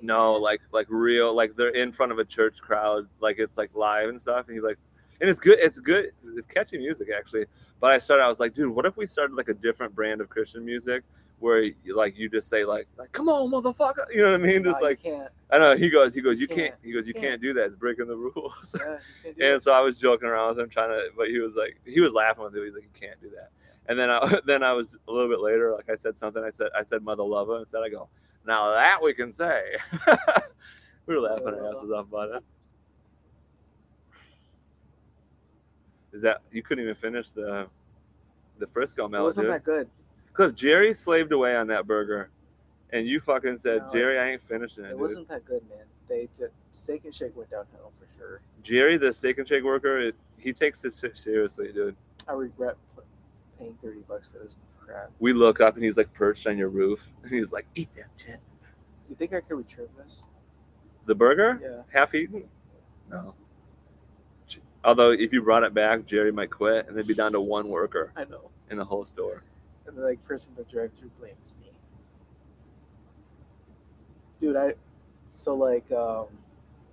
[SPEAKER 1] no, like like real, like they're in front of a church crowd, like it's like live and stuff, and he's like, and it's good, it's good, it's catchy music actually. But I started, I was like, dude, what if we started like a different brand of Christian music? Where you- like you just say like like come on motherfucker *laughs* you know what I mean *laughs* just
[SPEAKER 2] Nah, you
[SPEAKER 1] like
[SPEAKER 2] can't.
[SPEAKER 1] I know he goes he goes
[SPEAKER 2] You
[SPEAKER 1] you can't
[SPEAKER 2] can't.
[SPEAKER 1] he goes you
[SPEAKER 2] Can't.
[SPEAKER 1] can't do that it's breaking the *laughs* rules
[SPEAKER 2] Yeah, you can't do
[SPEAKER 1] and so I was joking around with him, trying to, but he was like, he was laughing with it. He's like, you can't do that. And then I, *laughs* then I was a little bit later, like I said something. I said, I said, mother lover. Instead, I go, now that we can say. *laughs* we were laughing our asses off about it. Is that you couldn't even finish the the Frisco
[SPEAKER 2] it. It
[SPEAKER 1] melody?
[SPEAKER 2] wasn't that good.
[SPEAKER 1] Cliff Jerry slaved away on that burger, and you fucking said,
[SPEAKER 2] No, it-
[SPEAKER 1] Jerry, I ain't finishing it.
[SPEAKER 2] It
[SPEAKER 1] dude."
[SPEAKER 2] wasn't that good, man. They did, Steak and Shake went downhill for sure.
[SPEAKER 1] Jerry, the steak and shake worker, it, he takes this shit seriously, dude.
[SPEAKER 2] I regret pl- paying thirty bucks for this crap.
[SPEAKER 1] we look up and he's like perched on your roof and he's like eat that shit
[SPEAKER 2] You think I could retrieve this?
[SPEAKER 1] the burger
[SPEAKER 2] Yeah.
[SPEAKER 1] half eaten no J- although if you brought it back jerry might quit and they'd be down to one worker
[SPEAKER 2] I know.
[SPEAKER 1] in the whole store
[SPEAKER 2] And the like person that drive through blames me. Dude, I so like um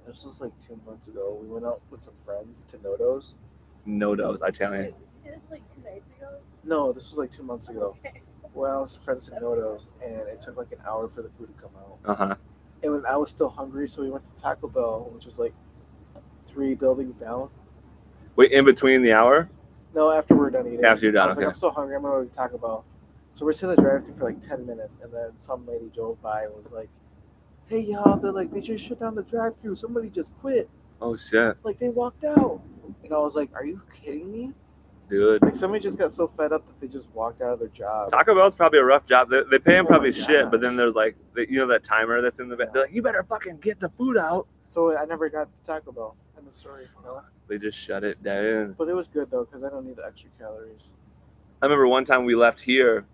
[SPEAKER 2] this was like two months ago. We went out with some friends to Nodo's.
[SPEAKER 1] no doubt it's italian
[SPEAKER 3] Just like two nights ago.
[SPEAKER 2] No, this was like two months ago.
[SPEAKER 3] Okay.
[SPEAKER 2] Well, I was with friends to Nodo's, and it took like an hour for the food to come out.
[SPEAKER 1] uh-huh
[SPEAKER 2] And when I was still hungry, so we went to Taco Bell, which was like three buildings down.
[SPEAKER 1] wait in between the hour
[SPEAKER 2] No, after we're done eating.
[SPEAKER 1] After you're done,
[SPEAKER 2] I was
[SPEAKER 1] okay.
[SPEAKER 2] like, I'm so hungry. I'm going to Taco Bell. So we're sitting in the drive-through for like 10 minutes, and then some lady drove by and was like, "Hey y'all, they're like they just shut down the drive-through. Somebody just quit.
[SPEAKER 1] oh shit
[SPEAKER 2] Like they walked out." And I was like, "Are you kidding me?
[SPEAKER 1] dude
[SPEAKER 2] Like somebody just got so fed up that they just walked out of their job."
[SPEAKER 1] taco bell's probably a rough job they, they pay him
[SPEAKER 2] Oh
[SPEAKER 1] probably
[SPEAKER 2] my
[SPEAKER 1] shit but
[SPEAKER 2] gosh.
[SPEAKER 1] then they're like they, you know that timer that's in the back they're like uh, you better fucking get the food out
[SPEAKER 2] so I never got the Taco Bell. End of story. You know?
[SPEAKER 1] they just shut it down
[SPEAKER 2] But it was good though, because I don't need the extra calories.
[SPEAKER 1] I remember one time we left here,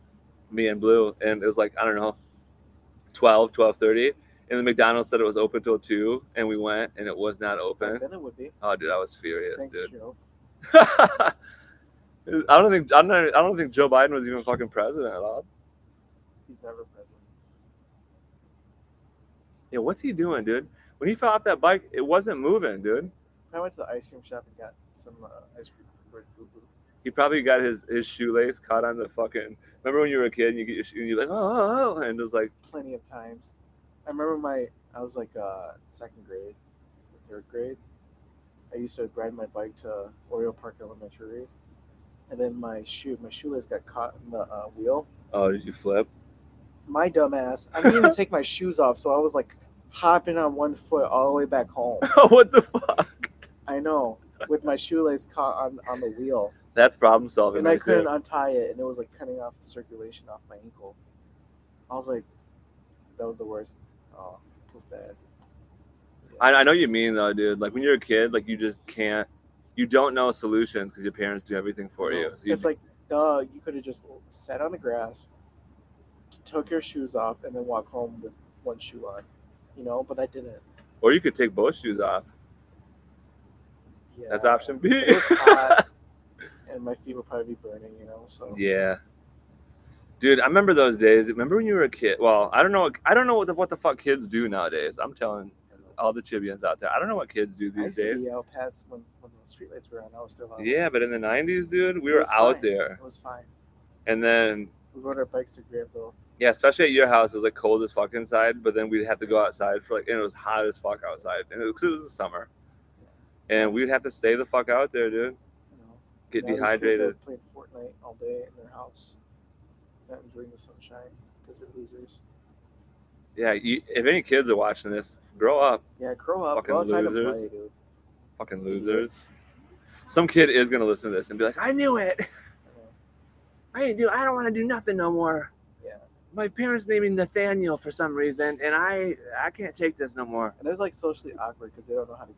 [SPEAKER 1] me and Blue, and it was like, I don't know, 12, 12.30. And the McDonald's said it was open till 2, and we went, and it was not
[SPEAKER 2] Back
[SPEAKER 1] open.
[SPEAKER 2] Then it would be.
[SPEAKER 1] Oh, dude, I was furious,
[SPEAKER 2] Thanks,
[SPEAKER 1] dude.
[SPEAKER 2] Joe.
[SPEAKER 1] I don't think *laughs* I don't, I don't think Joe Biden was even fucking president at all.
[SPEAKER 2] He's never present.
[SPEAKER 1] Yeah, what's he doing, dude? When he fell off that bike, it wasn't moving, dude.
[SPEAKER 2] I went to the ice cream shop and got some uh, ice cream for Boo Boo.
[SPEAKER 1] He probably got his, his shoelace caught on the fucking. Remember when you were a kid and you get your shoe and you're like, oh, oh, oh, and just like,
[SPEAKER 2] plenty of times. I remember my I was like uh, second grade, third grade. I used to ride my bike to Oriole Park Elementary, and then my shoe my shoelace got caught in the uh, wheel.
[SPEAKER 1] oh, did you flip? *laughs*
[SPEAKER 2] My dumb ass, I didn't even take my shoes off, so I was like hopping on one foot all the way back home.
[SPEAKER 1] what the fuck?
[SPEAKER 2] I know, with my shoelace caught on on the wheel,
[SPEAKER 1] That's problem solving.
[SPEAKER 2] and I
[SPEAKER 1] right there.
[SPEAKER 2] couldn't untie it, and it was like cutting off the circulation off my ankle. I was like, that was the worst. Oh, it was bad.
[SPEAKER 1] I, I know you mean though, dude. Like when you're a kid, like you just can't, you don't know solutions because your parents do everything for you. So you
[SPEAKER 2] it's like, duh, you could have just sat on the grass, t- took your shoes off, and then walk home with one shoe on, you know. But I didn't.
[SPEAKER 1] or you could take both shoes off.
[SPEAKER 4] Yeah.
[SPEAKER 1] That's option B.
[SPEAKER 4] It
[SPEAKER 1] *laughs*
[SPEAKER 4] was hot, and my feet would probably be burning, you know. So
[SPEAKER 1] yeah. Dude, I remember those days. Remember when you were a kid? Well, I don't know. I don't know what the, what the fuck kids do nowadays. I'm telling all the chibians out there. I don't know what kids do
[SPEAKER 4] I
[SPEAKER 1] these
[SPEAKER 4] used to
[SPEAKER 1] days.
[SPEAKER 4] be out past when, when the streetlights were on. I was still out.
[SPEAKER 1] Yeah, but in the '90s, dude, we
[SPEAKER 4] It
[SPEAKER 1] were
[SPEAKER 4] was
[SPEAKER 1] out
[SPEAKER 4] fine.
[SPEAKER 1] there,
[SPEAKER 4] It was fine.
[SPEAKER 1] and then
[SPEAKER 4] We rode our bikes to Granville.
[SPEAKER 1] Yeah, especially at your house, it was like cold as fuck inside, but then we'd have to go outside for like, and it was hot as fuck outside, and it, 'cause it was the summer, and we'd have to stay the fuck out there, dude,
[SPEAKER 4] You know,
[SPEAKER 1] get
[SPEAKER 4] And all these kids
[SPEAKER 1] dehydrated.
[SPEAKER 4] are Playing Fortnite all day in their house, not enjoying the sunshine because they're losers.
[SPEAKER 1] Yeah, you, if any kids are watching this, grow up,
[SPEAKER 4] Yeah, grow up.
[SPEAKER 1] Fucking
[SPEAKER 4] go outside and
[SPEAKER 1] losers.
[SPEAKER 4] play, dude.
[SPEAKER 1] fucking losers. Some kid is gonna listen to this and be like, "Ah, "I knew it. *laughs* I didn't do. I don't want to do nothing no more.
[SPEAKER 4] Yeah.
[SPEAKER 1] My parents named me Nathaniel for some reason, and I I can't take this no more.
[SPEAKER 4] And they're like socially awkward because they don't know how to,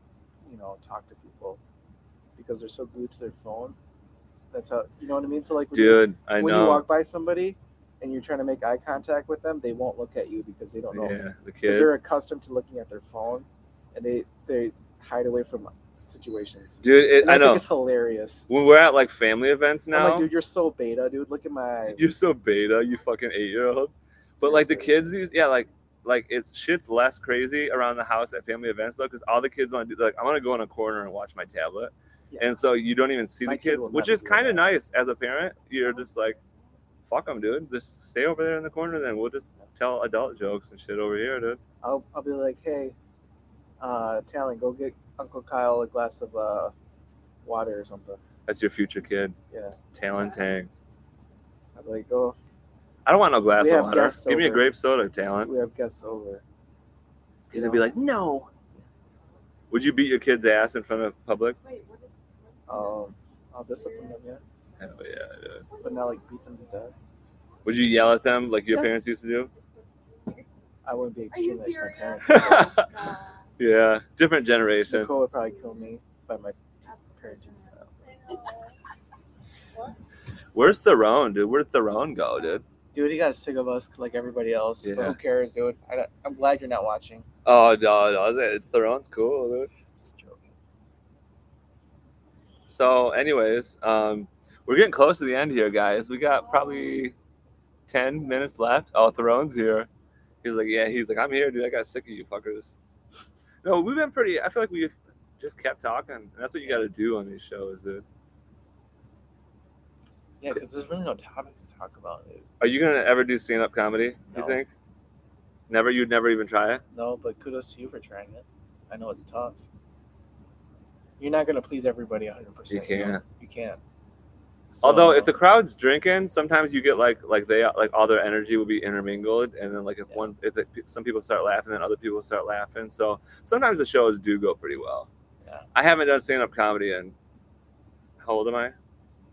[SPEAKER 4] you know, talk to people because they're so glued to their phone. That's how you know what I mean. So like, when you-
[SPEAKER 1] Dude, I
[SPEAKER 4] when you
[SPEAKER 1] know.
[SPEAKER 4] walk by somebody and you're trying to make eye contact with them, they won't look at you because they don't know.
[SPEAKER 1] Yeah, the
[SPEAKER 4] Because
[SPEAKER 1] kids.
[SPEAKER 4] they're accustomed to looking at their phone, and they they hide away from situations.
[SPEAKER 1] Dude, it,
[SPEAKER 4] And
[SPEAKER 1] I know.
[SPEAKER 4] think it's hilarious.
[SPEAKER 1] When we're at like family events
[SPEAKER 4] I'm
[SPEAKER 1] now,
[SPEAKER 4] like, dude, you're so beta, dude. Look at my eyes.
[SPEAKER 1] You're so beta, you fucking eight year old. But like the
[SPEAKER 4] Seriously.
[SPEAKER 1] kids these, yeah, like like it's shit's less crazy around the house at family events though, because all the kids want to do like I want to go in a corner and watch my tablet,
[SPEAKER 4] Yeah.
[SPEAKER 1] and so you don't even see
[SPEAKER 4] My
[SPEAKER 1] the
[SPEAKER 4] kid
[SPEAKER 1] kids,
[SPEAKER 4] will
[SPEAKER 1] which
[SPEAKER 4] never
[SPEAKER 1] is
[SPEAKER 4] do
[SPEAKER 1] kind
[SPEAKER 4] that.
[SPEAKER 1] of nice as a parent. You're just like, fuck them, dude. Just stay over there in the corner, then we'll just tell adult jokes and shit over here, dude.
[SPEAKER 4] I'll, I'll be like, hey, uh, Talon, go get Uncle Kyle a glass of uh, water or something.
[SPEAKER 1] That's your future kid,
[SPEAKER 4] Yeah.
[SPEAKER 1] Talon Tang.
[SPEAKER 4] I'll be like, oh,
[SPEAKER 1] I don't want no glass
[SPEAKER 4] We
[SPEAKER 1] of
[SPEAKER 4] have
[SPEAKER 1] water.
[SPEAKER 4] guests
[SPEAKER 1] Give me a
[SPEAKER 4] over.
[SPEAKER 1] grape soda, Talon.
[SPEAKER 4] we have guests over.
[SPEAKER 1] He's gonna be like, no. Would you beat your kid's ass in front of public?
[SPEAKER 3] Wait,
[SPEAKER 1] *laughs*
[SPEAKER 3] what did? what did-
[SPEAKER 4] Um, I'll discipline them, yeah,
[SPEAKER 1] Hell yeah, dude.
[SPEAKER 4] but not like beat them to death.
[SPEAKER 1] Would you yell at them like your
[SPEAKER 4] Yeah.
[SPEAKER 1] parents used to do?
[SPEAKER 4] I wouldn't be
[SPEAKER 3] Are you
[SPEAKER 4] extreme like my
[SPEAKER 3] serious? *laughs*
[SPEAKER 4] parents.
[SPEAKER 3] Oh
[SPEAKER 4] would, yes.
[SPEAKER 3] my God.
[SPEAKER 1] Yeah, different generation.
[SPEAKER 4] Nicole would probably kill me by my
[SPEAKER 3] That's uh,
[SPEAKER 4] parenting style.
[SPEAKER 1] Where's Theron, dude? Where'd Theron go, dude?
[SPEAKER 4] Dude, he got sick of us like everybody else.
[SPEAKER 1] but Yeah. who
[SPEAKER 4] cares, dude? I am glad you're not watching.
[SPEAKER 1] Oh no, no, Theron's cool, dude.
[SPEAKER 4] Just joking.
[SPEAKER 1] So, anyways, um, we're getting close to the end here, guys. We got probably ten minutes left. Oh, Theron's here. He's like, yeah, he's like, I'm here, dude. I got sick of you fuckers. No, we've been pretty. I feel like we've just kept talking. And that's what you got to do on these shows, dude.
[SPEAKER 2] Yeah, because there's really no topic to talk about. Dude.
[SPEAKER 1] Are you gonna ever do stand up comedy? You
[SPEAKER 2] No.
[SPEAKER 1] think? Never. You'd never even try it.
[SPEAKER 2] No, but kudos to you for trying it. I know it's tough. You're not gonna please everybody 100. percent
[SPEAKER 1] You can't.
[SPEAKER 2] You can't.
[SPEAKER 1] Although
[SPEAKER 2] So-
[SPEAKER 1] if the crowd's drinking, sometimes you get like like they like all their energy will be intermingled, and then like if
[SPEAKER 2] Yeah.
[SPEAKER 1] one if it, some people start laughing, then other people start laughing. So sometimes the shows do go pretty well.
[SPEAKER 2] Yeah.
[SPEAKER 1] I haven't done stand up comedy in how old am I?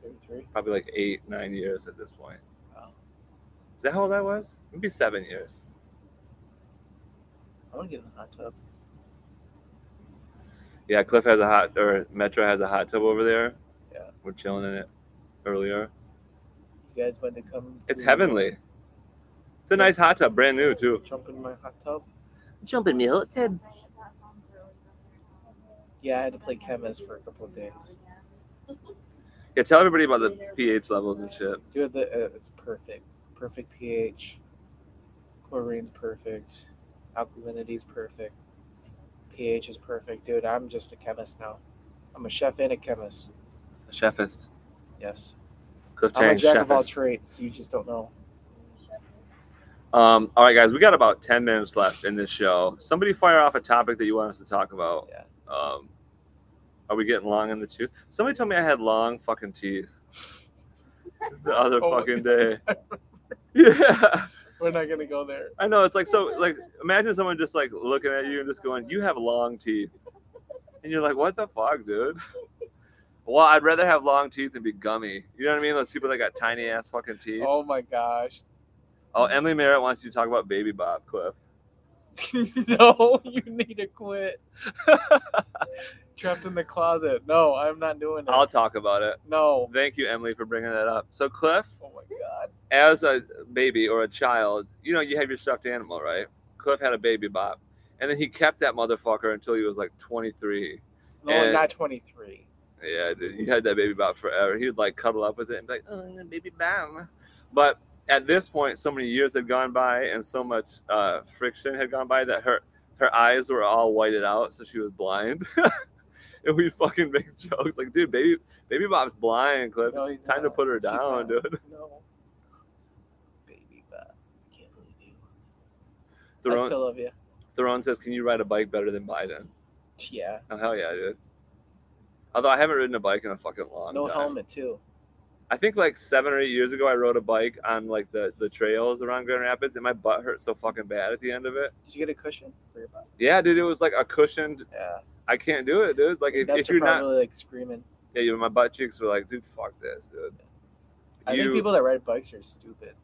[SPEAKER 2] 33.
[SPEAKER 1] Probably like eight nine years at this point.
[SPEAKER 2] Wow.
[SPEAKER 1] Is that how old I was? Maybe seven years.
[SPEAKER 2] I want to get in the hot tub.
[SPEAKER 1] Yeah, Cliff has a hot or Metro has a hot tub over there.
[SPEAKER 2] Yeah.
[SPEAKER 1] we're chilling in it earlier.
[SPEAKER 2] You guys want to come?
[SPEAKER 1] It's
[SPEAKER 2] to-
[SPEAKER 1] heavenly. It's a nice hot tub, brand new too.
[SPEAKER 2] Jump in my hot tub.
[SPEAKER 5] Jump in me, hot tub.
[SPEAKER 2] Yeah, I had to play chemist for a couple of days.
[SPEAKER 1] Yeah, tell everybody about the pH levels and shit.
[SPEAKER 2] Dude, the, uh, it's perfect. Perfect pH. Chlorine's perfect. Alkalinity's perfect. pH is perfect, dude. I'm just a chemist now. I'm a chef and a chemist.
[SPEAKER 1] Chefist.
[SPEAKER 2] Yes.
[SPEAKER 1] Cliff
[SPEAKER 2] I'm a
[SPEAKER 1] Tang,
[SPEAKER 2] jack of all
[SPEAKER 1] chefist.
[SPEAKER 2] trades. You just don't know.
[SPEAKER 1] Um, all right, guys, we got about 10 minutes left in this show. Somebody fire off a topic that you want us to talk about.
[SPEAKER 2] Yeah.
[SPEAKER 1] Um, are we getting long in the tooth? Somebody told me I had long fucking teeth the other
[SPEAKER 2] Oh.
[SPEAKER 1] fucking day.
[SPEAKER 2] *laughs*
[SPEAKER 1] *laughs* yeah.
[SPEAKER 2] We're not gonna go there.
[SPEAKER 1] I know. It's like, so, like, imagine someone just like looking at you and just going, You have long teeth. And you're like, What the fuck, dude? Well, I'd rather have long teeth than be gummy. You know what I mean? Those people that got tiny ass fucking teeth.
[SPEAKER 2] Oh my gosh. *laughs*
[SPEAKER 1] Oh, Emily Merritt wants you to talk about Baby Bob, Cliff.
[SPEAKER 2] no, you need to quit. *laughs* Trapped in the closet. No, I'm not doing it.
[SPEAKER 1] I'll talk about it.
[SPEAKER 2] no.
[SPEAKER 1] Thank you, Emily, for bringing that up. So, Cliff,
[SPEAKER 2] Oh my god.
[SPEAKER 1] as a baby or a child, you know, you have your stuffed animal, right? Cliff had a baby Bob, and then he kept that motherfucker until he was like 23.
[SPEAKER 2] No,
[SPEAKER 1] And-
[SPEAKER 2] not 23.
[SPEAKER 1] Yeah, dude, you had that baby Bob forever. He would like cuddle up with it and be like, "Oh, baby Bob." But at this point, so many years had gone by and so much uh, friction had gone by that her her eyes were all whited out, so she was blind. *laughs* and we fucking make *laughs* jokes like, "Dude, baby, baby Bob's blind, Cliff.
[SPEAKER 2] No,
[SPEAKER 1] it's
[SPEAKER 2] he's
[SPEAKER 1] time to
[SPEAKER 2] not.
[SPEAKER 1] put her
[SPEAKER 2] She's
[SPEAKER 1] down,
[SPEAKER 2] not.
[SPEAKER 1] dude."
[SPEAKER 2] No. Baby Bob. I can't believe you. I
[SPEAKER 1] Theron,
[SPEAKER 2] still love you.
[SPEAKER 1] Theron says, "Can you ride a bike better than Biden?"
[SPEAKER 2] Yeah.
[SPEAKER 1] Oh hell yeah, dude. Although I haven't ridden a bike in a fucking long
[SPEAKER 2] no
[SPEAKER 1] time.
[SPEAKER 2] helmet, too.
[SPEAKER 1] I think like seven or eight years ago, I rode a bike on like the, the trails around Grand Rapids, and my butt hurt so fucking bad at the end of it.
[SPEAKER 2] Did you get a cushion for your butt?
[SPEAKER 1] Yeah, dude, it was like a cushioned.
[SPEAKER 2] Yeah.
[SPEAKER 1] I can't do it, dude. Like if,
[SPEAKER 2] That's
[SPEAKER 1] if you're
[SPEAKER 2] probably
[SPEAKER 1] not,
[SPEAKER 2] like screaming.
[SPEAKER 1] yeah, you know, my butt cheeks were like, dude, fuck this, dude.
[SPEAKER 2] I
[SPEAKER 1] you,
[SPEAKER 2] think people that ride bikes are stupid.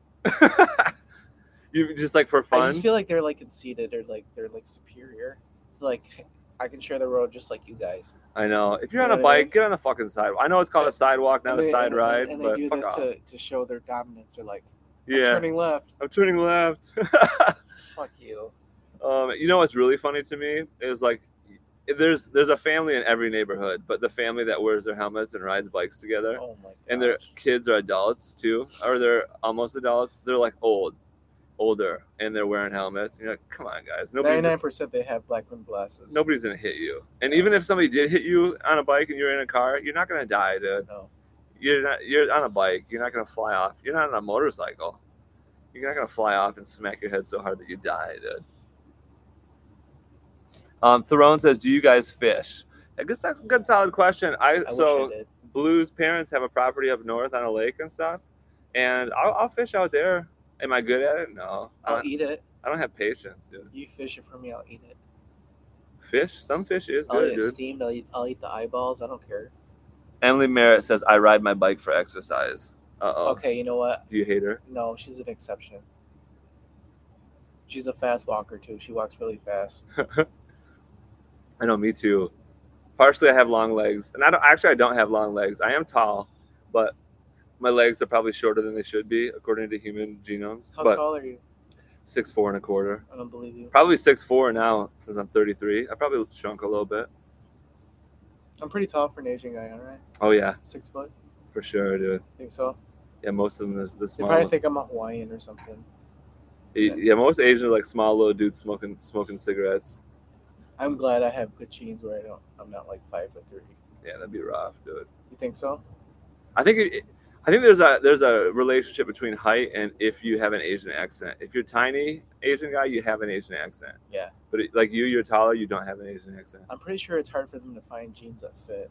[SPEAKER 1] you just like for
[SPEAKER 2] I
[SPEAKER 1] fun.
[SPEAKER 2] just feel like they're like conceited or like they're like superior. It's like I can share the road just like you guys.
[SPEAKER 1] I know. If you're
[SPEAKER 2] You
[SPEAKER 1] on a
[SPEAKER 2] know what I mean?
[SPEAKER 1] bike, get on the fucking sidewalk. I know it's called a sidewalk, not
[SPEAKER 2] And
[SPEAKER 1] a
[SPEAKER 2] they-
[SPEAKER 1] side
[SPEAKER 2] and they-
[SPEAKER 1] ride,
[SPEAKER 2] and they
[SPEAKER 1] but
[SPEAKER 2] do
[SPEAKER 1] fuck
[SPEAKER 2] this
[SPEAKER 1] off.
[SPEAKER 2] to to show their dominance. They're like, I'm
[SPEAKER 1] yeah,
[SPEAKER 2] turning left.
[SPEAKER 1] I'm turning left.
[SPEAKER 2] Fuck you.
[SPEAKER 1] Um, you know what's really funny to me is like if there's there's a family in every neighborhood, but the family that wears their helmets and rides bikes together,
[SPEAKER 2] Oh my god.
[SPEAKER 1] and their kids are adults too, or they're almost adults. They're like old, older, and they're wearing helmets. You're like, come on, guys, nobody's
[SPEAKER 2] ninety-nine percent they have black rim glasses.
[SPEAKER 1] nobody's gonna hit you. And even if somebody did hit you on a bike and you're in a car, you're not gonna die, dude.
[SPEAKER 2] No.
[SPEAKER 1] You're not you're on a bike. You're not gonna fly off. You're not on a motorcycle. You're not gonna fly off and smack your head so hard that you die, dude. Um, Theron says, "Do you guys fish?" I guess that's a good, solid question. I,
[SPEAKER 2] I
[SPEAKER 1] so
[SPEAKER 2] wish I did.
[SPEAKER 1] Blue's parents have a property up north on a lake and stuff, and I'll, I'll fish out there. Am I good at it? No, I
[SPEAKER 2] I'll
[SPEAKER 1] don't,
[SPEAKER 2] eat it.
[SPEAKER 1] I don't have patience, dude.
[SPEAKER 2] You fish it for me. I'll eat it.
[SPEAKER 1] Fish, some fish is
[SPEAKER 2] I'll
[SPEAKER 1] good,
[SPEAKER 2] eat it
[SPEAKER 1] dude.
[SPEAKER 2] steamed. I'll eat, I'll eat the eyeballs. I don't care.
[SPEAKER 1] Emily Merritt says, "I ride my bike for exercise." Uh oh,
[SPEAKER 2] Okay, you know what?
[SPEAKER 1] do you hate her?
[SPEAKER 2] No, she's an exception. She's a fast walker too. She walks really fast.
[SPEAKER 1] I know, me too. Partially, I have long legs, and I don't actually. I don't have long legs. I am tall, but my legs are probably shorter than they should be according to human genomes.
[SPEAKER 2] How
[SPEAKER 1] but
[SPEAKER 2] tall are you?
[SPEAKER 1] six four and a quarter,
[SPEAKER 2] I don't believe you.
[SPEAKER 1] probably six four now since I'm 33. I probably shrunk a little bit.
[SPEAKER 2] I'm pretty tall for an Asian guy. All right,
[SPEAKER 1] Oh yeah,
[SPEAKER 2] six foot.
[SPEAKER 1] for sure, dude.
[SPEAKER 2] Think so?
[SPEAKER 1] Yeah, most of them is the
[SPEAKER 2] They
[SPEAKER 1] small.
[SPEAKER 2] probably think I'm a Hawaiian or something.
[SPEAKER 1] yeah. yeah, most Asians are like small little dudes smoking smoking cigarettes.
[SPEAKER 2] I'm glad I have good genes where I don't. I'm not like five foot three.
[SPEAKER 1] Yeah, that'd be rough, dude.
[SPEAKER 2] You think so?
[SPEAKER 1] I think it, I think there's a there's a relationship between height and if you have an Asian accent. If you're tiny Asian guy, you have an Asian accent.
[SPEAKER 2] Yeah.
[SPEAKER 1] But it, like you, you're taller, you don't have an Asian accent.
[SPEAKER 2] I'm pretty sure it's hard for them to find jeans that fit.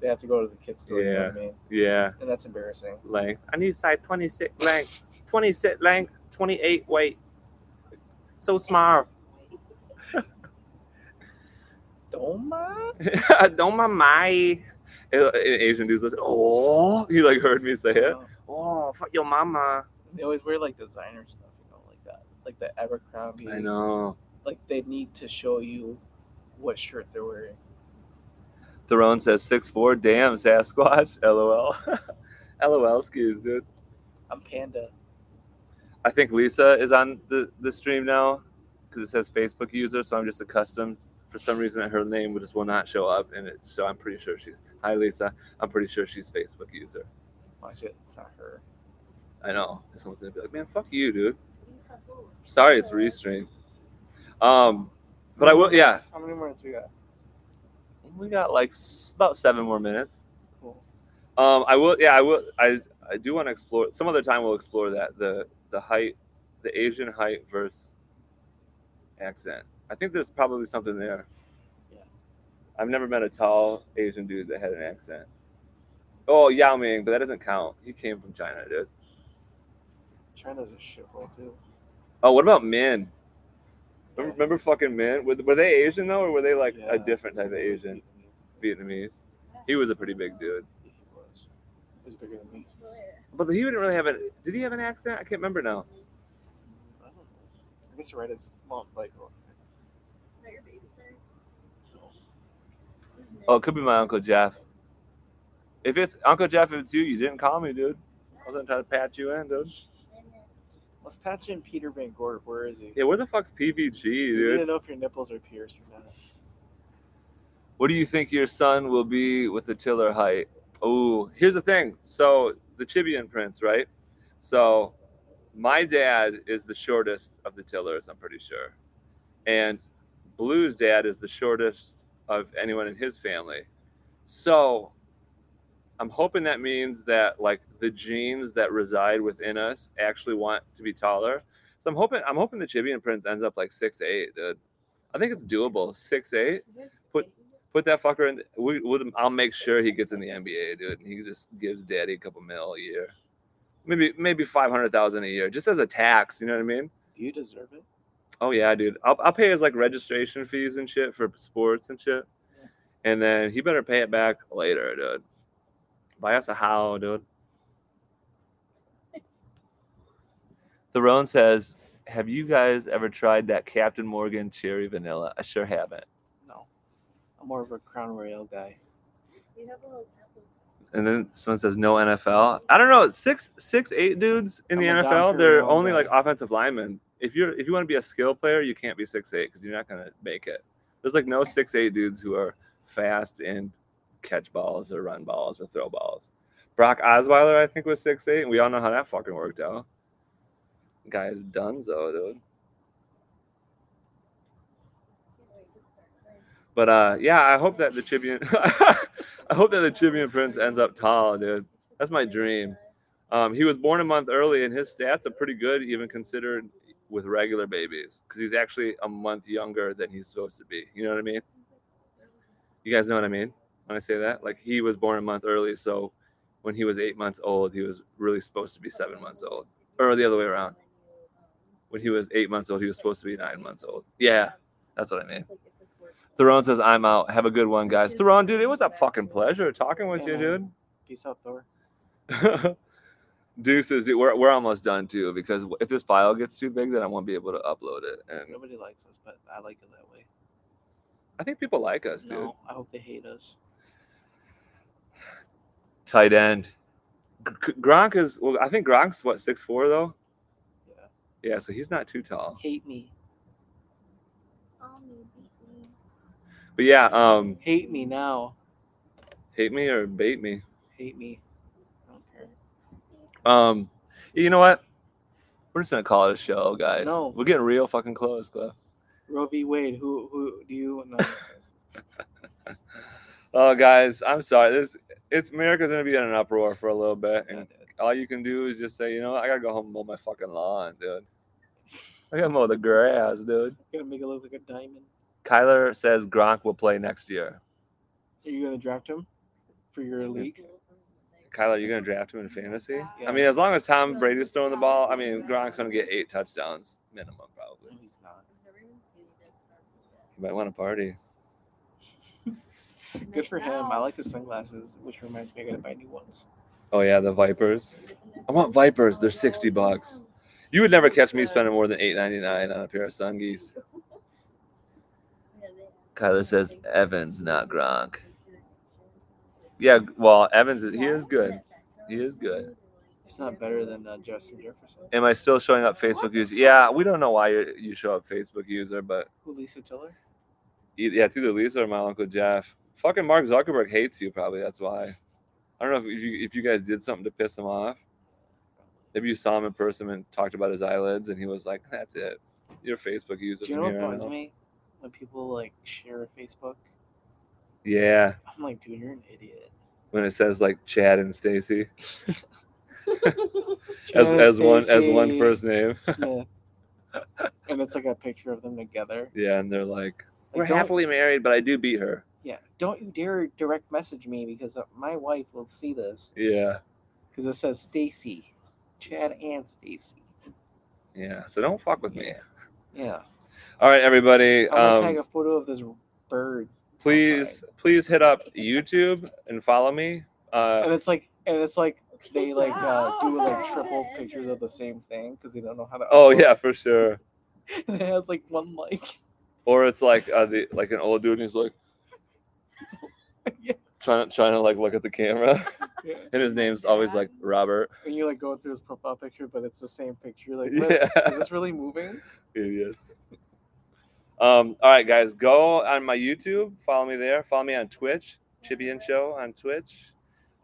[SPEAKER 2] They have to go to the kids store. You know what I mean?
[SPEAKER 1] Yeah,
[SPEAKER 2] And that's embarrassing.
[SPEAKER 1] length. I need size 26 length, 26 length, 28 weight. So small.
[SPEAKER 2] Don't mind.
[SPEAKER 1] *laughs* don't mind my. And an Asian dude's like, oh, he like heard me say it.
[SPEAKER 2] No.
[SPEAKER 1] Oh, fuck your mama.
[SPEAKER 2] They always wear like designer stuff, you know, like that, like the Abercrombie.
[SPEAKER 1] I know.
[SPEAKER 2] Like they need to show you what shirt they're wearing.
[SPEAKER 1] Theron says six four. Damn, Sasquatch. *laughs* LOL. LOL skis, dude.
[SPEAKER 2] I'm panda.
[SPEAKER 1] I think Lisa is on the, the stream now because it says Facebook user, so I'm just accustomed. For some reason, her name will- just will not show up, and it, so I'm pretty sure she's. Hi, Lisa. I'm pretty sure she's Facebook user.
[SPEAKER 2] Watch it. It's not her.
[SPEAKER 1] I know. And Someone's gonna be like, "Man, fuck you, dude."
[SPEAKER 3] Lisa who?
[SPEAKER 1] Sorry, it's restream. Um, but I will. Yeah,
[SPEAKER 2] How many more minutes we got?
[SPEAKER 1] we got like s- about seven more minutes.
[SPEAKER 2] Cool.
[SPEAKER 1] Um, I will. Yeah, I will. I I do want to explore some other time. We'll explore that the the height, the Asian height versus accent. I think there's probably something there.
[SPEAKER 2] Yeah.
[SPEAKER 1] I've never met a tall Asian dude that had an accent. Oh, Yao Ming, but that doesn't count. He came from China, dude.
[SPEAKER 2] China's a shithole too.
[SPEAKER 1] Oh, what about Min? Remember,
[SPEAKER 2] Yeah.
[SPEAKER 1] remember fucking Min? Were, were they Asian though, or were they like
[SPEAKER 2] Yeah.
[SPEAKER 1] a different type of Asian? Vietnamese. He was a pretty big dude,
[SPEAKER 2] He was. He was bigger than me.
[SPEAKER 3] Blair.
[SPEAKER 1] but he didn't really have a. Did he have an accent? I can't remember now.
[SPEAKER 2] I don't know. I guess you're right. His mom like all the time.
[SPEAKER 3] Is that your babysitter? Who's
[SPEAKER 1] Oh, it
[SPEAKER 3] Nick?
[SPEAKER 1] could be my uncle Jeff. If it's Uncle Jeff, if it's you, you didn't call me, dude. I wasn't trying to pat you in, dude.
[SPEAKER 3] And then-
[SPEAKER 2] Let's patch in Peter Van Gort. Where is he?
[SPEAKER 1] Yeah, where the fuck's PVG,
[SPEAKER 2] You need to
[SPEAKER 1] dude?
[SPEAKER 2] know if your nipples are pierced or not.
[SPEAKER 1] What do you think your son will be with the tiller height? Oh, here's the thing. So the Chibian prints, right? So my dad is the shortest of the tillers, I'm pretty sure. And Blue's dad is the shortest of anyone in his family. So I'm hoping that means that like the genes that reside within us actually want to be taller. So I'm hoping I'm hoping the Chibian Prince ends up like six eight, dude. I think it's doable. Six eight. Put- Put that fucker in. We, we, I'll make sure he gets in the NBA, dude. And he just gives daddy a couple mil a year, maybe maybe five hundred thousand a year, just as a tax. You know what I mean?
[SPEAKER 2] Do you deserve it?
[SPEAKER 1] Oh yeah, dude. I'll, I'll pay his like registration fees and shit for sports and shit, and then he better pay it back later, dude. Buy us a how, dude. *laughs* Theron says, "Have you guys ever tried that Captain Morgan cherry vanilla? I sure haven't."
[SPEAKER 2] No. I'm more of a Crown Royal guy.
[SPEAKER 3] You have all those apples.
[SPEAKER 1] And then someone says, "No NFL." I don't know. Six, six, eight dudes in the
[SPEAKER 2] I'm a Dom
[SPEAKER 1] NFL. They're
[SPEAKER 2] Perignon
[SPEAKER 1] only
[SPEAKER 2] guy.
[SPEAKER 1] like offensive linemen. If you're if you want to be a skill player, you can't be six eight because you're not gonna make it. There's like no six eight dudes who are fast and catch balls or run balls or throw balls. Brock Osweiler, I think, was six eight, and we all know how that fucking worked out. Guy's dunzo, dude.
[SPEAKER 3] Can't wait to start playing.
[SPEAKER 1] But uh, yeah, I hope that the Chibian, *laughs* I hope that the Chibian Prince ends up tall, dude. That's my dream. Um, he was born a month early, and his stats are pretty good, even considered with regular babies, because he's actually a month younger than he's supposed to be. You know what I mean? You guys know what I mean when I say that? Like he was born a month early, so when he was eight months old, he was really supposed to be seven months old. Or the other way around.
[SPEAKER 3] um,
[SPEAKER 1] When he was eight months old, he was supposed to be nine months old. Yeah, that's what I mean. Theron says, "I'm out. Have a good one, guys." Theron, dude, it was a fucking pleasure talking with you, dude.
[SPEAKER 2] Peace out, Thor.
[SPEAKER 1] *laughs* Deuces, dude, we're, we're almost done too because if this file gets too big, then I won't be able to upload it. And
[SPEAKER 2] Nobody likes us, but I like it that way.
[SPEAKER 1] I think people like us, dude.
[SPEAKER 2] No, I hope they hate us.
[SPEAKER 1] Tight end. G- G- Gronk is well. I think Gronk's what six four though.
[SPEAKER 2] Yeah.
[SPEAKER 1] Yeah. Yeah. So he's not too tall.
[SPEAKER 2] Hate me.
[SPEAKER 3] Call me, beat me.
[SPEAKER 1] But yeah. Um.
[SPEAKER 2] Hate me now.
[SPEAKER 1] Hate me or bait me.
[SPEAKER 2] Hate me. I don't care.
[SPEAKER 1] Um. You know what? We're just gonna call it a show, guys.
[SPEAKER 2] No.
[SPEAKER 1] We're getting real fucking close, Cliff.
[SPEAKER 2] Roe v. Wade. Who who do you? No, this is-
[SPEAKER 1] Oh, guys, I'm sorry. This it's America's gonna be in an uproar for a little bit, *laughs* and
[SPEAKER 2] not it.
[SPEAKER 1] all you can do is just say, you know, what? I gotta go home and mow my fucking lawn, dude. I gotta mow the grass, dude.
[SPEAKER 2] You're gonna make it look like a diamond.
[SPEAKER 1] Kyler says Gronk will play next year.
[SPEAKER 2] Are you gonna draft him for your league?
[SPEAKER 1] Kyler, you gonna draft him in fantasy?
[SPEAKER 2] Yeah.
[SPEAKER 1] I mean, as long as Tom Brady's throwing the ball, I mean, Gronk's gonna get eight touchdowns minimum,
[SPEAKER 2] No,
[SPEAKER 1] probably.
[SPEAKER 2] he's not.
[SPEAKER 1] You might want to party.
[SPEAKER 2] Good for him. I like his sunglasses, which reminds me, I gotta buy new ones.
[SPEAKER 1] Oh yeah, the Vipers. I want Vipers. They're sixty bucks. You would never catch me spending more than eight ninety nine on a pair of sungees. *laughs* Kyler says Evans, not Gronk. Yeah, well, Evans is, he is good. He is good.
[SPEAKER 2] He's not better than uh, Justin Jefferson.
[SPEAKER 1] Am I still showing up Facebook user? Yeah, we don't know why you you show up Facebook user, but
[SPEAKER 2] Who Lisa Tiller?
[SPEAKER 1] e- yeah, it's either Lisa or my uncle Jeff. Fucking Mark Zuckerberg hates you, probably. That's why. I don't know if you if you guys did something to piss him off. Maybe you saw him in person and talked about his eyelids, and he was like, "That's it. You're a Facebook user."
[SPEAKER 2] Do you know
[SPEAKER 1] from
[SPEAKER 2] what
[SPEAKER 1] here on
[SPEAKER 2] bugs
[SPEAKER 1] out."
[SPEAKER 2] me? When people like share a Facebook,
[SPEAKER 1] Yeah,
[SPEAKER 2] I'm like, dude, you're an idiot.
[SPEAKER 1] when it says like Chad and Stacy as
[SPEAKER 2] Chad,
[SPEAKER 1] as one as one
[SPEAKER 2] Stacy,
[SPEAKER 1] first name. *laughs*
[SPEAKER 2] Smith. and it's like a picture of them together.
[SPEAKER 1] Yeah, and they're like,
[SPEAKER 2] Like, don't-
[SPEAKER 1] married, but I do beat her."
[SPEAKER 2] Yeah. Don't you dare direct message me because uh, my wife will see this
[SPEAKER 1] Yeah,
[SPEAKER 2] because it says Stacy, Chad and Stacy.
[SPEAKER 1] yeah. So don't fuck with me.
[SPEAKER 2] Yeah.
[SPEAKER 1] All right, everybody.
[SPEAKER 2] I'm gonna
[SPEAKER 1] Um,
[SPEAKER 2] tag a photo of this bird,
[SPEAKER 1] please please hit up YouTube and follow me.
[SPEAKER 2] and
[SPEAKER 1] Uh,
[SPEAKER 2] it's like, and it's like they like uh, do like
[SPEAKER 3] Wow.
[SPEAKER 2] triple pictures of the same thing because they don't know how to.
[SPEAKER 1] oh
[SPEAKER 2] upload.
[SPEAKER 1] yeah, for sure.
[SPEAKER 2] *laughs* and it has like one like.
[SPEAKER 1] Or it's like uh, the like an old dude and he's like
[SPEAKER 2] Yeah.
[SPEAKER 1] trying trying to like look at the camera, and his name's always like Robert.
[SPEAKER 2] And you like go through his profile
[SPEAKER 1] *laughs*
[SPEAKER 2] picture, but it's the same picture. You're like, "What?
[SPEAKER 1] Yeah,
[SPEAKER 2] is this really moving?
[SPEAKER 1] idiots. Um, all right, guys, go on my YouTube. Follow me there. Follow me on Twitch, Chippy and Show on Twitch,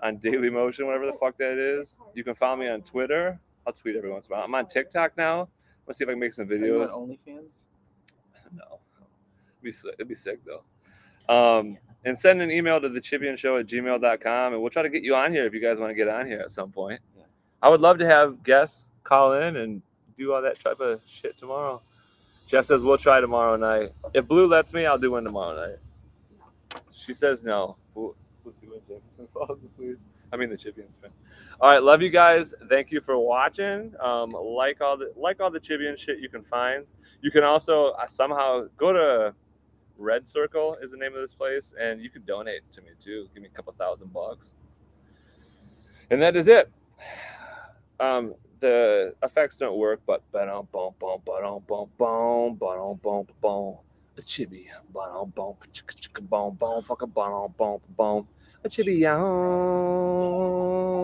[SPEAKER 1] on Daily Motion, whatever the fuck that is. You can follow me on Twitter. I'll tweet every once in a while. I'm on TikTok now. Let's see if I can make some
[SPEAKER 2] Are you
[SPEAKER 1] videos.
[SPEAKER 2] on OnlyFans?
[SPEAKER 1] No. It'd be, si- it'd be sick though. Um, and send an email to the show at gmail.com and we'll try to get you on here if you guys want to get on here at some point.
[SPEAKER 2] Yeah.
[SPEAKER 1] I would love to have guests call in and do all that type of shit tomorrow. Jeff says we'll try tomorrow night. If Blue lets me, I'll do one tomorrow night. She says no. We'll, we'll see when *laughs* Jefferson falls asleep. I mean the Chibians fan. All right, love you guys. Thank you for watching. Um, like all the like all the Chibian shit you can find. You can also uh, somehow go to Red Circle is the name of this place, and you can donate to me too. Give me a couple thousand bucks, and that is it. Um, the effects don't work, but ba-dum, bum bum ba-dum, bum bum ba-dum, bum bum a chibi ba-dum, bum chicka chicka bum bum fucka ba-dum, bum bum a chibi yawn.